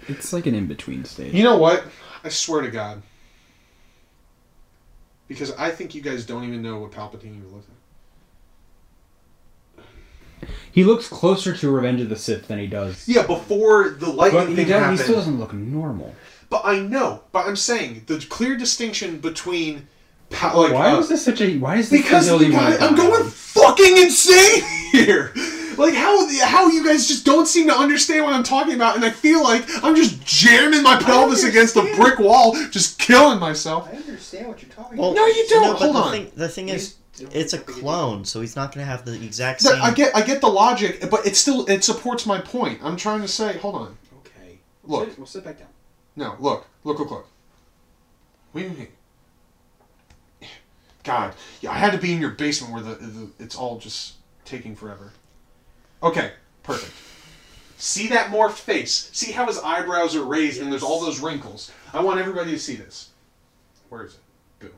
[SPEAKER 5] it's like an in between stage.
[SPEAKER 1] You know what? I swear to God. Because I think you guys don't even know what Palpatine even looks like.
[SPEAKER 5] He looks closer to Revenge of the Sith than he does.
[SPEAKER 1] Yeah, before the lightning
[SPEAKER 5] but he,
[SPEAKER 1] thing
[SPEAKER 5] does, he
[SPEAKER 1] happened.
[SPEAKER 5] still doesn't look normal.
[SPEAKER 1] But I know. But I'm saying the clear distinction between, pa- like,
[SPEAKER 5] why
[SPEAKER 1] uh,
[SPEAKER 5] was this such a? Why is this
[SPEAKER 1] because
[SPEAKER 5] the
[SPEAKER 1] you
[SPEAKER 5] only one?
[SPEAKER 1] guys,
[SPEAKER 5] that
[SPEAKER 1] I'm going
[SPEAKER 5] matters?
[SPEAKER 1] fucking insane here. Like how how you guys just don't seem to understand what I'm talking about, and I feel like I'm just jamming my pelvis against a
[SPEAKER 4] understand.
[SPEAKER 1] brick wall, just killing myself.
[SPEAKER 4] I understand what you're talking
[SPEAKER 2] Well,
[SPEAKER 1] No, you don't.
[SPEAKER 2] but
[SPEAKER 1] Hold
[SPEAKER 2] the
[SPEAKER 1] on.
[SPEAKER 2] Thing, the thing
[SPEAKER 4] You
[SPEAKER 2] is,
[SPEAKER 4] don't
[SPEAKER 2] it's a
[SPEAKER 4] think it-
[SPEAKER 2] clone, so he's not going to have the exact
[SPEAKER 1] No,
[SPEAKER 2] same.
[SPEAKER 1] I get I get the logic, but it still it supports my point. I'm trying to say, hold on.
[SPEAKER 4] Okay.
[SPEAKER 1] Look.
[SPEAKER 4] Sit- We'll sit back down.
[SPEAKER 1] No, look, look, look, look. What do you mean? God, yeah, I had to be in your basement where the, the it's all just taking forever. Okay, perfect. See that morphed face. See how his eyebrows are raised and there's all those wrinkles. I want everybody to see this. Where is it? Boom.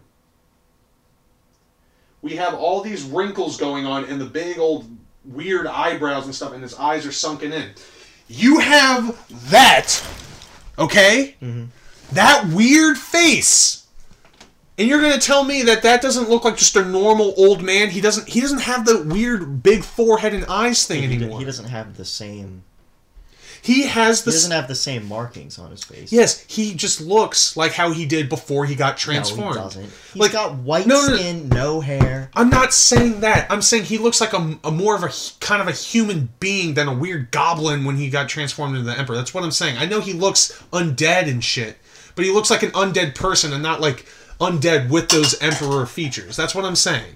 [SPEAKER 1] We have all these wrinkles going on and the big old weird eyebrows and stuff, and his eyes are sunken in. You have that okay?
[SPEAKER 2] Mm-hmm.
[SPEAKER 1] That weird face. And you're gonna tell me that that doesn't look like just a normal old man. He doesn't. He doesn't have the weird big forehead and eyes thing
[SPEAKER 2] he,
[SPEAKER 1] anymore. He,
[SPEAKER 2] doesn't have the same.
[SPEAKER 1] has
[SPEAKER 2] He
[SPEAKER 1] the.
[SPEAKER 2] doesn't have the same markings on his face.
[SPEAKER 1] yes, he just looks like how he did before he got
[SPEAKER 2] no,
[SPEAKER 1] transformed.
[SPEAKER 2] he doesn't. He's
[SPEAKER 1] Like-
[SPEAKER 2] got white
[SPEAKER 1] No, no, no.
[SPEAKER 2] skin, no hair.
[SPEAKER 1] I'm not saying that. I'm saying he looks like a, a more of a h- kind of a human being than a weird goblin when he got transformed into the emperor. That's what I'm saying. I know he looks undead and shit, but he looks like an undead person and not like undead with those emperor features. That's what I'm saying.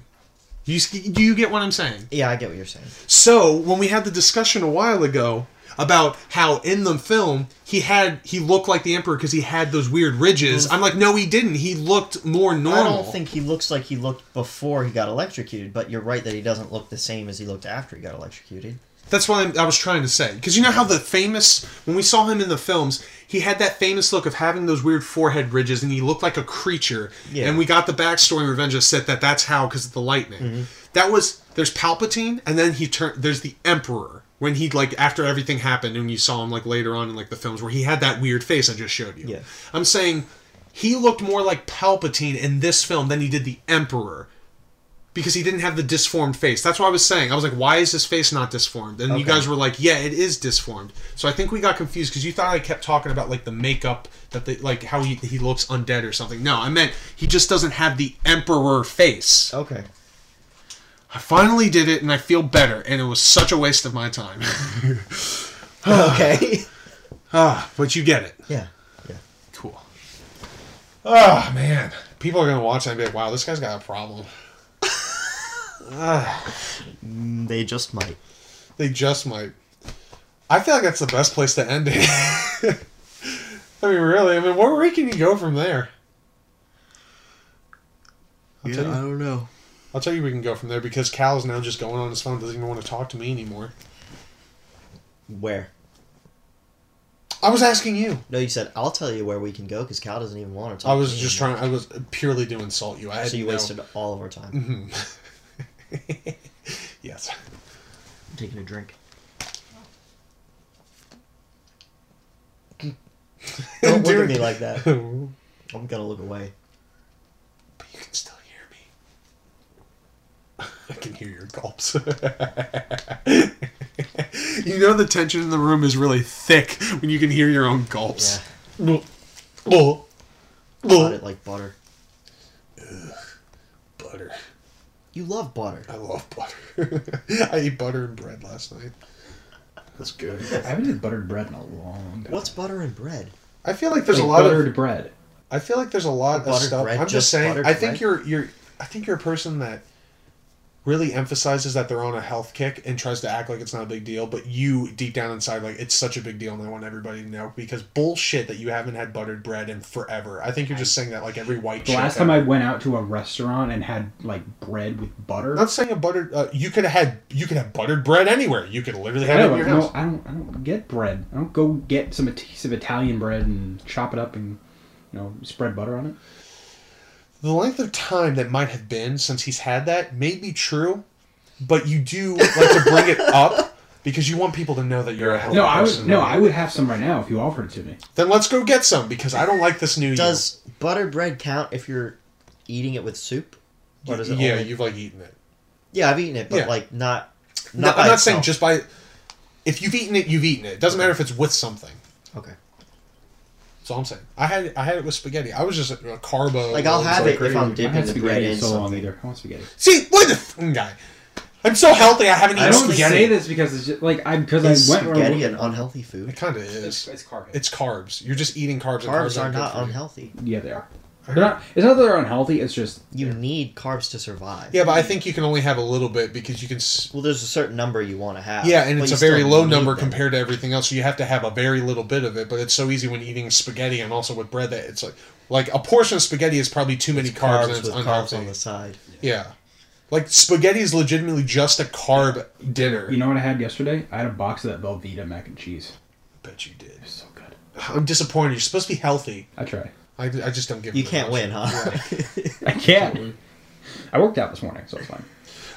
[SPEAKER 1] You s- do you get what I'm saying?
[SPEAKER 2] Yeah, I get what you're saying.
[SPEAKER 1] So when we had the discussion a while ago about how in the film he had he looked like the emperor because he had those weird ridges, I'm like, no, he didn't. He looked more normal.
[SPEAKER 2] Mm-hmm. I don't think he looks like he looked before he got electrocuted, but you're right that he doesn't look the same as he looked after he got electrocuted.
[SPEAKER 1] That's what I'm, I was trying to say. Because you know how the famous, when we saw him in the films, he had that famous look of having those weird forehead ridges and he looked like a creature.
[SPEAKER 2] Yeah.
[SPEAKER 1] And we got the backstory in Revenge of the Sith that that's how, because of the lightning.
[SPEAKER 2] Mm-hmm.
[SPEAKER 1] That was, there's Palpatine and then he turned, there's the Emperor. When he, like, after everything happened and you saw him, like, later on in, like, the films where he had that weird face I just showed you.
[SPEAKER 2] Yeah.
[SPEAKER 1] I'm saying he looked more like Palpatine in this film than he did the Emperor because he didn't have the disformed face. That's what I was saying. I was like, why is his face not disformed? And you
[SPEAKER 2] Okay.
[SPEAKER 1] guys were like, yeah, it is disformed. So I think we got confused because you thought I kept talking about like the makeup that they like how he, he looks undead or something. No, I meant he just doesn't have the emperor face.
[SPEAKER 2] Okay.
[SPEAKER 1] I finally did it and I feel better and it was such a waste of my time.
[SPEAKER 2] okay.
[SPEAKER 1] ah, but you get it.
[SPEAKER 2] Yeah.
[SPEAKER 1] Cool. Oh man, people are gonna watch that and be like, wow, this guy's got a problem.
[SPEAKER 2] Mm, They just might.
[SPEAKER 1] They just might. I feel like that's the best place to end it. I mean, really. I mean, where, where can you go from there? I'll, tell you,
[SPEAKER 2] don't know.
[SPEAKER 1] I'll tell you we can go from there because Cal is now just going on his phone. Doesn't even want to talk to me anymore.
[SPEAKER 2] Where?
[SPEAKER 1] I was asking you.
[SPEAKER 2] No, you said I'll tell you where we can go because Cal doesn't even want to talk.
[SPEAKER 1] I
[SPEAKER 2] to
[SPEAKER 1] was
[SPEAKER 2] me
[SPEAKER 1] just
[SPEAKER 2] anymore."
[SPEAKER 1] trying. I was purely to insult you. I had
[SPEAKER 2] So you
[SPEAKER 1] no-
[SPEAKER 2] wasted all of our time
[SPEAKER 1] Mhm. yes.
[SPEAKER 2] taking a drink. Don't look at me like that.
[SPEAKER 1] you
[SPEAKER 2] I'm gonna look away.
[SPEAKER 1] can still hear me. I can hear your gulps. you know the tension in the room is really thick when you can hear your own
[SPEAKER 2] Yeah,
[SPEAKER 1] gulps. Oh.
[SPEAKER 2] got it like butter.
[SPEAKER 1] Butter.
[SPEAKER 2] You love butter.
[SPEAKER 1] I love butter. I ate butter and bread last night. That's good.
[SPEAKER 5] I haven't had buttered bread in a long time.
[SPEAKER 2] What's butter and bread?
[SPEAKER 1] I feel like there's
[SPEAKER 5] Like
[SPEAKER 1] a lot
[SPEAKER 5] buttered
[SPEAKER 1] of
[SPEAKER 5] bread?
[SPEAKER 1] I feel like there's a lot of
[SPEAKER 2] Buttered
[SPEAKER 1] stuff.
[SPEAKER 2] bread,
[SPEAKER 1] I'm just
[SPEAKER 2] just
[SPEAKER 1] saying
[SPEAKER 2] buttered
[SPEAKER 1] I think
[SPEAKER 2] bread?
[SPEAKER 1] you're you're I think you're a person that really emphasizes that they're on a health kick and tries to act like it's not a big deal, but you deep down inside like it's such a big deal and I want everybody to know because bullshit that you haven't had buttered bread in forever. I think you're just saying that like every white
[SPEAKER 5] The
[SPEAKER 1] chick
[SPEAKER 5] last time I went out to a restaurant and had like bread with butter.
[SPEAKER 1] I'm not saying a buttered. Uh, you could have had. You could have buttered bread anywhere. You could literally have it in
[SPEAKER 5] I
[SPEAKER 1] your
[SPEAKER 5] don't,
[SPEAKER 1] house.
[SPEAKER 5] no, I don't. I don't get bread. I don't go get some a piece of Italian bread and chop it up and you know spread butter on it.
[SPEAKER 1] The length of time that might have been since he's had that may be true, but you do like to bring it up because you want people to know that you're a healthy
[SPEAKER 5] No, I would.
[SPEAKER 1] person.
[SPEAKER 5] No, I would have some right now if you offered it to me.
[SPEAKER 1] Then let's go get some because I don't like this new. you.
[SPEAKER 2] Does butter bread count if you're eating it with soup? Or does it
[SPEAKER 1] yeah,
[SPEAKER 2] only-
[SPEAKER 1] you've like eaten it.
[SPEAKER 2] yeah, I've eaten it, but
[SPEAKER 1] Yeah.
[SPEAKER 2] like not.
[SPEAKER 1] No,
[SPEAKER 2] not by
[SPEAKER 1] I'm not saying
[SPEAKER 2] itself.
[SPEAKER 1] just by. If you've eaten it, you've eaten it. It doesn't matter if it's with something.
[SPEAKER 2] Okay.
[SPEAKER 1] That's all I'm saying. I had I had it with spaghetti. I was just a, a carbo.
[SPEAKER 2] Like, I'll
[SPEAKER 1] was
[SPEAKER 2] have it if
[SPEAKER 1] craving-
[SPEAKER 2] I'm
[SPEAKER 5] I
[SPEAKER 2] dipping
[SPEAKER 5] had
[SPEAKER 2] the bread
[SPEAKER 5] spaghetti in
[SPEAKER 2] in
[SPEAKER 5] so long
[SPEAKER 2] something.
[SPEAKER 5] either. I want spaghetti.
[SPEAKER 1] See, what the f- guy? I'm so healthy. I haven't eaten
[SPEAKER 5] I don't
[SPEAKER 1] spaghetti.
[SPEAKER 5] say this because it's just, like I because I
[SPEAKER 2] Is
[SPEAKER 5] went
[SPEAKER 2] spaghetti
[SPEAKER 5] around-
[SPEAKER 2] an unhealthy
[SPEAKER 1] It
[SPEAKER 2] food?
[SPEAKER 1] kind of
[SPEAKER 4] It's,
[SPEAKER 1] is.
[SPEAKER 4] it's carb.
[SPEAKER 1] It's carbs. You're just eating carbs. and
[SPEAKER 2] Carbs are
[SPEAKER 1] aren't good
[SPEAKER 2] not
[SPEAKER 1] for you.
[SPEAKER 2] unhealthy.
[SPEAKER 5] Yeah, they are. They're not. It's not that they're unhealthy. It's just
[SPEAKER 2] You need carbs to survive.
[SPEAKER 1] Yeah, but I think you can only have a little bit because you can. S-
[SPEAKER 2] Well, there's a certain number you want to have.
[SPEAKER 1] yeah, and
[SPEAKER 2] but
[SPEAKER 1] it's a
[SPEAKER 2] you
[SPEAKER 1] very
[SPEAKER 2] still
[SPEAKER 1] low
[SPEAKER 2] need
[SPEAKER 1] number
[SPEAKER 2] them.
[SPEAKER 1] compared to everything else. So you have to have a very little bit of it. But it's so easy when eating spaghetti and also with bread that it's like like a portion of spaghetti is probably too many carbs, and
[SPEAKER 2] Carbs
[SPEAKER 1] it's
[SPEAKER 2] with
[SPEAKER 1] unhealthy.
[SPEAKER 2] carbs on the side.
[SPEAKER 1] Yeah, like spaghetti is legitimately just a carb dinner.
[SPEAKER 5] you know what I had yesterday. I had a box of that Velveeta mac and cheese.
[SPEAKER 1] bet you did.
[SPEAKER 5] It's so good.
[SPEAKER 1] I'm disappointed. You're supposed to be healthy.
[SPEAKER 5] I try.
[SPEAKER 1] I, I just don't give.
[SPEAKER 2] You
[SPEAKER 1] them
[SPEAKER 2] can't
[SPEAKER 1] much.
[SPEAKER 2] win, huh?
[SPEAKER 1] Yeah.
[SPEAKER 5] I can't. I worked out this morning, so it's fine.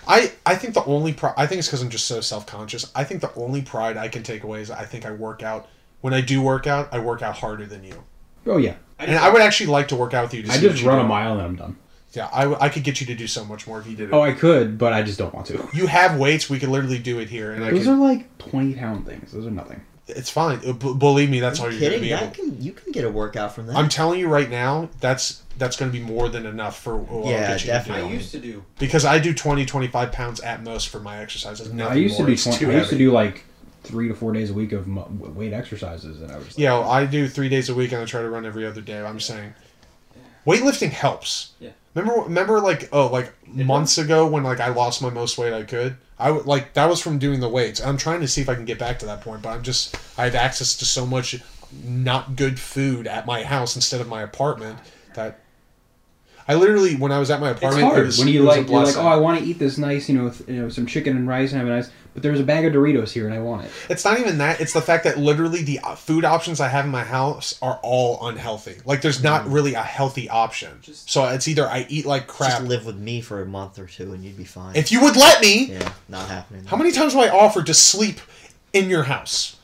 [SPEAKER 1] I, I think the only pri- I think it's because I'm just so self conscious. I think the only pride I can take away is I think I work out. When I do work out, I work out harder than you.
[SPEAKER 5] Oh yeah.
[SPEAKER 1] and I would actually like to work out with you. To
[SPEAKER 5] I
[SPEAKER 1] see what
[SPEAKER 5] just
[SPEAKER 1] you
[SPEAKER 5] run
[SPEAKER 1] do.
[SPEAKER 5] a mile and I'm done.
[SPEAKER 1] Yeah, I, w- I could get you to do so much more if you did it.
[SPEAKER 5] Oh, I could, but I just don't want to.
[SPEAKER 1] you have weights. We could literally do it here, and I
[SPEAKER 5] Those
[SPEAKER 1] could,
[SPEAKER 5] are like twenty pound things. Those are nothing.
[SPEAKER 1] it's fine. Uh, B- believe me, that's all
[SPEAKER 2] Are
[SPEAKER 1] you're
[SPEAKER 2] you
[SPEAKER 1] going to
[SPEAKER 2] kidding?
[SPEAKER 1] be able.
[SPEAKER 2] That can, you can get a workout from that.
[SPEAKER 1] I'm telling you right now, that's that's going to be more than enough for what I'll
[SPEAKER 2] Yeah,
[SPEAKER 1] get you
[SPEAKER 4] I
[SPEAKER 2] definitely.
[SPEAKER 1] to do.
[SPEAKER 4] used to do.
[SPEAKER 1] Because I do 20, 25 pounds at most for my exercises.
[SPEAKER 5] No,
[SPEAKER 1] Nothing
[SPEAKER 5] I used
[SPEAKER 1] more.
[SPEAKER 5] to do.
[SPEAKER 1] It's
[SPEAKER 5] 20,
[SPEAKER 1] too
[SPEAKER 5] I used to
[SPEAKER 1] heavy.
[SPEAKER 5] do like three to four days a week of mu- w- weight exercises, and I was. Like,
[SPEAKER 1] Yeah, well, I do three days a week, and I try to run every other day. I'm saying, weightlifting helps.
[SPEAKER 4] Yeah.
[SPEAKER 1] Remember, remember, like oh, like months ago when like I lost my most weight I could. I would like that was from doing the weights. I'm trying to see if I can get back to that point, but I'm just I have access to so much not good food at my house instead of my apartment that I literally when I was at my
[SPEAKER 5] It's
[SPEAKER 1] apartment it
[SPEAKER 5] hard
[SPEAKER 1] was,
[SPEAKER 5] when
[SPEAKER 1] it
[SPEAKER 5] you
[SPEAKER 1] was a
[SPEAKER 5] like you're like
[SPEAKER 1] blessing.
[SPEAKER 5] oh I want to eat this nice you know with, you know some chicken and rice and have a nice but there's a bag of Doritos here and I want it.
[SPEAKER 1] It's not even that. It's the fact that literally the uh, food options I have in my house are all unhealthy. Like there's not really a healthy option.
[SPEAKER 4] Just-
[SPEAKER 1] So it's either I eat like
[SPEAKER 2] Mm. Just
[SPEAKER 1] crap.
[SPEAKER 2] live with me for a month or two and you'd be fine.
[SPEAKER 1] If you would let me,
[SPEAKER 2] yeah, not happening.
[SPEAKER 1] how many times do I offer to sleep in your house?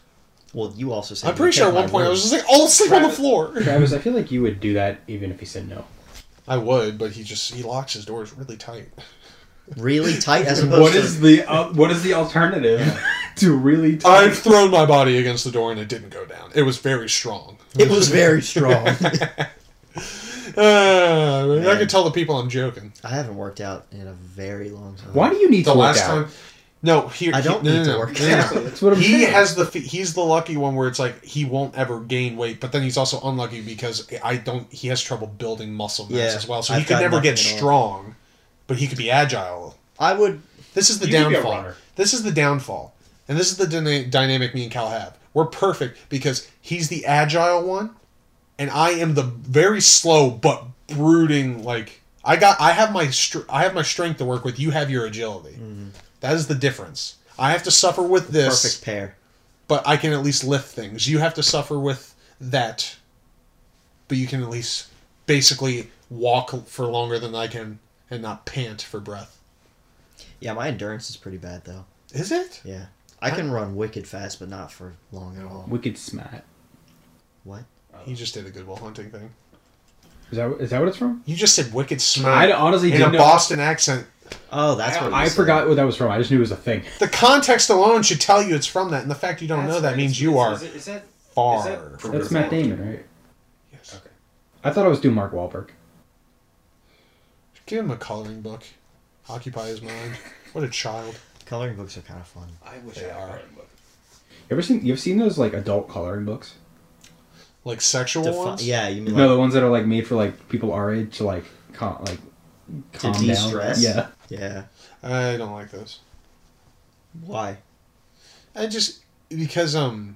[SPEAKER 2] Well, you also said
[SPEAKER 1] I'm
[SPEAKER 2] you
[SPEAKER 1] pretty sure at
[SPEAKER 2] kept
[SPEAKER 1] one
[SPEAKER 2] my
[SPEAKER 1] point I
[SPEAKER 2] room.
[SPEAKER 1] was just like, "I'll sleep on the
[SPEAKER 4] Private-
[SPEAKER 1] floor."
[SPEAKER 5] Travis, I feel like you would do that even if he said no.
[SPEAKER 1] I would, but he just he locks his doors really tight.
[SPEAKER 2] really tight as opposed
[SPEAKER 5] What
[SPEAKER 2] to
[SPEAKER 5] is the uh, what is the alternative to really? T-
[SPEAKER 1] I've thrown my body against the door and it didn't go down. It was very strong.
[SPEAKER 2] it was very strong. I
[SPEAKER 1] Uh, I
[SPEAKER 2] Man.
[SPEAKER 1] can tell the people I'm joking.
[SPEAKER 2] haven't worked out in a very long time.
[SPEAKER 5] Why do you need
[SPEAKER 1] The
[SPEAKER 5] to work
[SPEAKER 1] last
[SPEAKER 5] out?
[SPEAKER 1] time, no, here
[SPEAKER 2] I don't
[SPEAKER 1] he, no,
[SPEAKER 2] need
[SPEAKER 1] no,
[SPEAKER 2] to
[SPEAKER 1] no,
[SPEAKER 2] work
[SPEAKER 1] no, no, no.
[SPEAKER 2] out.
[SPEAKER 5] That's what I'm
[SPEAKER 1] he
[SPEAKER 5] saying.
[SPEAKER 1] has the he's the lucky one where it's like he won't ever gain weight, but then he's also unlucky because I don't he has trouble building muscle mass
[SPEAKER 2] Yeah,
[SPEAKER 1] as well, so he
[SPEAKER 2] I've
[SPEAKER 1] could
[SPEAKER 2] got
[SPEAKER 1] never get
[SPEAKER 2] nothing at all.
[SPEAKER 1] strong, but he could be agile.
[SPEAKER 2] I would.
[SPEAKER 1] This is the
[SPEAKER 4] You could be a
[SPEAKER 1] downfall.
[SPEAKER 4] runner.
[SPEAKER 1] This is the downfall, and this is the dyna- dynamic me and Cal have. We're perfect because he's the agile one, and I am the very slow but brooding. Like I got, I have my str- I have my strength to work with. You have your agility. That is the difference. I have to suffer with this
[SPEAKER 2] Mm-hmm. Perfect pair.
[SPEAKER 1] but I can at least lift things. You have to suffer with that, but you can at least basically walk for longer than I can and not pant for breath.
[SPEAKER 2] Yeah, my endurance is pretty bad though.
[SPEAKER 1] Is it?
[SPEAKER 2] Yeah, I can run wicked fast, but not for long at all.
[SPEAKER 5] Wicked smat.
[SPEAKER 2] What?
[SPEAKER 1] You just did a Goodwill Hunting thing.
[SPEAKER 5] Is that is that what it's from?
[SPEAKER 1] You just said wicked
[SPEAKER 5] I
[SPEAKER 1] smart
[SPEAKER 5] honestly
[SPEAKER 1] in a
[SPEAKER 5] didn't know.
[SPEAKER 1] Boston accent.
[SPEAKER 2] Oh, that's what. it
[SPEAKER 5] I
[SPEAKER 2] was
[SPEAKER 5] forgot what that was from. I just knew it was a thing.
[SPEAKER 1] The context alone should tell you it's from that, and the fact you don't know that means you are
[SPEAKER 4] Is, it- is that
[SPEAKER 1] far.
[SPEAKER 4] is that-
[SPEAKER 1] from
[SPEAKER 5] That's
[SPEAKER 1] Goodwill.
[SPEAKER 5] Matt Damon, right?
[SPEAKER 1] Yes.
[SPEAKER 4] okay?
[SPEAKER 5] I thought I was doing Mark Wahlberg.
[SPEAKER 1] Give him a coloring book. Occupy his mind. What a child.
[SPEAKER 2] Like. Coloring books are kind of fun.
[SPEAKER 4] I wish
[SPEAKER 1] They
[SPEAKER 4] I had
[SPEAKER 1] are.
[SPEAKER 4] a coloring book.
[SPEAKER 5] You ever seen? You've seen those like adult coloring books?
[SPEAKER 1] Like sexual
[SPEAKER 2] Defi-
[SPEAKER 1] ones?
[SPEAKER 2] yeah, you mean like
[SPEAKER 5] no, the ones that are like made for like people our age to like, calm, like calm down.
[SPEAKER 2] de-stress?
[SPEAKER 5] Yeah,
[SPEAKER 2] yeah.
[SPEAKER 1] I don't like those.
[SPEAKER 2] Why?
[SPEAKER 1] I just because um,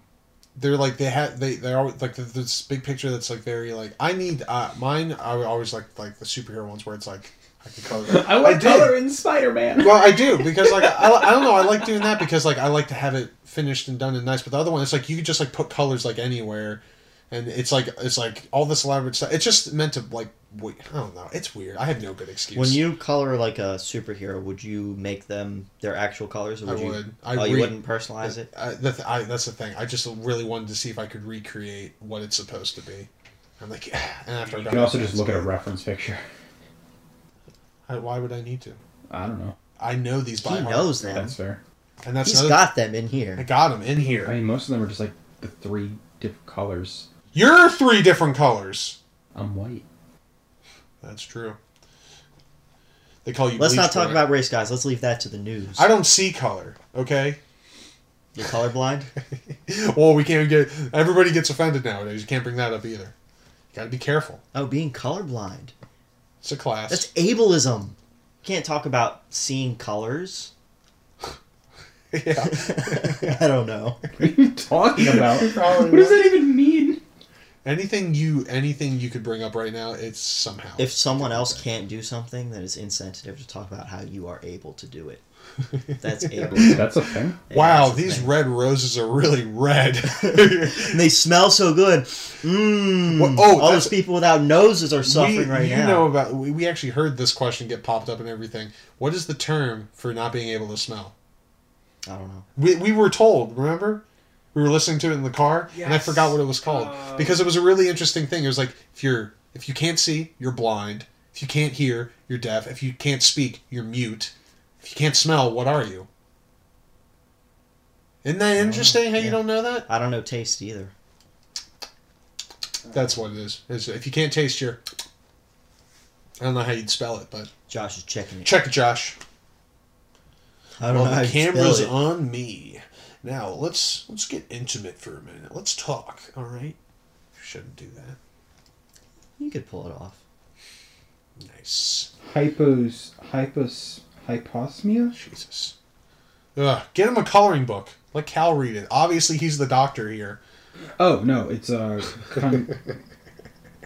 [SPEAKER 1] they're like they have they they are like th- this big picture that's like very like I need uh mine I always like like the superhero ones where it's like I can color.
[SPEAKER 5] I want
[SPEAKER 1] did.
[SPEAKER 5] color in Spider Man.
[SPEAKER 1] well, I do because like I, I don't know I like doing that because like I like to have it finished and done and nice. But the other one, it's like you could just like put colors like anywhere, and it's like it's like all this elaborate stuff. It's just meant to like wait. I don't know. It's weird. I have no good excuse.
[SPEAKER 2] When you color like a superhero, would you make them their actual colors? Or
[SPEAKER 1] I
[SPEAKER 2] would you,
[SPEAKER 1] would. I
[SPEAKER 2] oh, you
[SPEAKER 1] re-
[SPEAKER 2] wouldn't personalize it.
[SPEAKER 1] I, the th- I, that's the thing. I just really wanted to see if I could recreate what it's supposed to be. I'm like, and after I
[SPEAKER 5] You
[SPEAKER 1] got
[SPEAKER 5] can
[SPEAKER 1] my
[SPEAKER 5] also
[SPEAKER 1] hands
[SPEAKER 5] just look at a
[SPEAKER 1] on it,
[SPEAKER 5] reference picture.
[SPEAKER 1] I- why would I need to?
[SPEAKER 5] I don't know.
[SPEAKER 1] I know these by
[SPEAKER 2] He
[SPEAKER 1] heart.
[SPEAKER 2] knows them.
[SPEAKER 5] That's fair.
[SPEAKER 1] and that's
[SPEAKER 2] He's
[SPEAKER 1] another.
[SPEAKER 2] got them in
[SPEAKER 1] I
[SPEAKER 2] here.
[SPEAKER 1] got them in
[SPEAKER 5] I
[SPEAKER 1] here.
[SPEAKER 5] mean, most of them are just like the three different colors.
[SPEAKER 1] You're three different colors.
[SPEAKER 5] I'm white.
[SPEAKER 1] That's true. They call you.
[SPEAKER 2] Let's not
[SPEAKER 1] bleach
[SPEAKER 2] talk
[SPEAKER 1] boy.
[SPEAKER 2] about race, guys. Let's leave that to the news.
[SPEAKER 1] I don't see color. Okay.
[SPEAKER 2] You're colorblind.
[SPEAKER 1] well, we can't get. Everybody gets offended nowadays. You can't bring that up either. You got to be careful.
[SPEAKER 2] oh, being colorblind.
[SPEAKER 1] It's a class.
[SPEAKER 2] That's ableism. You can't talk about seeing colors.
[SPEAKER 1] yeah.
[SPEAKER 2] I don't know.
[SPEAKER 5] What are you talking about?
[SPEAKER 2] Probably
[SPEAKER 5] what does that even mean?
[SPEAKER 1] anything you anything you could bring up right now, it's somehow.
[SPEAKER 2] If someone else can't do something, then it's insensitive to talk about how you are able to do it. That's ableism.
[SPEAKER 5] That's a thing.
[SPEAKER 2] Yeah,
[SPEAKER 1] Wow,
[SPEAKER 2] that's the
[SPEAKER 1] these
[SPEAKER 2] thing.
[SPEAKER 1] red roses are really red.
[SPEAKER 2] And they smell so good. Mmm.
[SPEAKER 1] Well, oh,
[SPEAKER 2] oh, all
[SPEAKER 1] that's-
[SPEAKER 2] those people without noses are suffering
[SPEAKER 1] we,
[SPEAKER 2] right
[SPEAKER 1] you
[SPEAKER 2] now.
[SPEAKER 1] know about we, we actually heard this question get popped up and everything. What is the term for not being able to smell?
[SPEAKER 2] I don't know.
[SPEAKER 1] We, we were told, remember? We were listening to it in the car and I
[SPEAKER 4] Yes.
[SPEAKER 1] forgot what it was called
[SPEAKER 4] Oh.
[SPEAKER 1] because it was a really interesting thing. It was like if you're if you can't see, you're blind. If you can't hear, you're deaf. If you can't speak, you're mute. If you can't smell, what are you? Isn't that interesting how you
[SPEAKER 2] Yeah.
[SPEAKER 1] don't know that?
[SPEAKER 2] I don't know taste either.
[SPEAKER 1] That's what it is. It's- if you can't taste your, I don't know how you'd spell it, but
[SPEAKER 2] Josh is checking it.
[SPEAKER 1] check it, Josh.
[SPEAKER 2] I don't
[SPEAKER 1] Well,
[SPEAKER 2] know how
[SPEAKER 1] the
[SPEAKER 2] you spell
[SPEAKER 1] camera's
[SPEAKER 2] it.
[SPEAKER 1] on me. Now let's let's get intimate for a minute. Let's talk. All right. You shouldn't do that.
[SPEAKER 2] You could pull it off.
[SPEAKER 1] Nice.
[SPEAKER 5] Hypos, hypos, hyposmia.
[SPEAKER 1] Jesus. Ugh, get him a coloring book. Let Cal read it. Obviously, he's the doctor here.
[SPEAKER 5] Oh no, it's uh, con,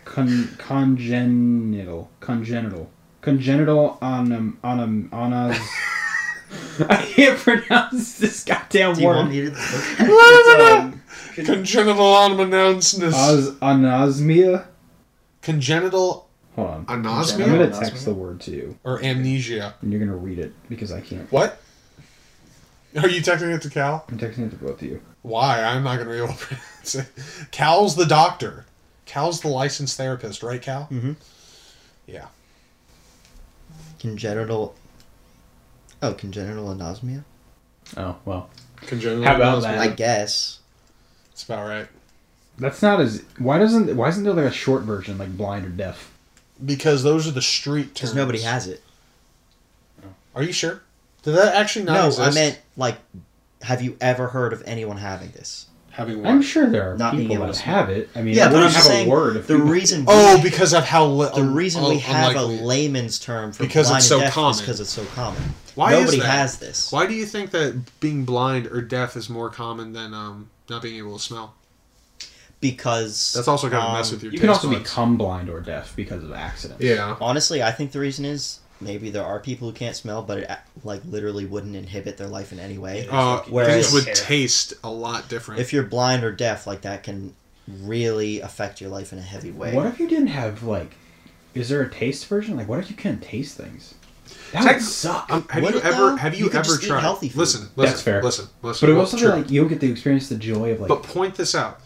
[SPEAKER 5] con, congenital, congenital, congenital onum, onum, onas. I can't pronounce this goddamn
[SPEAKER 2] Do you want
[SPEAKER 5] word.
[SPEAKER 2] me to?
[SPEAKER 1] Congenital unannouncedness.
[SPEAKER 5] Os, anosmia.
[SPEAKER 1] Congenital
[SPEAKER 5] Hold on. I'm
[SPEAKER 1] anosmia
[SPEAKER 5] gonna text the word to you,
[SPEAKER 1] or amnesia.
[SPEAKER 5] and you're gonna read it because I can't.
[SPEAKER 1] What? Are you texting it to Cal?
[SPEAKER 5] I'm texting it to both of you.
[SPEAKER 1] Why? I'm not going to be able to pronounce it. Cal's the doctor. Cal's the licensed therapist, right, Cal?
[SPEAKER 2] Mhm.
[SPEAKER 1] Yeah.
[SPEAKER 2] Congenital. Oh, congenital anosmia.
[SPEAKER 5] Oh well,
[SPEAKER 1] Congenital.
[SPEAKER 5] How about that?
[SPEAKER 2] I guess.
[SPEAKER 1] That's about right.
[SPEAKER 5] that's not as. Why doesn't? Why isn't there like a short version, like blind or deaf?
[SPEAKER 1] Because those are the street terms.
[SPEAKER 2] Because nobody has it.
[SPEAKER 1] Are you sure? Did that actually not
[SPEAKER 2] No,
[SPEAKER 1] exist?
[SPEAKER 2] I meant like, have you ever heard of anyone having this?
[SPEAKER 1] having
[SPEAKER 5] I'm sure there are
[SPEAKER 2] Not being
[SPEAKER 5] people
[SPEAKER 2] able
[SPEAKER 5] that
[SPEAKER 2] to
[SPEAKER 5] have it. I mean,
[SPEAKER 2] Yeah,
[SPEAKER 5] I
[SPEAKER 2] but I'm
[SPEAKER 5] wouldn't have
[SPEAKER 2] just saying
[SPEAKER 5] a word. If
[SPEAKER 2] the
[SPEAKER 5] people-
[SPEAKER 2] reason.
[SPEAKER 1] Oh, because of how li-
[SPEAKER 2] the reason we
[SPEAKER 1] un-
[SPEAKER 2] have a
[SPEAKER 1] unlikely.
[SPEAKER 2] layman's term for
[SPEAKER 1] Because it's
[SPEAKER 2] blind
[SPEAKER 1] so
[SPEAKER 2] and deaf
[SPEAKER 1] common.
[SPEAKER 2] is because it's so common.
[SPEAKER 1] Why is
[SPEAKER 2] nobody
[SPEAKER 1] that?
[SPEAKER 2] has this?
[SPEAKER 1] Why do you think that being blind or deaf is more common than um, not being able to smell?
[SPEAKER 2] Because
[SPEAKER 1] That's also going to
[SPEAKER 2] um,
[SPEAKER 1] mess with your.
[SPEAKER 5] you can
[SPEAKER 1] taste
[SPEAKER 5] also
[SPEAKER 1] buds.
[SPEAKER 5] become blind or deaf because of accidents.
[SPEAKER 1] Yeah.
[SPEAKER 2] Honestly, I think the reason is maybe there are people who can't smell, but it a- like literally wouldn't inhibit their life in any way.
[SPEAKER 1] Uh,
[SPEAKER 2] Whereas-
[SPEAKER 1] things would taste a lot different.
[SPEAKER 2] If you're blind or deaf, like that can really affect your life in a heavy way.
[SPEAKER 5] What if you didn't have like? Is there a taste version? Like, what if you couldn't taste things? That
[SPEAKER 1] Tec-
[SPEAKER 5] would suck.
[SPEAKER 1] Um, have
[SPEAKER 2] Would
[SPEAKER 1] you
[SPEAKER 2] it,
[SPEAKER 1] ever
[SPEAKER 2] though?
[SPEAKER 1] have you,
[SPEAKER 2] You could
[SPEAKER 1] ever
[SPEAKER 2] just eat
[SPEAKER 1] tried
[SPEAKER 2] healthy food.
[SPEAKER 1] Listen, listen,
[SPEAKER 5] That's fair.
[SPEAKER 1] Listen, listen.
[SPEAKER 5] but it
[SPEAKER 1] Well,
[SPEAKER 5] also
[SPEAKER 1] true.
[SPEAKER 5] like you don't get to experience the joy of like.
[SPEAKER 1] But point this out.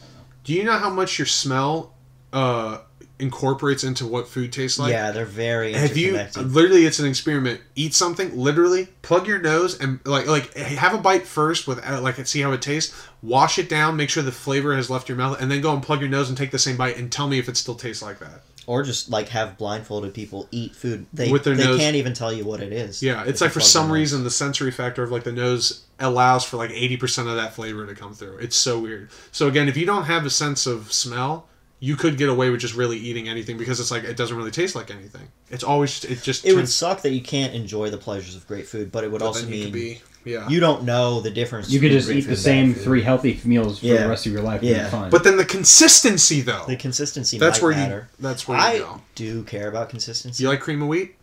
[SPEAKER 1] Do you know how much your smell uh, incorporates into what food tastes like?
[SPEAKER 2] yeah, they're very
[SPEAKER 1] Have you
[SPEAKER 2] interconnected.
[SPEAKER 1] literally? It's an experiment. Eat something, literally. Plug your nose and like like have a bite first without like see how it tastes. Wash it down, make sure the flavor has left your mouth, and then go and plug your nose and take the same bite and tell me if it still tastes like that.
[SPEAKER 2] or just like have blindfolded people eat food. They
[SPEAKER 1] With their
[SPEAKER 2] they
[SPEAKER 1] nose-
[SPEAKER 2] can't even tell you what it is.
[SPEAKER 1] Yeah,
[SPEAKER 2] if
[SPEAKER 1] it's
[SPEAKER 2] you
[SPEAKER 1] like for
[SPEAKER 2] plug
[SPEAKER 1] some
[SPEAKER 2] them in.
[SPEAKER 1] reason the sensory factor of like the nose allows for like 80% of that flavor to come through. It's so weird. So again, if you don't have a sense of smell, you could get away with just really eating anything because it's like it doesn't really taste like anything. It's always it just
[SPEAKER 2] It would
[SPEAKER 1] turns-
[SPEAKER 2] suck that you can't enjoy the pleasures of great food, but it would
[SPEAKER 1] but
[SPEAKER 2] also
[SPEAKER 1] then you
[SPEAKER 2] mean
[SPEAKER 1] could be yeah.
[SPEAKER 2] you don't know the difference.
[SPEAKER 5] You could
[SPEAKER 2] between
[SPEAKER 5] just
[SPEAKER 2] great
[SPEAKER 5] eat
[SPEAKER 2] food
[SPEAKER 5] the
[SPEAKER 2] and
[SPEAKER 5] same
[SPEAKER 2] bad food.
[SPEAKER 5] three healthy meals for
[SPEAKER 2] Yeah.
[SPEAKER 5] the rest of your life.
[SPEAKER 2] Yeah.
[SPEAKER 5] And fine.
[SPEAKER 1] but then the consistency though.
[SPEAKER 2] The consistency
[SPEAKER 1] that's
[SPEAKER 2] that's might
[SPEAKER 1] where
[SPEAKER 2] where matter.
[SPEAKER 1] you that's where you
[SPEAKER 2] I
[SPEAKER 1] go.
[SPEAKER 2] do care about consistency.
[SPEAKER 1] Do you like cream of wheat?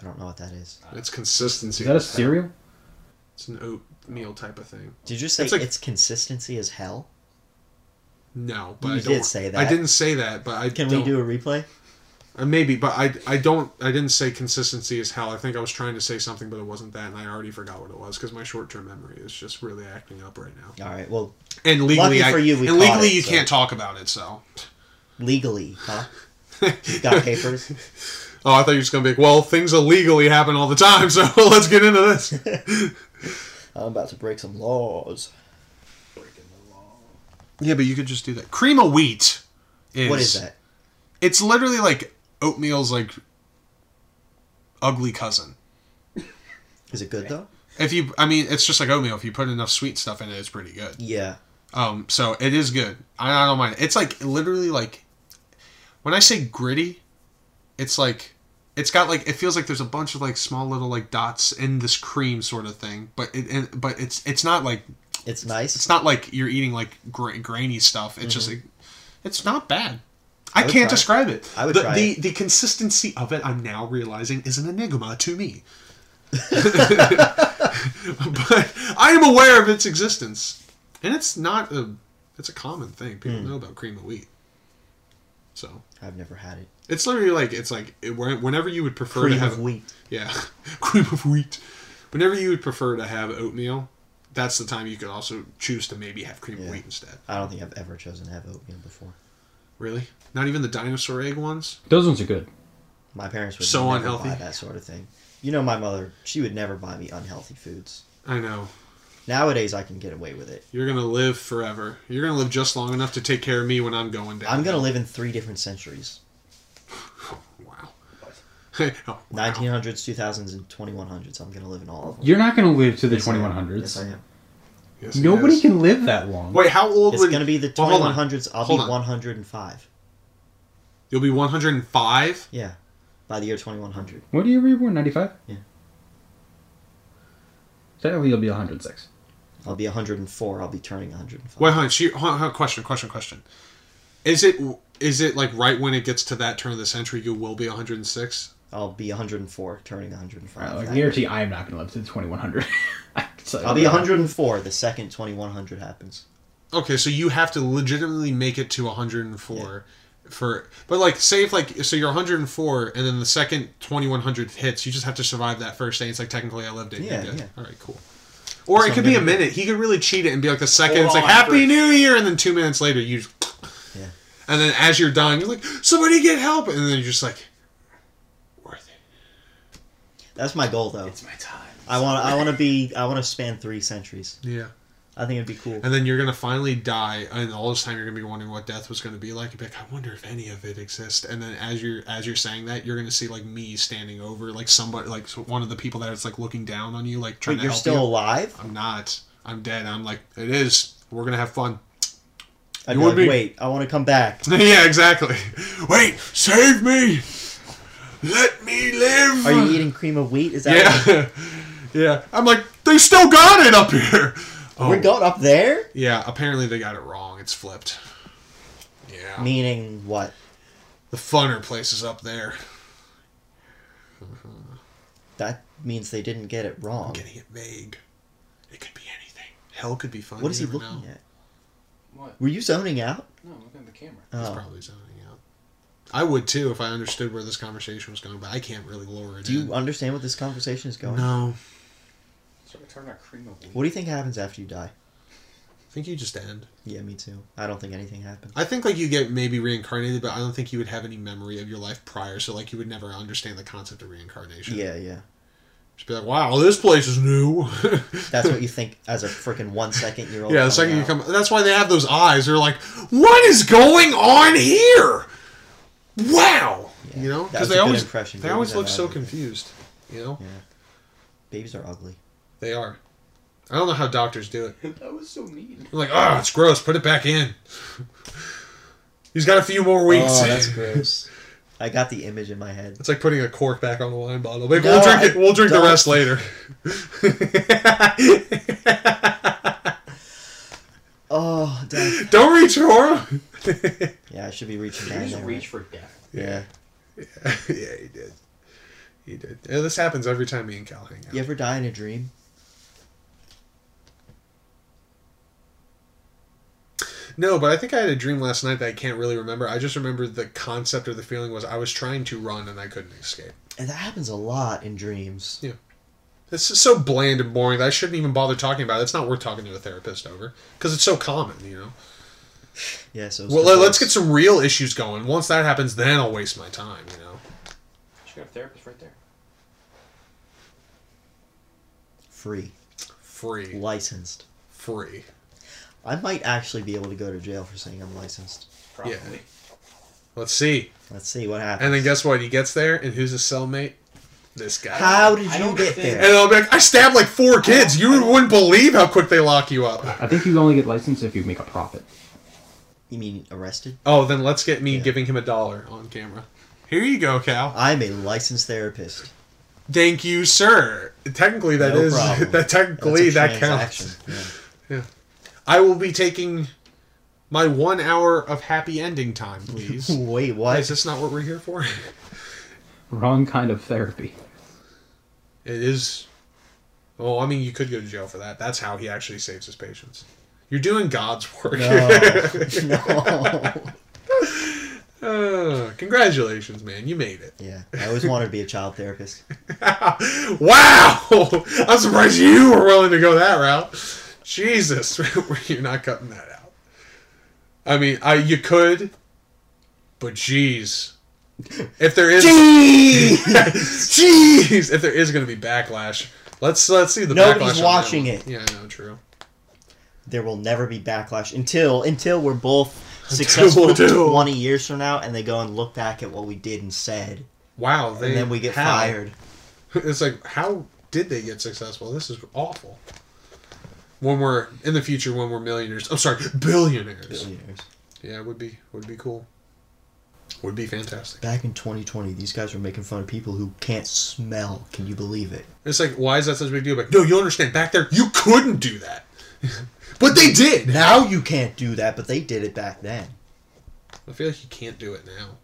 [SPEAKER 2] I don't know what that is.
[SPEAKER 1] It's consistency.
[SPEAKER 5] is that a cereal?
[SPEAKER 1] It's an oatmeal type of thing.
[SPEAKER 2] Did you say
[SPEAKER 1] It's
[SPEAKER 2] it's,
[SPEAKER 1] like-
[SPEAKER 2] consistency as hell?
[SPEAKER 1] No, but
[SPEAKER 2] You
[SPEAKER 1] I
[SPEAKER 2] did
[SPEAKER 1] don't,
[SPEAKER 2] say
[SPEAKER 1] I
[SPEAKER 2] that.
[SPEAKER 1] didn't say that, but I
[SPEAKER 2] Can
[SPEAKER 1] don't,
[SPEAKER 2] we do a replay?
[SPEAKER 1] Uh, maybe, but I I don't I didn't say consistency is hell. I think I was trying to say something, but it wasn't that, and I already forgot what it was because my short term memory is just really acting up right now.
[SPEAKER 2] All right. Well,
[SPEAKER 1] And legally,
[SPEAKER 2] Lucky for
[SPEAKER 1] I,
[SPEAKER 2] you, we
[SPEAKER 1] and
[SPEAKER 2] caught
[SPEAKER 1] legally
[SPEAKER 2] it,
[SPEAKER 1] you
[SPEAKER 2] so-
[SPEAKER 1] can't talk about it. So,
[SPEAKER 2] legally, huh? You've got papers.
[SPEAKER 1] oh, I thought you were just gonna be like, well, things illegally happen all the time, so let's get into this.
[SPEAKER 2] I'm about to break some laws.
[SPEAKER 1] yeah, but you could just do that. Cream of wheat is
[SPEAKER 2] What is that?
[SPEAKER 1] It's literally like oatmeal's like ugly cousin.
[SPEAKER 2] Is it good though?
[SPEAKER 1] If you, I mean, it's just like oatmeal. If you put enough sweet stuff in it, it's pretty good.
[SPEAKER 2] Yeah.
[SPEAKER 1] Um, so it is good. I, I don't mind. it. It's like literally like when I say gritty, it's like it's got like it feels like there's a bunch of like small little like dots in this cream sort of thing. But it, it but it's it's not like
[SPEAKER 2] It's nice.
[SPEAKER 1] it's not like you're eating like gra- grainy stuff. It's just like it's not bad. I,
[SPEAKER 2] Mm-hmm. I would
[SPEAKER 1] can't
[SPEAKER 2] try
[SPEAKER 1] describe
[SPEAKER 2] it.
[SPEAKER 1] it.
[SPEAKER 2] I would
[SPEAKER 1] the,
[SPEAKER 2] try
[SPEAKER 1] the the consistency of it. I'm now realizing is an enigma to me. but I am aware of its existence, and it's not a. It's a common thing. People
[SPEAKER 2] Hmm.
[SPEAKER 1] know about cream of wheat. So
[SPEAKER 2] I've never had it.
[SPEAKER 1] it's literally like it's like it, whenever you would prefer to
[SPEAKER 2] Cream
[SPEAKER 1] have
[SPEAKER 2] of wheat.
[SPEAKER 1] yeah, cream of wheat. Whenever you would prefer to have oatmeal, that's the time you could also choose to maybe have cream of
[SPEAKER 2] Yeah.
[SPEAKER 1] wheat instead.
[SPEAKER 2] I don't think I've ever chosen to have oatmeal before.
[SPEAKER 1] Really? Not even the dinosaur egg ones?
[SPEAKER 5] Those ones are good.
[SPEAKER 2] My parents would
[SPEAKER 1] So
[SPEAKER 2] never
[SPEAKER 1] unhealthy.
[SPEAKER 2] buy that sort of thing. You know, my mother, she would never buy me unhealthy foods.
[SPEAKER 1] I know.
[SPEAKER 2] Nowadays, I can get away with it.
[SPEAKER 1] You're gonna live forever. You're gonna live just long enough to take care of me when I'm going down.
[SPEAKER 2] I'm gonna live in three different centuries:
[SPEAKER 1] Wow. oh, wow.
[SPEAKER 2] 1900s, 2000s, and 2100s. I'm gonna live in all of them.
[SPEAKER 5] You're not going to live to the
[SPEAKER 2] Yes, I am.
[SPEAKER 5] 2100s.
[SPEAKER 2] Yes, I am.
[SPEAKER 1] Yes, it
[SPEAKER 5] Nobody
[SPEAKER 1] is.
[SPEAKER 5] can live that long.
[SPEAKER 1] Wait, how old
[SPEAKER 2] It's
[SPEAKER 1] would
[SPEAKER 2] gonna be the
[SPEAKER 1] Well, hold on.
[SPEAKER 2] 2100s. I'll
[SPEAKER 1] Hold
[SPEAKER 2] be
[SPEAKER 1] on.
[SPEAKER 2] 105.
[SPEAKER 1] You'll be 105.
[SPEAKER 2] Yeah, by the year 2100.
[SPEAKER 5] What do you reborn? 95?
[SPEAKER 2] Yeah.
[SPEAKER 5] Technically, you'll be 106.
[SPEAKER 2] I'll be 104. I'll be turning 105.
[SPEAKER 1] Wait, hold on. She, hold on, hold on, question, question, question. Is it is it like right when it gets to that turn of the century, you will be 106?
[SPEAKER 2] I'll be 104, turning 105.
[SPEAKER 5] I
[SPEAKER 2] That-
[SPEAKER 5] guarantee I am not going to live to the 2100. I can tell you
[SPEAKER 2] I'll be
[SPEAKER 5] that.
[SPEAKER 2] 104 the second 2100 happens.
[SPEAKER 1] Okay, so you have to legitimately make it to 104 for but like say if like so you're 104 and then the second 2100 hits, you just have to survive that first day. It's like technically I lived it. You're
[SPEAKER 2] Yeah,
[SPEAKER 1] good.
[SPEAKER 2] yeah.
[SPEAKER 1] All right, cool. Or it
[SPEAKER 2] So
[SPEAKER 1] could be a
[SPEAKER 2] maybe-
[SPEAKER 1] minute. He could really cheat it and be like the second.
[SPEAKER 4] Hold
[SPEAKER 1] it's like
[SPEAKER 4] on
[SPEAKER 1] Happy
[SPEAKER 4] first.
[SPEAKER 1] New Year, and then two minutes later you. Just,
[SPEAKER 2] Yeah.
[SPEAKER 1] And then as you're dying, you're like somebody get help, and then you're just like, worth it.
[SPEAKER 2] That's my goal though.
[SPEAKER 4] It's my time.
[SPEAKER 2] I want I want to be I want to span 3 centuries.
[SPEAKER 1] Yeah.
[SPEAKER 2] I think it'd be cool.
[SPEAKER 1] And then you're gonna finally die, and all this time you're gonna be wondering what death was gonna be like. You'd be like, I wonder if any of it exists. And then as you're as you're saying that, you're gonna see like me standing over like somebody like so- one of the people that is like looking down on you, like trying
[SPEAKER 2] But
[SPEAKER 1] to
[SPEAKER 2] you're
[SPEAKER 1] help
[SPEAKER 2] still
[SPEAKER 1] you.
[SPEAKER 2] alive?
[SPEAKER 1] I'm not. I'm dead. I'm like it is. We're gonna have fun.
[SPEAKER 2] I'd
[SPEAKER 1] You
[SPEAKER 2] be
[SPEAKER 1] would
[SPEAKER 2] like,
[SPEAKER 1] be-
[SPEAKER 2] wait, I want to come back.
[SPEAKER 1] yeah, exactly. Wait, save me. Let me live.
[SPEAKER 2] Are you eating cream of wheat? Is that what-
[SPEAKER 1] yeah, yeah. I'm like they still got it up here. Oh,
[SPEAKER 2] We're going up there?
[SPEAKER 1] yeah. Apparently they got it wrong. It's flipped. Yeah.
[SPEAKER 2] Meaning what?
[SPEAKER 1] The funner places up there.
[SPEAKER 2] That means they didn't get it
[SPEAKER 1] I'm
[SPEAKER 2] wrong.
[SPEAKER 1] getting it vague. It could be anything. Hell could be fun.
[SPEAKER 2] What is he
[SPEAKER 1] you never
[SPEAKER 2] looking
[SPEAKER 1] know.
[SPEAKER 2] at?
[SPEAKER 4] What?
[SPEAKER 2] Were you zoning out?
[SPEAKER 4] No, I'm looking at the camera.
[SPEAKER 1] He's
[SPEAKER 2] Oh.
[SPEAKER 1] probably zoning out. I would too if I understood where this conversation was going, but I can't really lower it.
[SPEAKER 2] Do
[SPEAKER 1] in.
[SPEAKER 2] you understand what this conversation is going?
[SPEAKER 1] No,
[SPEAKER 4] Start to turn our cream of wheat.
[SPEAKER 2] What do you think happens after you die?
[SPEAKER 1] I think you just end.
[SPEAKER 2] Yeah, me too. I don't think anything happens.
[SPEAKER 1] I think like you get maybe reincarnated, but I don't think you would have any memory of your life prior, so like you would never understand the concept of reincarnation.
[SPEAKER 2] Yeah, yeah.
[SPEAKER 1] Just be like, wow, this place is new.
[SPEAKER 2] That's what you think as a freaking one second year old.
[SPEAKER 1] yeah, the second you come, that's why they have those eyes. They're like, what is going on here? Wow,
[SPEAKER 2] Yeah,
[SPEAKER 1] you know,
[SPEAKER 2] that
[SPEAKER 1] because
[SPEAKER 2] was
[SPEAKER 1] they
[SPEAKER 2] a good
[SPEAKER 1] always
[SPEAKER 2] impression.
[SPEAKER 1] they
[SPEAKER 2] Babies
[SPEAKER 1] always
[SPEAKER 2] are
[SPEAKER 1] look so
[SPEAKER 2] ugly.
[SPEAKER 1] confused. You know,
[SPEAKER 2] Yeah. Babies are ugly.
[SPEAKER 1] they are. I don't know how doctors do it. "Ah,
[SPEAKER 4] That was so mean.
[SPEAKER 1] They're like, oh, it's gross. Put it back in. He's got a few more weeks.
[SPEAKER 2] Oh, that's gross. I got the image in my head.
[SPEAKER 1] It's like putting a cork back on the wine bottle. Maybe
[SPEAKER 2] No,
[SPEAKER 1] we'll drink
[SPEAKER 2] I
[SPEAKER 1] it. We'll drink the
[SPEAKER 2] don't.
[SPEAKER 1] rest later.
[SPEAKER 2] Oh, damn.
[SPEAKER 1] don't reach, Nora.
[SPEAKER 2] Yeah, I should be reaching
[SPEAKER 4] Did you
[SPEAKER 2] down
[SPEAKER 4] just
[SPEAKER 2] there.
[SPEAKER 4] reach for death?
[SPEAKER 2] Yeah.
[SPEAKER 1] yeah, he did. He did. Yeah, this happens every time me and Cal hang out.
[SPEAKER 2] You ever die in a dream?
[SPEAKER 1] No, but I think I had a dream last night that I can't really remember. I just remember the concept or the feeling was I was trying to run and I couldn't escape.
[SPEAKER 2] And that happens a lot in dreams.
[SPEAKER 1] It's just so bland and boring that I shouldn't even bother talking about it. It's not worth talking to a therapist over because it's so common, you know.
[SPEAKER 2] Yeah, so it's
[SPEAKER 1] Well,
[SPEAKER 2] good
[SPEAKER 1] let- let's
[SPEAKER 2] for
[SPEAKER 1] get some real issues going. Once that happens, then I'll waste my time, you know.
[SPEAKER 4] Should have a therapist right there.
[SPEAKER 2] us. free,
[SPEAKER 1] Free,
[SPEAKER 2] licensed.
[SPEAKER 1] free.
[SPEAKER 2] I might actually be able to go to jail for saying I'm licensed.
[SPEAKER 4] Probably.
[SPEAKER 1] Let's see.
[SPEAKER 2] Let's see what happens.
[SPEAKER 1] And then guess what? He gets there, and who's his cellmate? This guy.
[SPEAKER 2] How did
[SPEAKER 4] I
[SPEAKER 2] you
[SPEAKER 4] don't
[SPEAKER 2] get
[SPEAKER 4] think-
[SPEAKER 1] And
[SPEAKER 2] there?
[SPEAKER 1] I'll be like, I stabbed like four kids. You wouldn't believe how quick they lock you up.
[SPEAKER 5] I think you only get licensed if you make a profit.
[SPEAKER 2] You mean arrested?
[SPEAKER 1] Oh, then let's get me
[SPEAKER 2] Yeah.
[SPEAKER 1] giving him a dollar on camera. Here you go, Cal.
[SPEAKER 2] I'm a licensed therapist.
[SPEAKER 1] Thank you, sir. Technically, that
[SPEAKER 2] No
[SPEAKER 1] is
[SPEAKER 2] problem.
[SPEAKER 1] that technically
[SPEAKER 2] That's a
[SPEAKER 1] that counts.
[SPEAKER 2] transaction. Yeah.
[SPEAKER 1] I will be taking my one hour of happy ending time, please.
[SPEAKER 2] Wait,
[SPEAKER 1] Is
[SPEAKER 2] what?
[SPEAKER 1] this not what we're here for?
[SPEAKER 5] Wrong kind of therapy.
[SPEAKER 1] It is. Well, I mean, you could go to jail for that. That's how he actually saves his patients. You're doing God's work.
[SPEAKER 2] No, no.
[SPEAKER 1] Uh, congratulations, man. You made it.
[SPEAKER 2] Yeah, I always wanted to be a child therapist.
[SPEAKER 1] Wow! I'm surprised you were willing to go that route. Jesus, you're not cutting that out. I mean, I you could, but jeez, if there is jeez, if there is going to be backlash, let's let's see the
[SPEAKER 2] Nobody's
[SPEAKER 1] backlash on that
[SPEAKER 2] watching
[SPEAKER 1] one.
[SPEAKER 2] it.
[SPEAKER 1] Yeah, I know, true.
[SPEAKER 2] There will never be backlash until until we're both successful
[SPEAKER 1] until-
[SPEAKER 2] 20 years from now and they go and look back at what we did and said
[SPEAKER 1] Wow, they,
[SPEAKER 2] and then we get
[SPEAKER 1] how?
[SPEAKER 2] fired.
[SPEAKER 1] It's like how did they get successful? This is awful. When we're in the future, when we're millionaires, I'm sorry, billionaires.
[SPEAKER 2] Billionaires.
[SPEAKER 1] Yeah, it would be would be cool. Would be fantastic.
[SPEAKER 2] Back in 2020, these guys were making fun of people who can't smell. Can you believe it?
[SPEAKER 1] It's like, why is that such a big deal? Like, no, you understand. Back there, you couldn't do that, but they did.
[SPEAKER 2] Now you can't do that, but they did it back then.
[SPEAKER 1] I feel like you can't do it now.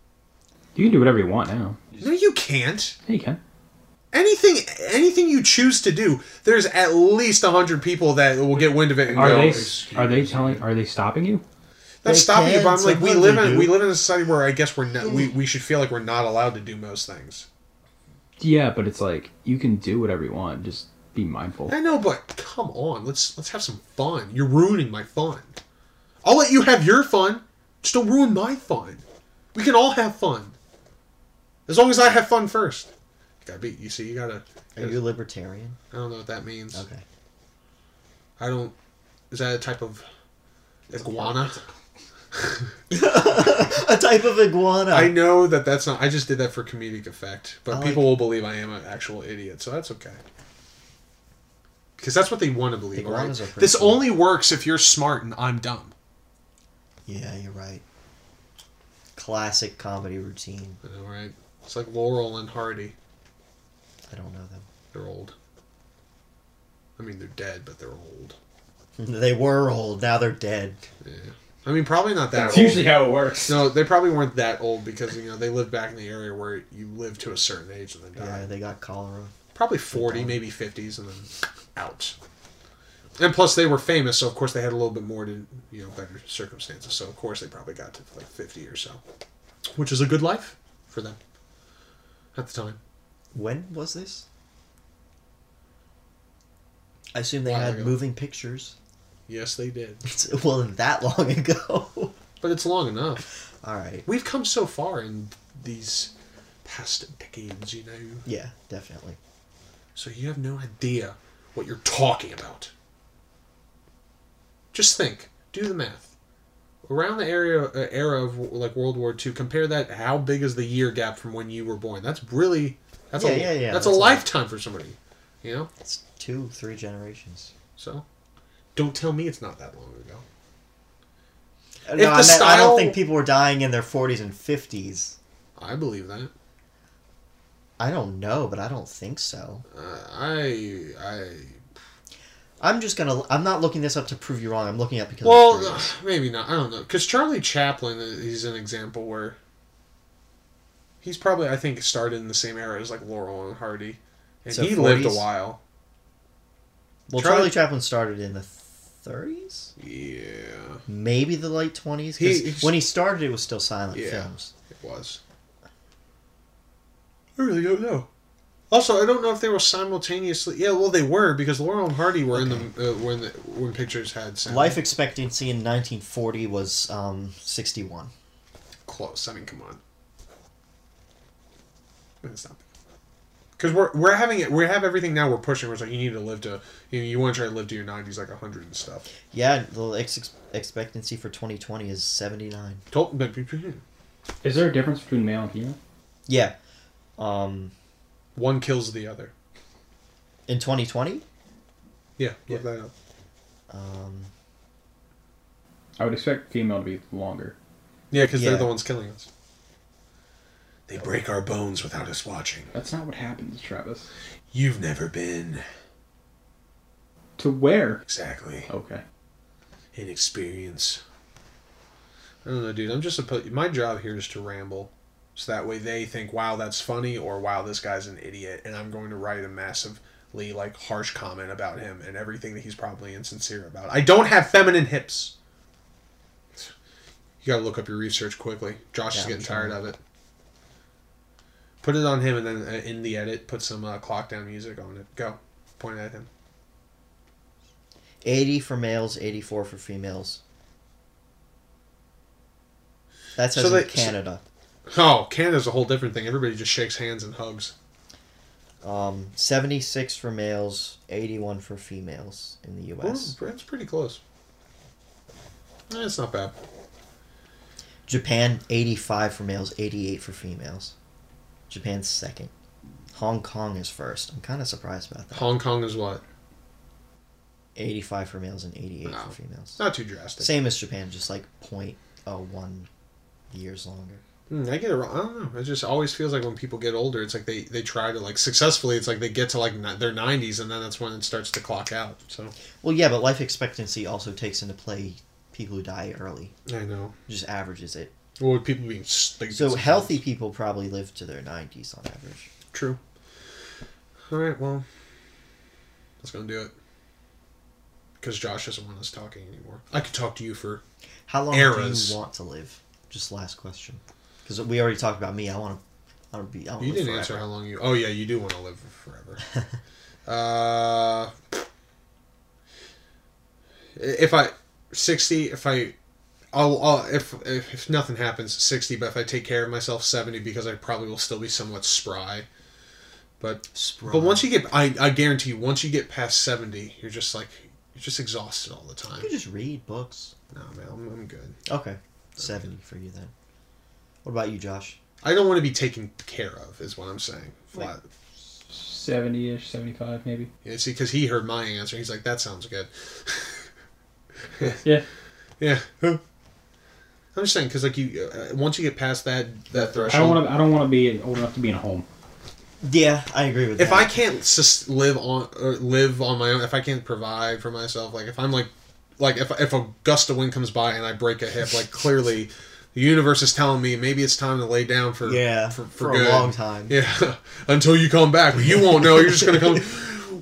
[SPEAKER 5] You can do whatever you want now.
[SPEAKER 1] No, you can't.
[SPEAKER 5] Yeah, you can.
[SPEAKER 1] Anything, anything you choose to do, there's at least hundred people that will get wind of it and
[SPEAKER 5] Are
[SPEAKER 1] go.
[SPEAKER 5] they
[SPEAKER 1] "Excuse
[SPEAKER 5] are they
[SPEAKER 1] me."
[SPEAKER 5] telling are they stopping you?
[SPEAKER 1] That's
[SPEAKER 2] They
[SPEAKER 1] stopping you,
[SPEAKER 2] can,
[SPEAKER 1] but I'm like, we
[SPEAKER 2] sometimes
[SPEAKER 1] live
[SPEAKER 2] they
[SPEAKER 1] in
[SPEAKER 2] do. Mm-hmm.
[SPEAKER 1] we live in a society where I guess we're not we, we should feel like we're not allowed to do most things.
[SPEAKER 5] Yeah, but it's like you can do whatever you want. Just be mindful.
[SPEAKER 1] I know, but come on, let's let's have some fun. You're ruining my fun. I'll let you have your fun. Just don't ruin my fun. We can all have fun. As long as I have fun first. gotta be you see, you gotta
[SPEAKER 2] Are you a libertarian?
[SPEAKER 1] I don't know what that means.
[SPEAKER 2] Okay.
[SPEAKER 1] I don't is that a type of iguana?
[SPEAKER 2] a type of iguana.
[SPEAKER 1] I know that that's not. I just did that for comedic effect, but
[SPEAKER 2] I like-
[SPEAKER 1] people will believe I am an actual idiot, so that's okay. Because that's what they want to believe. all right?
[SPEAKER 2] Iguanas are pretty
[SPEAKER 1] This
[SPEAKER 2] cool.
[SPEAKER 1] only works if you're smart and I'm dumb.
[SPEAKER 2] Yeah, you're right. Classic comedy routine.
[SPEAKER 1] All right, it's like Laurel and Hardy.
[SPEAKER 2] I don't know them.
[SPEAKER 1] They're old. I mean, they're dead, but they're old.
[SPEAKER 2] They were old. Now they're dead.
[SPEAKER 1] Yeah. I mean, probably not that.
[SPEAKER 3] That's
[SPEAKER 1] old.
[SPEAKER 3] usually how it works.
[SPEAKER 1] No, they probably weren't that old because you know they lived back in the area where you live to a certain age and then die.
[SPEAKER 2] Yeah, they got cholera.
[SPEAKER 1] probably 40 maybe 50s and then out and plus they were famous so of course they had a little bit more to you know better circumstances so of course they probably got to like 50 or so which is a good life for them at the time
[SPEAKER 2] When was this? I assume they
[SPEAKER 1] While
[SPEAKER 2] had
[SPEAKER 1] ago.
[SPEAKER 2] moving pictures.
[SPEAKER 1] yes they did
[SPEAKER 2] It's, it wasn't that long ago.
[SPEAKER 1] but it's long enough
[SPEAKER 2] All right.
[SPEAKER 1] we've come so far in these past decades you know
[SPEAKER 2] Yeah, definitely.
[SPEAKER 1] so you have no idea what you're talking about just think do the math around the area uh, era of like world war ii compare that how big is the year gap from when you were born that's really that's
[SPEAKER 2] Yeah,
[SPEAKER 1] a,
[SPEAKER 2] yeah, yeah,
[SPEAKER 1] that's,
[SPEAKER 2] that's
[SPEAKER 1] a
[SPEAKER 2] a lot.
[SPEAKER 1] lifetime for somebody you know
[SPEAKER 2] It's two, three generations.
[SPEAKER 1] so don't tell me it's not that long ago
[SPEAKER 2] No,
[SPEAKER 1] the
[SPEAKER 2] I, meant, I
[SPEAKER 1] style-
[SPEAKER 2] don't think people were dying in their 40s and 50s.
[SPEAKER 1] I believe that.
[SPEAKER 2] I don't know, but I don't think so.
[SPEAKER 1] Uh, I I
[SPEAKER 2] I'm just gonna. I'm not looking this up to prove you wrong. I'm looking up because. I'm
[SPEAKER 1] Well,
[SPEAKER 2] curious.
[SPEAKER 1] maybe not. I don't know. Because Charlie Chaplin, uh, he's an example where he's probably, I think, started in the same era as like Laurel and Hardy, and
[SPEAKER 2] So
[SPEAKER 1] he lived a
[SPEAKER 2] 40s?
[SPEAKER 1] while.
[SPEAKER 2] well,
[SPEAKER 1] Charlie-
[SPEAKER 2] Charlie Chaplin started in the 30s,
[SPEAKER 1] Yeah,
[SPEAKER 2] maybe the late 20s. 'Cause
[SPEAKER 1] He- he's-
[SPEAKER 2] when he started, it was still silent
[SPEAKER 1] Yeah.
[SPEAKER 2] films.
[SPEAKER 1] it was. I really don't know. Also, I don't know if they were simultaneously. Yeah, well, they were because Laurel and Hardy were in the uh, were in the when pictures had sound.
[SPEAKER 2] Life expectancy in 1940 was um, 61.
[SPEAKER 1] close. I mean, come on. I mean, stop. Because we're we're having it. We have everything now. We're pushing. Where it's like you need to live to. You, know, you want to try to live to your nineties, like hundred and stuff.
[SPEAKER 2] Yeah, the ex- expectancy for 2020 is 79.
[SPEAKER 1] Tol- but- but- but-
[SPEAKER 5] Is there a difference between male and female?
[SPEAKER 2] Yeah. Um,
[SPEAKER 1] One kills the other.
[SPEAKER 2] in 2020,
[SPEAKER 1] Yeah, look that up.
[SPEAKER 2] um,
[SPEAKER 5] I would expect female to be longer.
[SPEAKER 1] Yeah, because
[SPEAKER 2] Yeah.
[SPEAKER 1] they're the ones killing us. They break our bones without us watching.
[SPEAKER 5] That's not what happens, Travis.
[SPEAKER 1] You've never been
[SPEAKER 5] To where?
[SPEAKER 1] exactly
[SPEAKER 5] Okay.
[SPEAKER 1] an experience. I don't know, dude. I'm just supposed. My job here is to ramble, so that way they think, "Wow, that's funny," or "Wow, this guy's an idiot," and I'm going to write a massively like harsh comment about him and everything that he's probably insincere about. I don't have feminine hips. You gotta look up your research quickly. Josh
[SPEAKER 2] Yeah,
[SPEAKER 1] is
[SPEAKER 2] I'm
[SPEAKER 1] getting
[SPEAKER 2] trying.
[SPEAKER 1] tired of it. Put it on him, and then uh, in the edit, put some uh, clock down music on it. Go, point at him.
[SPEAKER 2] 80 for males, 84 for females. That says
[SPEAKER 1] So
[SPEAKER 2] in
[SPEAKER 1] they- so-
[SPEAKER 2] Canada.
[SPEAKER 1] Oh, Canada's a whole different thing. Everybody just shakes hands and hugs.
[SPEAKER 2] Um, 76 for males, 81 for females in the
[SPEAKER 1] Well,
[SPEAKER 2] U.S.
[SPEAKER 1] that's pretty close. That's not bad.
[SPEAKER 2] Japan, 85 for males, 88 for females. Japan's second. Hong Kong is first. I'm kind of surprised about that.
[SPEAKER 1] Hong Kong is what?
[SPEAKER 2] 85 for males and 88
[SPEAKER 1] Wow.
[SPEAKER 2] for females.
[SPEAKER 1] Not too drastic.
[SPEAKER 2] Same as Japan, just like 0.01 years longer.
[SPEAKER 1] Hmm, I get it wrong. I don't know. It just always feels like when people get older, it's like they, they try to like successfully. It's like they get to like ni- their nineties, and then that's when it starts to clock out. So
[SPEAKER 2] Well, yeah, but life expectancy also takes into play people who die early.
[SPEAKER 1] I know.
[SPEAKER 2] Just averages it.
[SPEAKER 1] Well, with people being stupid.
[SPEAKER 2] So
[SPEAKER 1] sometimes.
[SPEAKER 2] healthy people probably live to their 90s on average.
[SPEAKER 1] True. All right. Well, that's gonna do it. Because Josh doesn't want us talking anymore. I could talk to you for
[SPEAKER 2] How long
[SPEAKER 1] Eras.
[SPEAKER 2] do you want to live? Just last question. Because we already talked about me. I want to. I want to be. I want
[SPEAKER 1] You
[SPEAKER 2] to live
[SPEAKER 1] didn't
[SPEAKER 2] forever.
[SPEAKER 1] answer how long you. Oh yeah, you do want to live forever. uh, if I sixty, if I, I'll, I'll if, if if nothing happens, sixty. But if I take care of myself, seventy, because I probably will still be somewhat spry. But
[SPEAKER 2] Spry.
[SPEAKER 1] but once you get, I I guarantee you, once you get past seventy, you're just like you're just exhausted all the time.
[SPEAKER 2] you could just read books.
[SPEAKER 1] No man, I'm, I'm good.
[SPEAKER 2] Okay, seventy for you then. What about you, Josh?
[SPEAKER 1] I don't want to be taken care of, is what I'm saying. Flat.
[SPEAKER 5] 70 ish, 75 maybe.
[SPEAKER 1] Yeah, see, because he heard my answer, he's like, "That sounds good."
[SPEAKER 5] Yeah.
[SPEAKER 1] yeah. I'm just saying, because like you, uh, once you get past that that
[SPEAKER 5] I don't
[SPEAKER 1] threshold,
[SPEAKER 5] want to. I don't want to be old enough to be in a home.
[SPEAKER 2] Yeah, I agree with
[SPEAKER 1] if I
[SPEAKER 2] that.
[SPEAKER 1] can't sus- live on or live on my own, if I can't provide for myself, like if I'm like, like if if a gust of wind comes by and I break a hip, like clearly, the universe is telling me maybe it's time to lay down for
[SPEAKER 2] yeah,
[SPEAKER 1] for,
[SPEAKER 2] for,
[SPEAKER 1] for,
[SPEAKER 2] a
[SPEAKER 1] good.
[SPEAKER 2] long time.
[SPEAKER 1] Yeah, until you come back, you won't know. You're just gonna come.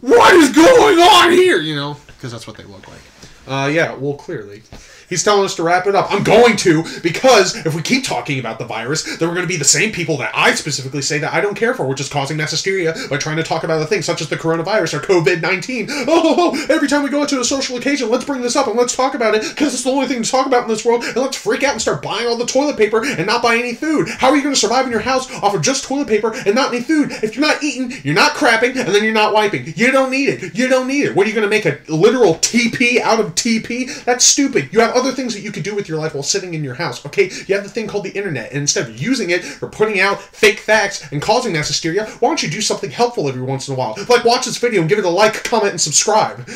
[SPEAKER 1] What is going on here? You know, because that's what they look like. Uh, yeah. Well, clearly, he's telling us to wrap it up. I'm going to because if we keep talking about the virus, then we're gonna be the same people that I specifically say that I don't care for, which is causing mass hysteria by trying to talk about other things such as the coronavirus or COVID nineteen. Oh, oh, oh, every time we go into a social occasion, let's bring this up and let's talk about it because it's the only thing to talk about in this world. And let's freak out and start buying all the toilet paper and not buy any food. How are you going to survive in your house off of just toilet paper and not any food? If you're not eating, you're not crapping, and then you're not wiping. You don't need it. You don't need it. What are you going to make a literal TP out of TP? That's stupid. You have other things that you could do with your life while sitting in your house. Okay, you have the thing called the internet, and instead of using it for putting out fake facts and causing mass hysteria, why don't you do something helpful every once in a while? Like watch this video and give it a like, comment, and subscribe.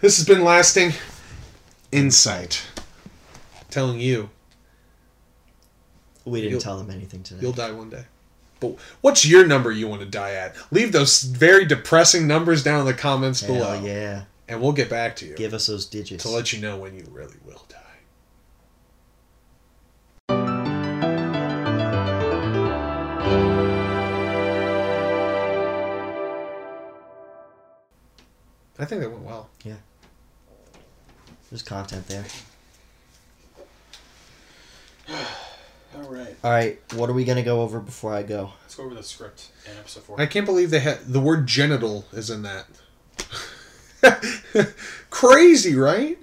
[SPEAKER 1] This has been lasting insight. Telling you,
[SPEAKER 2] We didn't
[SPEAKER 1] You'll-
[SPEAKER 2] tell them anything today.
[SPEAKER 1] you'll die one day. But what's your number you want to die at? Leave those very depressing numbers down in the comments
[SPEAKER 2] Hell
[SPEAKER 1] below,
[SPEAKER 2] yeah.
[SPEAKER 1] and we'll get back to you
[SPEAKER 2] Give us those digits.
[SPEAKER 1] to let you know when you really will die. I think that went well.
[SPEAKER 2] There's content there.
[SPEAKER 4] All right,
[SPEAKER 2] All right, what are we gonna go over before I go?
[SPEAKER 4] let's go over the script in episode four.
[SPEAKER 1] I can't believe they had the word genital is in that. Crazy, right?